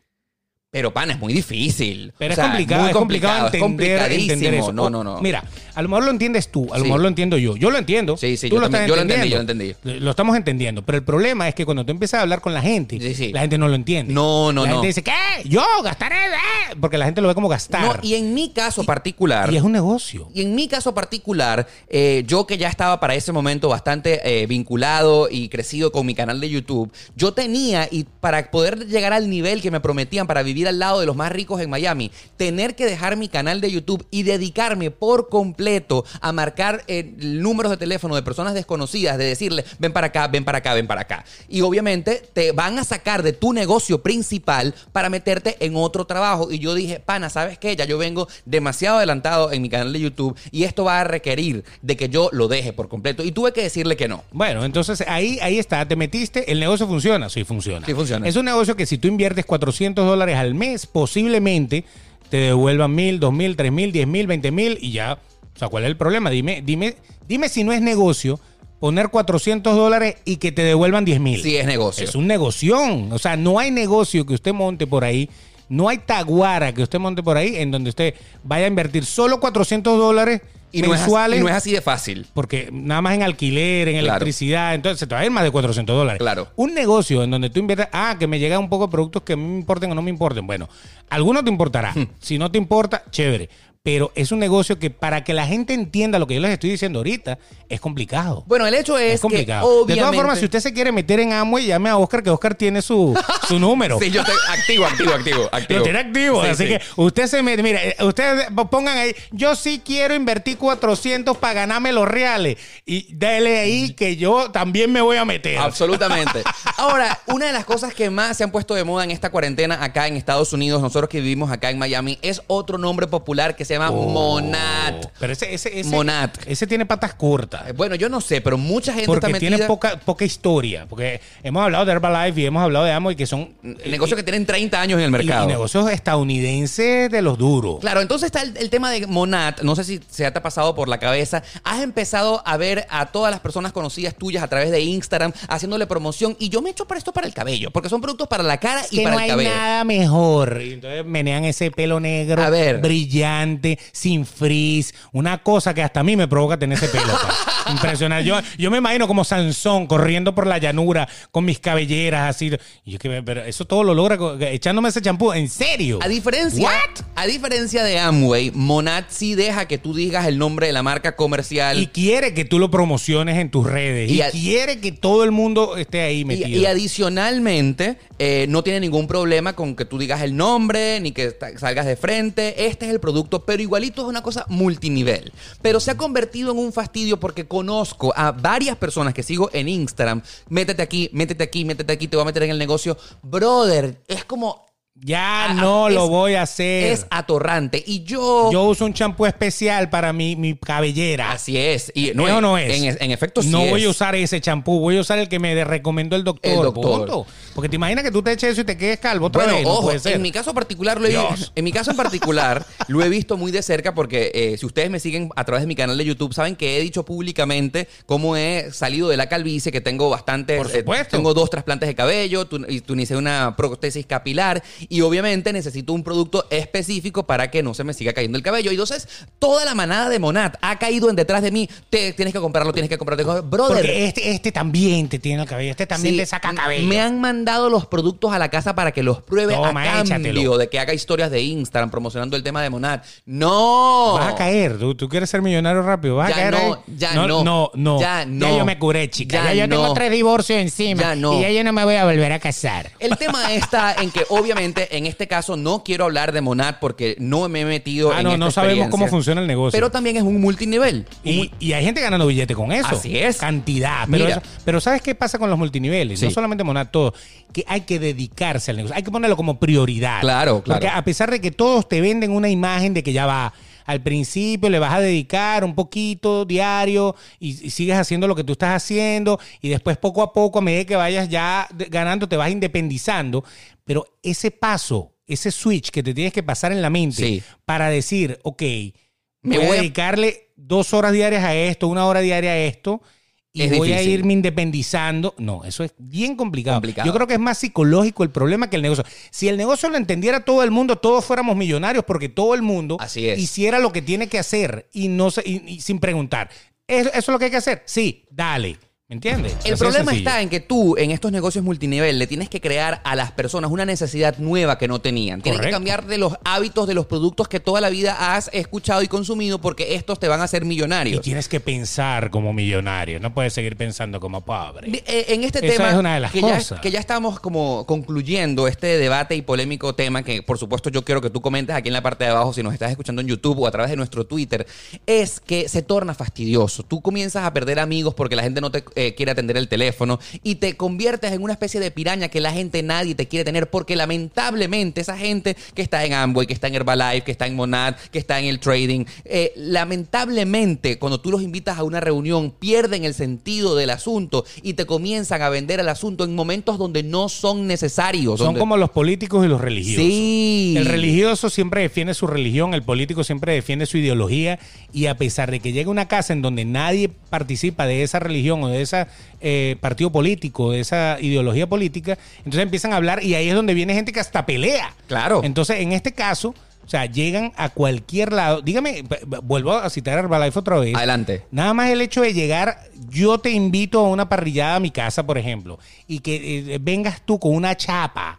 [SPEAKER 1] Pero, pana, es muy difícil. O
[SPEAKER 2] Pero
[SPEAKER 1] sea,
[SPEAKER 2] es complicado,
[SPEAKER 1] muy
[SPEAKER 2] es complicado,
[SPEAKER 1] es
[SPEAKER 2] entender,
[SPEAKER 1] complicadísimo.
[SPEAKER 2] entender eso.
[SPEAKER 1] No, no, no.
[SPEAKER 2] Mira, a lo mejor lo entiendes tú, a
[SPEAKER 1] Sí.
[SPEAKER 2] lo mejor lo entiendo yo. Yo lo entiendo.
[SPEAKER 1] Sí, sí,
[SPEAKER 2] tú
[SPEAKER 1] yo también- yo lo entendí,
[SPEAKER 2] entendiendo. Lo estamos entendiendo. Pero el problema es que cuando tú empiezas a hablar con la gente,
[SPEAKER 1] Sí, sí.
[SPEAKER 2] la gente no lo entiende.
[SPEAKER 1] No, no,
[SPEAKER 2] La
[SPEAKER 1] no.
[SPEAKER 2] gente dice, ¿qué? Yo gastaré. eh", Porque la gente lo ve como gastar.
[SPEAKER 1] No, y en mi caso particular.
[SPEAKER 2] Y es un negocio.
[SPEAKER 1] Y en mi caso particular, eh, yo que ya estaba para ese momento bastante eh, vinculado y crecido con mi canal de YouTube, yo tenía, y para poder llegar al nivel que me prometían para vivir al lado de los más ricos en Miami, tener que dejar mi canal de YouTube y dedicarme por completo a marcar eh, números de teléfono de personas desconocidas, de decirle, ven para acá, ven para acá, ven para acá. Y obviamente te van a sacar de tu negocio principal para meterte en otro trabajo. Y yo dije, pana, ¿sabes qué? Ya yo vengo demasiado adelantado en mi canal de YouTube y esto va a requerir de que yo lo deje por completo. Y tuve que decirle que no.
[SPEAKER 2] Bueno, entonces ahí, ahí está, te metiste, el negocio funciona, sí funciona.
[SPEAKER 1] Sí, funciona.
[SPEAKER 2] Es un negocio que si tú inviertes 400 dólares al mes, posiblemente te devuelvan mil, dos mil, tres mil, diez mil, veinte mil y ya. O sea, ¿cuál es el problema? Dime, dime, dime si no es negocio poner 400 dólares y que te devuelvan 10 mil.
[SPEAKER 1] Sí, es negocio.
[SPEAKER 2] Es un negoción. O sea, no hay negocio que usted monte por ahí. No hay taguara que usted monte por ahí en donde usted vaya a invertir solo 400 dólares
[SPEAKER 1] Y no, es así,
[SPEAKER 2] mensuales.
[SPEAKER 1] y no es así de fácil.
[SPEAKER 2] Porque nada más en alquiler, en
[SPEAKER 1] Claro.
[SPEAKER 2] electricidad, entonces se te va a ir más de 400 dólares.
[SPEAKER 1] Claro.
[SPEAKER 2] Un negocio en donde tú inviertes, ah, que me llega
[SPEAKER 1] Hmm.
[SPEAKER 2] un poco de productos que a mí me importen o no me importen. Bueno, algunos te importará. Si no te importa, chévere. pero es un negocio que para que la gente entienda lo que yo les estoy diciendo ahorita, es complicado.
[SPEAKER 1] Bueno, el hecho es,
[SPEAKER 2] Es complicado.
[SPEAKER 1] que
[SPEAKER 2] De todas
[SPEAKER 1] obviamente-
[SPEAKER 2] formas, si usted se quiere meter en Amway, llame a Oscar, que Oscar tiene su, su número.
[SPEAKER 1] Sí, yo te... activo, activo, activo, activo.
[SPEAKER 2] Lo tiene activo.
[SPEAKER 1] Sí,
[SPEAKER 2] así
[SPEAKER 1] sí.
[SPEAKER 2] que usted se mete, mira, eh, ustedes pongan ahí, yo sí quiero invertir 400 para ganarme los reales. Y dale
[SPEAKER 1] Mm.
[SPEAKER 2] ahí que yo también me voy a meter.
[SPEAKER 1] Ah, Absolutamente. Ahora, una de las cosas que más se han puesto de moda en esta cuarentena acá en Estados Unidos, nosotros que vivimos acá en Miami, es otro nombre popular que se llama
[SPEAKER 2] Oh.
[SPEAKER 1] Monat.
[SPEAKER 2] Pero ese, ese, ese,
[SPEAKER 1] Monat.
[SPEAKER 2] ese tiene patas
[SPEAKER 1] Eh,
[SPEAKER 2] cortas.
[SPEAKER 1] Bueno, yo no sé, pero mucha gente
[SPEAKER 2] Porque
[SPEAKER 1] está
[SPEAKER 2] tiene
[SPEAKER 1] metida...
[SPEAKER 2] poca, poca historia. Porque hemos hablado de Herbalife y hemos hablado de Amway que son
[SPEAKER 1] Negocios que tienen 30 años en el
[SPEAKER 2] y- y
[SPEAKER 1] mercado.
[SPEAKER 2] negocios estadounidenses de los duros.
[SPEAKER 1] Claro, entonces está el, el tema de Monat. No sé si se te ha pasado por la cabeza. Has empezado a ver a todas las personas conocidas tuyas a través de Instagram haciéndole promoción. Y yo me echo presto para el cabello, porque son productos para la cara y
[SPEAKER 2] que
[SPEAKER 1] para
[SPEAKER 2] no
[SPEAKER 1] el
[SPEAKER 2] hay
[SPEAKER 1] cabello.
[SPEAKER 2] nada mejor. Y entonces menean ese pelo negro,
[SPEAKER 1] A ver.
[SPEAKER 2] brillante, sin frizz, una cosa que hasta a mí me provoca tener ese pelo.
[SPEAKER 1] <laughs>
[SPEAKER 2] pa. Impresionante. Yo, yo me imagino como Sansón corriendo por la llanura con mis cabelleras así. Y yo que me- pero eso todo lo logra co- echándome ese champú. ¿En serio?
[SPEAKER 1] A diferencia,
[SPEAKER 2] What?
[SPEAKER 1] a diferencia de Amway, Monat sí deja que tú digas el nombre de la marca comercial.
[SPEAKER 2] Y quiere que tú lo promociones en tus redes. Y,
[SPEAKER 1] Y a-
[SPEAKER 2] quiere que todo el mundo esté ahí
[SPEAKER 1] Y,
[SPEAKER 2] metido.
[SPEAKER 1] y adicionalmente, eh, no tiene ningún problema con que tú digas el nombre, ni que ta- salgas de frente. Este es el producto, pero igualito es una cosa multinivel. Pero se ha convertido en un fastidio porque conozco a varias personas que sigo en Instagram. Métete aquí, métete aquí, métete aquí, te voy a meter en el negocio. Brother, es como...
[SPEAKER 2] ya
[SPEAKER 1] Ah,
[SPEAKER 2] no
[SPEAKER 1] es-
[SPEAKER 2] lo voy a hacer.
[SPEAKER 1] Es atorrante. Y yo...
[SPEAKER 2] Eh. Yo uso un champú especial para mi, mi cabellera.
[SPEAKER 1] Así es. Y,
[SPEAKER 2] No,
[SPEAKER 1] en-
[SPEAKER 2] no es.
[SPEAKER 1] En, en efecto, sí
[SPEAKER 2] No voy
[SPEAKER 1] es.
[SPEAKER 2] a usar ese champú, voy a usar el que me de- recomendó el doctor.
[SPEAKER 1] El doctor.
[SPEAKER 2] punto. Porque te imaginas que tú te eches eso y te quedes calvo otra
[SPEAKER 1] bueno,
[SPEAKER 2] vez. No
[SPEAKER 1] ojo,
[SPEAKER 2] puede ser.
[SPEAKER 1] en mi caso particular lo he,
[SPEAKER 2] Dios.
[SPEAKER 1] en mi caso en
[SPEAKER 2] <laughs>
[SPEAKER 1] particular lo he visto muy de cerca porque eh, si ustedes me siguen a través de mi canal de YouTube saben que he dicho públicamente cómo he salido de la calvicie, que tengo bastantes, eh,
[SPEAKER 2] Por supuesto.
[SPEAKER 1] tengo dos trasplantes de cabello, tu, y tunicé una prótesis capilar y obviamente necesito un producto específico para que no se me siga cayendo el cabello. Y entonces toda la manada de Monat ha caído en detrás de mí, te tienes que comprarlo, tienes que comprarlo, tienes que comprarlo. brother.
[SPEAKER 2] Porque este, este también te tiene el cabello, este también
[SPEAKER 1] Sí,
[SPEAKER 2] te saca cabello.
[SPEAKER 1] Me han mandado los productos a la casa para que los pruebe
[SPEAKER 2] Toma,
[SPEAKER 1] a cambio
[SPEAKER 2] échatelo.
[SPEAKER 1] de que haga historias de Instagram promocionando el tema de Monad. ¡No!
[SPEAKER 2] Vas a caer, tú, tú quieres ser millonario rápido, vas
[SPEAKER 1] Ya
[SPEAKER 2] a caer.
[SPEAKER 1] no,
[SPEAKER 2] ahí.
[SPEAKER 1] ya
[SPEAKER 2] no,
[SPEAKER 1] no,
[SPEAKER 2] no, no.
[SPEAKER 1] ya no.
[SPEAKER 2] yo me curé, chica. Ya,
[SPEAKER 1] Ya
[SPEAKER 2] yo tengo
[SPEAKER 1] no.
[SPEAKER 2] tres divorcios encima.
[SPEAKER 1] Ya no.
[SPEAKER 2] Y ya yo no me voy a volver a casar.
[SPEAKER 1] El tema está en que, obviamente, en este caso no quiero hablar de Monad porque no me he metido
[SPEAKER 2] Ah,
[SPEAKER 1] en
[SPEAKER 2] no,
[SPEAKER 1] esta
[SPEAKER 2] no sabemos
[SPEAKER 1] experiencia.
[SPEAKER 2] cómo funciona el negocio.
[SPEAKER 1] Pero también es un multinivel.
[SPEAKER 2] Y, y hay gente ganando billete con eso.
[SPEAKER 1] Así es.
[SPEAKER 2] Cantidad. Pero,
[SPEAKER 1] Mira.
[SPEAKER 2] eso- pero ¿sabes qué pasa con los multiniveles? No
[SPEAKER 1] Sí.
[SPEAKER 2] solamente Monat, todo. Que hay que dedicarse al negocio. Hay que ponerlo como prioridad.
[SPEAKER 1] Claro, claro.
[SPEAKER 2] Porque a pesar de que todos te venden una imagen de que ya va. Al principio le vas a dedicar un poquito diario y, y sigues haciendo lo que tú estás haciendo y después poco a poco a medida que vayas ya de- ganando te vas independizando, pero ese paso, ese switch que te tienes que pasar en la mente
[SPEAKER 1] Sí.
[SPEAKER 2] para decir, ok, me
[SPEAKER 1] Me
[SPEAKER 2] voy,
[SPEAKER 1] voy
[SPEAKER 2] a
[SPEAKER 1] a-
[SPEAKER 2] dedicarle dos horas diarias a esto, una hora diaria a esto, y
[SPEAKER 1] Es
[SPEAKER 2] voy a
[SPEAKER 1] difícil.
[SPEAKER 2] irme independizando. No, eso es bien complicado.
[SPEAKER 1] Complicado.
[SPEAKER 2] Yo creo que es más psicológico el problema que el negocio. Si el negocio lo entendiera todo el mundo, todos fuéramos millonarios porque todo el mundo
[SPEAKER 1] Así es.
[SPEAKER 2] hiciera lo que tiene que hacer y no se- y- y sin preguntar. ¿Eso, eso es lo que hay que hacer? Sí, dale. ¿Me entiendes? Así
[SPEAKER 1] El
[SPEAKER 2] de
[SPEAKER 1] problema
[SPEAKER 2] sencillo.
[SPEAKER 1] está en que tú, en estos negocios multinivel, le tienes que crear a las personas una necesidad nueva que no tenían. Tienes que
[SPEAKER 2] Correcto.
[SPEAKER 1] cambiar de los hábitos de los productos que toda la vida has escuchado y consumido porque estos te van a hacer
[SPEAKER 2] Y
[SPEAKER 1] millonarios.
[SPEAKER 2] tienes que pensar como millonario, no puedes seguir pensando como pobre.
[SPEAKER 1] Di- eh, En este
[SPEAKER 2] Esa
[SPEAKER 1] tema
[SPEAKER 2] es una de las
[SPEAKER 1] que,
[SPEAKER 2] cosas.
[SPEAKER 1] Ya, que ya estamos como concluyendo este debate y polémico tema que por supuesto yo quiero que tú comentes aquí en la parte de abajo si nos estás escuchando en YouTube o a través de nuestro Twitter, es que se torna fastidioso. Tú comienzas a perder amigos porque la gente no te eh, quiere atender el teléfono y te conviertes en una especie de piraña que la gente nadie te quiere tener porque lamentablemente esa gente que está en Amway, que está en Herbalife, que está en Monad, que está en el trading, eh, lamentablemente cuando tú los invitas a una reunión pierden el sentido del asunto y te comienzan a vender el asunto en momentos donde no son necesarios.
[SPEAKER 2] Son
[SPEAKER 1] donde-
[SPEAKER 2] como los políticos y los religiosos.
[SPEAKER 1] Sí.
[SPEAKER 2] El religioso siempre defiende su religión, el político siempre defiende su ideología y a pesar de que llega una casa en donde nadie participa de esa religión o de ese partido político, de esa ideología política, entonces empiezan a hablar y ahí es donde viene gente que hasta pelea.
[SPEAKER 1] Claro.
[SPEAKER 2] Entonces, en este caso, o sea, llegan a cualquier lado. Dígame, v- v- vuelvo a citar a Herbalife otra vez.
[SPEAKER 1] Adelante.
[SPEAKER 2] Nada más el hecho de llegar, yo te eh, invito a una parrillada a mi casa, por ejemplo, y que eh, vengas tú con una chapa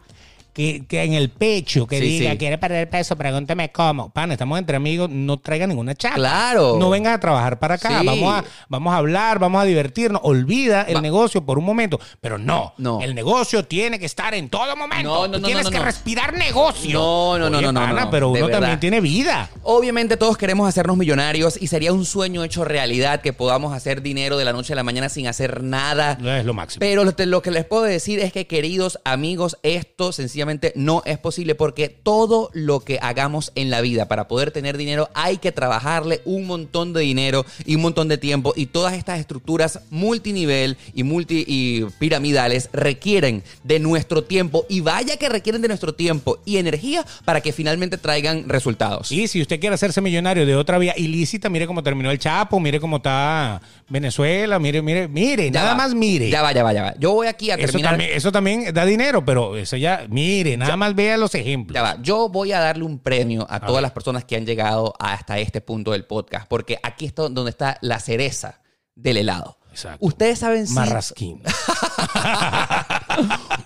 [SPEAKER 2] que, que en el pecho, que
[SPEAKER 1] Sí,
[SPEAKER 2] diga,
[SPEAKER 1] sí.
[SPEAKER 2] quiere perder peso, pregúntame cómo. Pan, estamos entre amigos, no traiga ninguna chapa.
[SPEAKER 1] Claro.
[SPEAKER 2] No vengas a trabajar para acá.
[SPEAKER 1] Sí.
[SPEAKER 2] Vamos, a, vamos a hablar, vamos a divertirnos. Olvida el
[SPEAKER 1] Va-
[SPEAKER 2] negocio por un momento. Pero no,
[SPEAKER 1] No.
[SPEAKER 2] el negocio tiene que estar en todo momento.
[SPEAKER 1] No, no,
[SPEAKER 2] Tú
[SPEAKER 1] no,
[SPEAKER 2] tienes
[SPEAKER 1] no, no,
[SPEAKER 2] que
[SPEAKER 1] no.
[SPEAKER 2] respirar negocio.
[SPEAKER 1] No, no, no, no, no,
[SPEAKER 2] pana,
[SPEAKER 1] no.
[SPEAKER 2] pero
[SPEAKER 1] De
[SPEAKER 2] uno también
[SPEAKER 1] verdad.
[SPEAKER 2] tiene vida.
[SPEAKER 1] Obviamente todos queremos hacernos millonarios y sería un sueño hecho realidad que podamos hacer dinero de la noche a la mañana sin hacer nada.
[SPEAKER 2] No es lo máximo.
[SPEAKER 1] Pero lo, te- lo que les puedo decir es que, queridos amigos, esto sencillamente no es posible porque todo lo que hagamos en la vida para poder tener dinero hay que trabajarle un montón de dinero y un montón de tiempo y todas estas estructuras multinivel y multi y piramidales requieren de nuestro tiempo y vaya que requieren de nuestro tiempo y energía para que finalmente traigan resultados.
[SPEAKER 2] Y si usted quiere hacerse millonario de otra vía ilícita, mire cómo terminó el Chapo, mire cómo está Venezuela, mire, mire, mire,
[SPEAKER 1] Ya
[SPEAKER 2] nada
[SPEAKER 1] va.
[SPEAKER 2] más mire.
[SPEAKER 1] Ya va, ya va, ya va. Yo voy aquí a
[SPEAKER 2] eso,
[SPEAKER 1] terminar.
[SPEAKER 2] también, eso también da dinero, pero eso ya, mire, nada más vea los
[SPEAKER 1] Ya
[SPEAKER 2] ejemplos.
[SPEAKER 1] va. Yo voy a darle un premio a, todas
[SPEAKER 2] ver.
[SPEAKER 1] las personas que han llegado hasta este punto del podcast, porque aquí está donde está la cereza del helado.
[SPEAKER 2] Exacto.
[SPEAKER 1] Ustedes saben si
[SPEAKER 2] <laughs>
[SPEAKER 1] ah,
[SPEAKER 2] Marrasquín.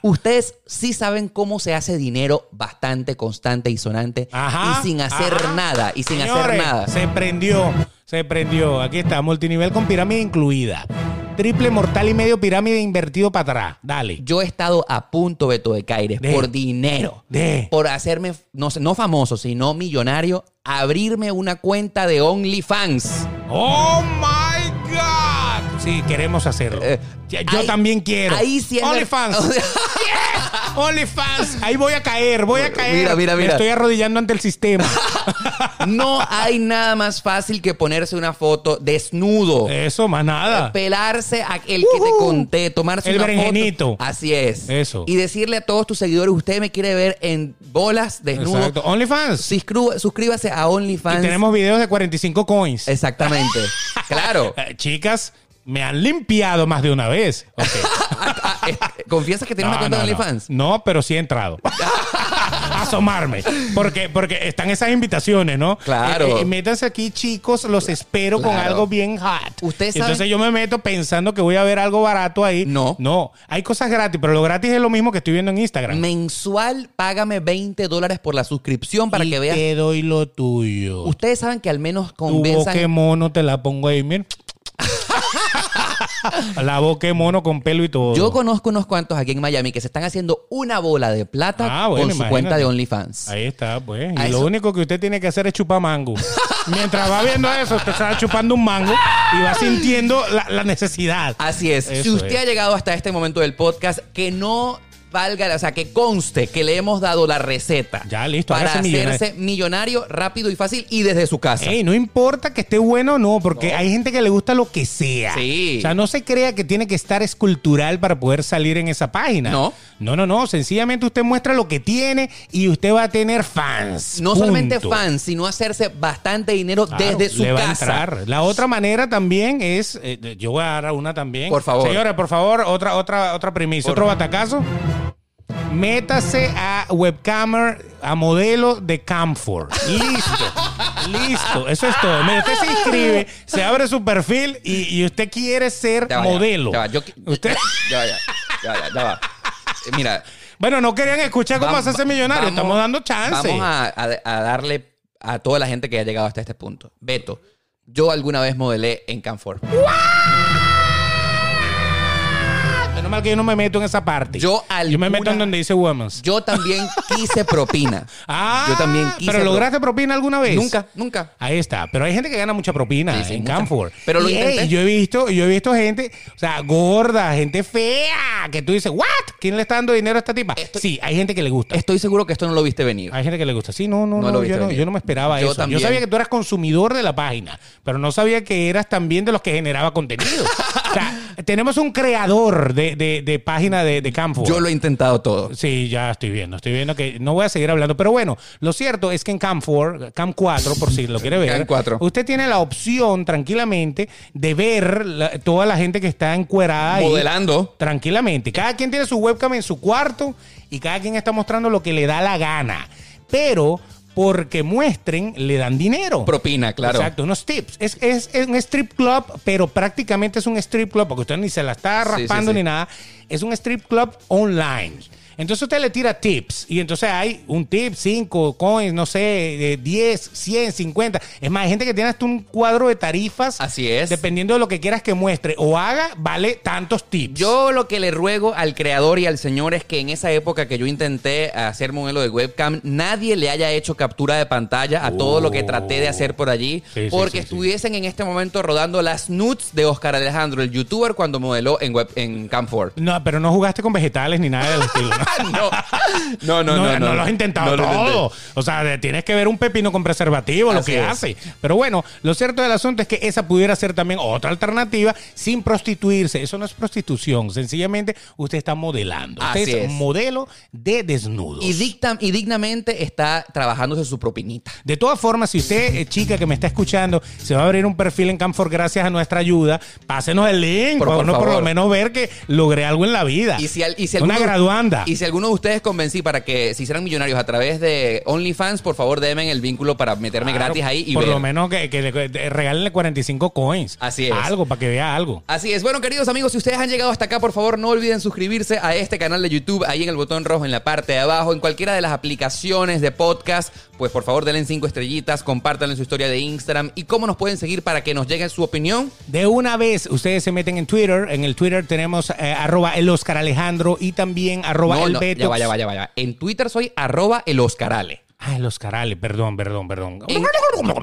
[SPEAKER 1] ustedes sí saben cómo se hace dinero bastante constante y sonante
[SPEAKER 2] Ajá,
[SPEAKER 1] y sin hacer
[SPEAKER 2] ajá.
[SPEAKER 1] nada y sin hacer
[SPEAKER 2] Señores,
[SPEAKER 1] nada.
[SPEAKER 2] Se prendió, se prendió. Aquí está, multinivel con pirámide incluida. Triple mortal y medio pirámide invertido para atrás. Dale.
[SPEAKER 1] Yo he estado a punto, Beto de Caires,
[SPEAKER 2] De-
[SPEAKER 1] por dinero,
[SPEAKER 2] de-
[SPEAKER 1] por hacerme, no, sé, no famoso, sino millonario, abrirme una cuenta de OnlyFans.
[SPEAKER 2] ¡Oh, my God! Sí, queremos hacerlo.
[SPEAKER 1] Eh,
[SPEAKER 2] Ya- Yo
[SPEAKER 1] ahí-
[SPEAKER 2] también quiero.
[SPEAKER 1] ahí sí es ver- <laughs>
[SPEAKER 2] OnlyFans. Yeah, OnlyFans. Ahí voy a caer, voy a caer.
[SPEAKER 1] Mira, mira,
[SPEAKER 2] Me
[SPEAKER 1] mira.
[SPEAKER 2] estoy arrodillando ante
[SPEAKER 1] <laughs>
[SPEAKER 2] el sistema.
[SPEAKER 1] No hay nada más fácil que ponerse una foto desnudo.
[SPEAKER 2] Eso, más nada.
[SPEAKER 1] Pelarse a el que te conté, tomarse
[SPEAKER 2] El
[SPEAKER 1] una
[SPEAKER 2] berenjenito.
[SPEAKER 1] foto. Así es.
[SPEAKER 2] Eso.
[SPEAKER 1] Y decirle a todos tus seguidores, usted me quiere ver en bolas desnudo.
[SPEAKER 2] Exacto. OnlyFans.
[SPEAKER 1] Suscru- suscríbase a OnlyFans.
[SPEAKER 2] Y tenemos videos de 45 coins.
[SPEAKER 1] Exactamente.
[SPEAKER 2] <laughs>
[SPEAKER 1] claro.
[SPEAKER 2] Eh, chicas, me han limpiado más de una vez. Ok.
[SPEAKER 1] Ah, Confiesa que tiene una
[SPEAKER 2] No,
[SPEAKER 1] cuenta
[SPEAKER 2] no,
[SPEAKER 1] de
[SPEAKER 2] no.
[SPEAKER 1] OnlyFans.
[SPEAKER 2] No. pero sí he
[SPEAKER 1] <laughs>
[SPEAKER 2] entrado. A Asomarme. Porque, porque están esas invitaciones, ¿no?
[SPEAKER 1] Claro.
[SPEAKER 2] Eh, eh, métanse aquí, chicos. Los espero con
[SPEAKER 1] Claro.
[SPEAKER 2] algo bien hot.
[SPEAKER 1] Ustedes saben-
[SPEAKER 2] Entonces yo me meto pensando que voy a ver algo barato ahí.
[SPEAKER 1] No.
[SPEAKER 2] No. Hay cosas gratis, pero lo gratis es lo mismo que estoy viendo en Instagram.
[SPEAKER 1] Mensual, págame 20 dólares por la suscripción para
[SPEAKER 2] Y
[SPEAKER 1] que veas.
[SPEAKER 2] Te doy lo tuyo.
[SPEAKER 1] Ustedes saben que al menos
[SPEAKER 2] Tu
[SPEAKER 1] convenzan.
[SPEAKER 2] boca mono te la pongo ahí,
[SPEAKER 1] <laughs>
[SPEAKER 2] mira. la boca de mono con pelo y todo.
[SPEAKER 1] Yo conozco unos cuantos aquí en Miami que se están haciendo una bola de plata
[SPEAKER 2] Ah, bueno,
[SPEAKER 1] con su
[SPEAKER 2] imagínate.
[SPEAKER 1] cuenta de OnlyFans.
[SPEAKER 2] Ahí está, pues.
[SPEAKER 1] A
[SPEAKER 2] Y lo
[SPEAKER 1] eso-
[SPEAKER 2] único que usted tiene que hacer es chupar mango. Mientras va viendo eso, usted está chupando un mango y va sintiendo la, la necesidad.
[SPEAKER 1] Así es. si
[SPEAKER 2] Eso
[SPEAKER 1] usted
[SPEAKER 2] es.
[SPEAKER 1] ha llegado hasta este momento del podcast, que no valga, o sea, que conste que le hemos dado la receta.
[SPEAKER 2] Ya, listo,
[SPEAKER 1] Para
[SPEAKER 2] hágase millonario.
[SPEAKER 1] hacerse millonario rápido y fácil y desde su casa.
[SPEAKER 2] Ey, no importa que esté bueno o no, porque hay gente que le gusta lo que sea.
[SPEAKER 1] Sí.
[SPEAKER 2] O sea, no se crea que tiene que estar escultural para poder salir en esa página.
[SPEAKER 1] No.
[SPEAKER 2] No, no, no. Sencillamente usted muestra lo que tiene y usted va a tener fans.
[SPEAKER 1] No solamente
[SPEAKER 2] Punto.
[SPEAKER 1] fans, sino hacerse bastante dinero
[SPEAKER 2] Claro,
[SPEAKER 1] desde su
[SPEAKER 2] le va a
[SPEAKER 1] casa.
[SPEAKER 2] entrar. La otra manera también es, eh, yo voy a dar una también.
[SPEAKER 1] Por favor.
[SPEAKER 2] Señores, por favor, otra, otra, otra premisa,
[SPEAKER 1] Por
[SPEAKER 2] otro
[SPEAKER 1] favor.
[SPEAKER 2] batacazo. Métase a webcamer, a modelo de Camfor.
[SPEAKER 1] <laughs>
[SPEAKER 2] Listo. Listo. Eso es todo. Mire, usted se inscribe, se abre su perfil y, y usted quiere ser
[SPEAKER 1] Ya va, ya va,
[SPEAKER 2] modelo.
[SPEAKER 1] ya va, yo qui-
[SPEAKER 2] Usted-
[SPEAKER 1] Ya va, ya, ya va, ya va. Eh, Mira,
[SPEAKER 2] Bueno, no querían escuchar cómo
[SPEAKER 1] vam-
[SPEAKER 2] hacerse millonario.
[SPEAKER 1] vamos-
[SPEAKER 2] Estamos dando chance.
[SPEAKER 1] Vamos a, a- a darle a toda la gente que ha llegado hasta este punto. Beto, yo alguna vez modelé en Canfor.
[SPEAKER 2] Menos mal que yo no me meto en esa parte.
[SPEAKER 1] Yo
[SPEAKER 2] Yo me meto
[SPEAKER 1] alguna-
[SPEAKER 2] en donde dice Women's.
[SPEAKER 1] Yo
[SPEAKER 2] <laughs>
[SPEAKER 1] también quise propina.
[SPEAKER 2] Ah,
[SPEAKER 1] yo también quise.
[SPEAKER 2] ¿Pero
[SPEAKER 1] pro-
[SPEAKER 2] lograste propina alguna vez?
[SPEAKER 1] Nunca, nunca.
[SPEAKER 2] Ahí está. Pero hay gente que gana mucha propina
[SPEAKER 1] Sí, sí,
[SPEAKER 2] en
[SPEAKER 1] mucha.
[SPEAKER 2] Canfor.
[SPEAKER 1] Pero lo
[SPEAKER 2] Y,
[SPEAKER 1] intenté.
[SPEAKER 2] hey, yo he visto, yo he visto gente, o sea, gorda, gente fea, que tú dices, ¿what? ¿Quién le está dando dinero a esta tipa?
[SPEAKER 1] Estoy-
[SPEAKER 2] Sí, hay gente que le gusta.
[SPEAKER 1] Estoy seguro que esto no lo viste venir.
[SPEAKER 2] Hay gente que le gusta. Sí, no, no,
[SPEAKER 1] No
[SPEAKER 2] no,
[SPEAKER 1] lo viste
[SPEAKER 2] yo, no
[SPEAKER 1] venir.
[SPEAKER 2] yo no me esperaba
[SPEAKER 1] Yo
[SPEAKER 2] eso.
[SPEAKER 1] también.
[SPEAKER 2] Yo sabía que tú eras consumidor de la página, pero no sabía que eras también de los que generaba contenido.
[SPEAKER 1] <laughs>
[SPEAKER 2] o sea, tenemos un creador de, de- de página de, de Canfor.
[SPEAKER 1] Yo lo he intentado todo.
[SPEAKER 2] Sí, ya estoy viendo, estoy viendo que no voy a seguir hablando, pero bueno, lo cierto es que en Camp 4, Camp 4, por si lo quiere ver,
[SPEAKER 1] Camp 4.
[SPEAKER 2] usted tiene la opción tranquilamente de ver la- toda la gente que está encuerada ahí.
[SPEAKER 1] Modelando.
[SPEAKER 2] Tranquilamente. Cada quien tiene su webcam en su cuarto y cada quien está mostrando lo que le da la gana. Pero porque muestren, le dan dinero.
[SPEAKER 1] Propina, claro.
[SPEAKER 2] Exacto, unos tips. Es, es- es un strip club, pero prácticamente es un strip club porque usted ni se la está
[SPEAKER 1] Sí, sí,
[SPEAKER 2] raspando
[SPEAKER 1] sí.
[SPEAKER 2] ni nada. es un strip club online. Entonces usted le tira tips y entonces hay un tip, 5 coins, no sé, de 10, 100, 50. Es más, hay gente que tiene hasta un cuadro de tarifas.
[SPEAKER 1] Así es.
[SPEAKER 2] Dependiendo de lo que quieras que muestre o haga, vale tantos tips.
[SPEAKER 1] Yo lo que le ruego al creador y al señor es que en esa época que yo intenté hacer modelo de webcam, nadie le haya hecho captura de pantalla a todo lo que traté de hacer por allí,
[SPEAKER 2] Sí, sí,
[SPEAKER 1] porque
[SPEAKER 2] sí, sí.
[SPEAKER 1] estuviesen en este momento rodando las nudes de Oscar Alejandro, el youtuber, cuando modeló en, web, en Cam <laughs> 4.
[SPEAKER 2] No, pero no jugaste con vegetales ni nada del estilo. ¿no?
[SPEAKER 1] No, no, no, no.
[SPEAKER 2] no, lo has intentado
[SPEAKER 1] No lo intenté.
[SPEAKER 2] todo. O sea, de- tienes que ver un pepino con preservativo, lo
[SPEAKER 1] Así
[SPEAKER 2] que
[SPEAKER 1] es.
[SPEAKER 2] hace. Pero bueno, lo cierto del asunto es que esa pudiera ser también otra alternativa sin prostituirse. Eso no es prostitución. Sencillamente usted está modelando. Usted
[SPEAKER 1] Así
[SPEAKER 2] es,
[SPEAKER 1] es.
[SPEAKER 2] modelo de desnudos.
[SPEAKER 1] Y, dicta- y dignamente está trabajándose su propinita.
[SPEAKER 2] De todas formas, si usted, eh, chica que me está escuchando, se va a abrir un perfil en Camfor gracias a nuestra ayuda, pásenos el link
[SPEAKER 1] Por-
[SPEAKER 2] para
[SPEAKER 1] por
[SPEAKER 2] uno por lo
[SPEAKER 1] favor.
[SPEAKER 2] menos ver que logré algo en la vida.
[SPEAKER 1] Y si, al- y si
[SPEAKER 2] Una
[SPEAKER 1] alguno-
[SPEAKER 2] graduanda.
[SPEAKER 1] Y si alguno de ustedes convencí para que se hicieran millonarios a través de OnlyFans, por favor, denme el vínculo para meterme
[SPEAKER 2] Claro,
[SPEAKER 1] gratis ahí y
[SPEAKER 2] Por
[SPEAKER 1] ver.
[SPEAKER 2] lo menos que, que le- de- regálenle 45 coins.
[SPEAKER 1] Así es.
[SPEAKER 2] Algo, para que vea algo.
[SPEAKER 1] Así es. Bueno, queridos amigos, si ustedes han llegado hasta acá, por favor, no olviden suscribirse a este canal de YouTube, ahí en el botón rojo en la parte de abajo, en cualquiera de las aplicaciones de podcast. Pues por favor, denle cinco estrellitas, compártanlo en su historia de Instagram y cómo nos pueden seguir para que nos llegue su opinión.
[SPEAKER 2] De una vez, ustedes se meten en Twitter. En el Twitter tenemos eh, arroba el Oscar Alejandro y también arroba
[SPEAKER 1] No,
[SPEAKER 2] el
[SPEAKER 1] no,
[SPEAKER 2] Beto.
[SPEAKER 1] ya va, ya va, ya va, ya va. En Twitter soy arroba el Oscarale.
[SPEAKER 2] Ah, el Oscarale, perdón, perdón, perdón.
[SPEAKER 1] En,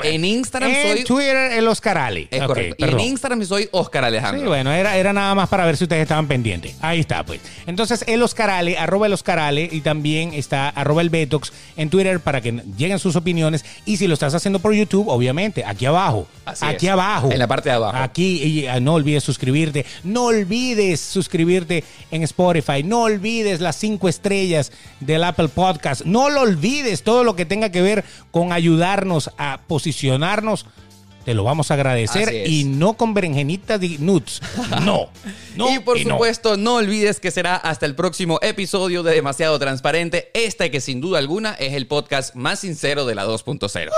[SPEAKER 1] en Instagram
[SPEAKER 2] En
[SPEAKER 1] soy...
[SPEAKER 2] Twitter el Oscarale.
[SPEAKER 1] Es
[SPEAKER 2] Ok,
[SPEAKER 1] correcto. Y en
[SPEAKER 2] perdón.
[SPEAKER 1] Instagram soy Oscar Alejandro.
[SPEAKER 2] Sí, bueno, era, era nada más para ver si ustedes estaban pendientes. Ahí está, pues. Entonces, el Oscarale, arroba el Oscarale, y también está arroba el Betox en Twitter para que lleguen sus opiniones. Y si lo estás haciendo por YouTube, obviamente, aquí abajo.
[SPEAKER 1] Así
[SPEAKER 2] aquí
[SPEAKER 1] es.
[SPEAKER 2] abajo.
[SPEAKER 1] En la parte de abajo.
[SPEAKER 2] Aquí, y ah, no olvides suscribirte. No olvides suscribirte en Spotify. No olvides las cinco estrellas del Apple Podcast. No lo olvides todo lo que tenga que ver con ayudarnos a posicionarnos. Te lo vamos a agradecer
[SPEAKER 1] Así es.
[SPEAKER 2] y no con berenjenitas y nuts.
[SPEAKER 1] <laughs>
[SPEAKER 2] No. no
[SPEAKER 1] y por
[SPEAKER 2] no.
[SPEAKER 1] supuesto, no. olvides que será hasta el próximo episodio de Demasiado Transparente, este que sin duda alguna es el podcast más sincero de la 2.0.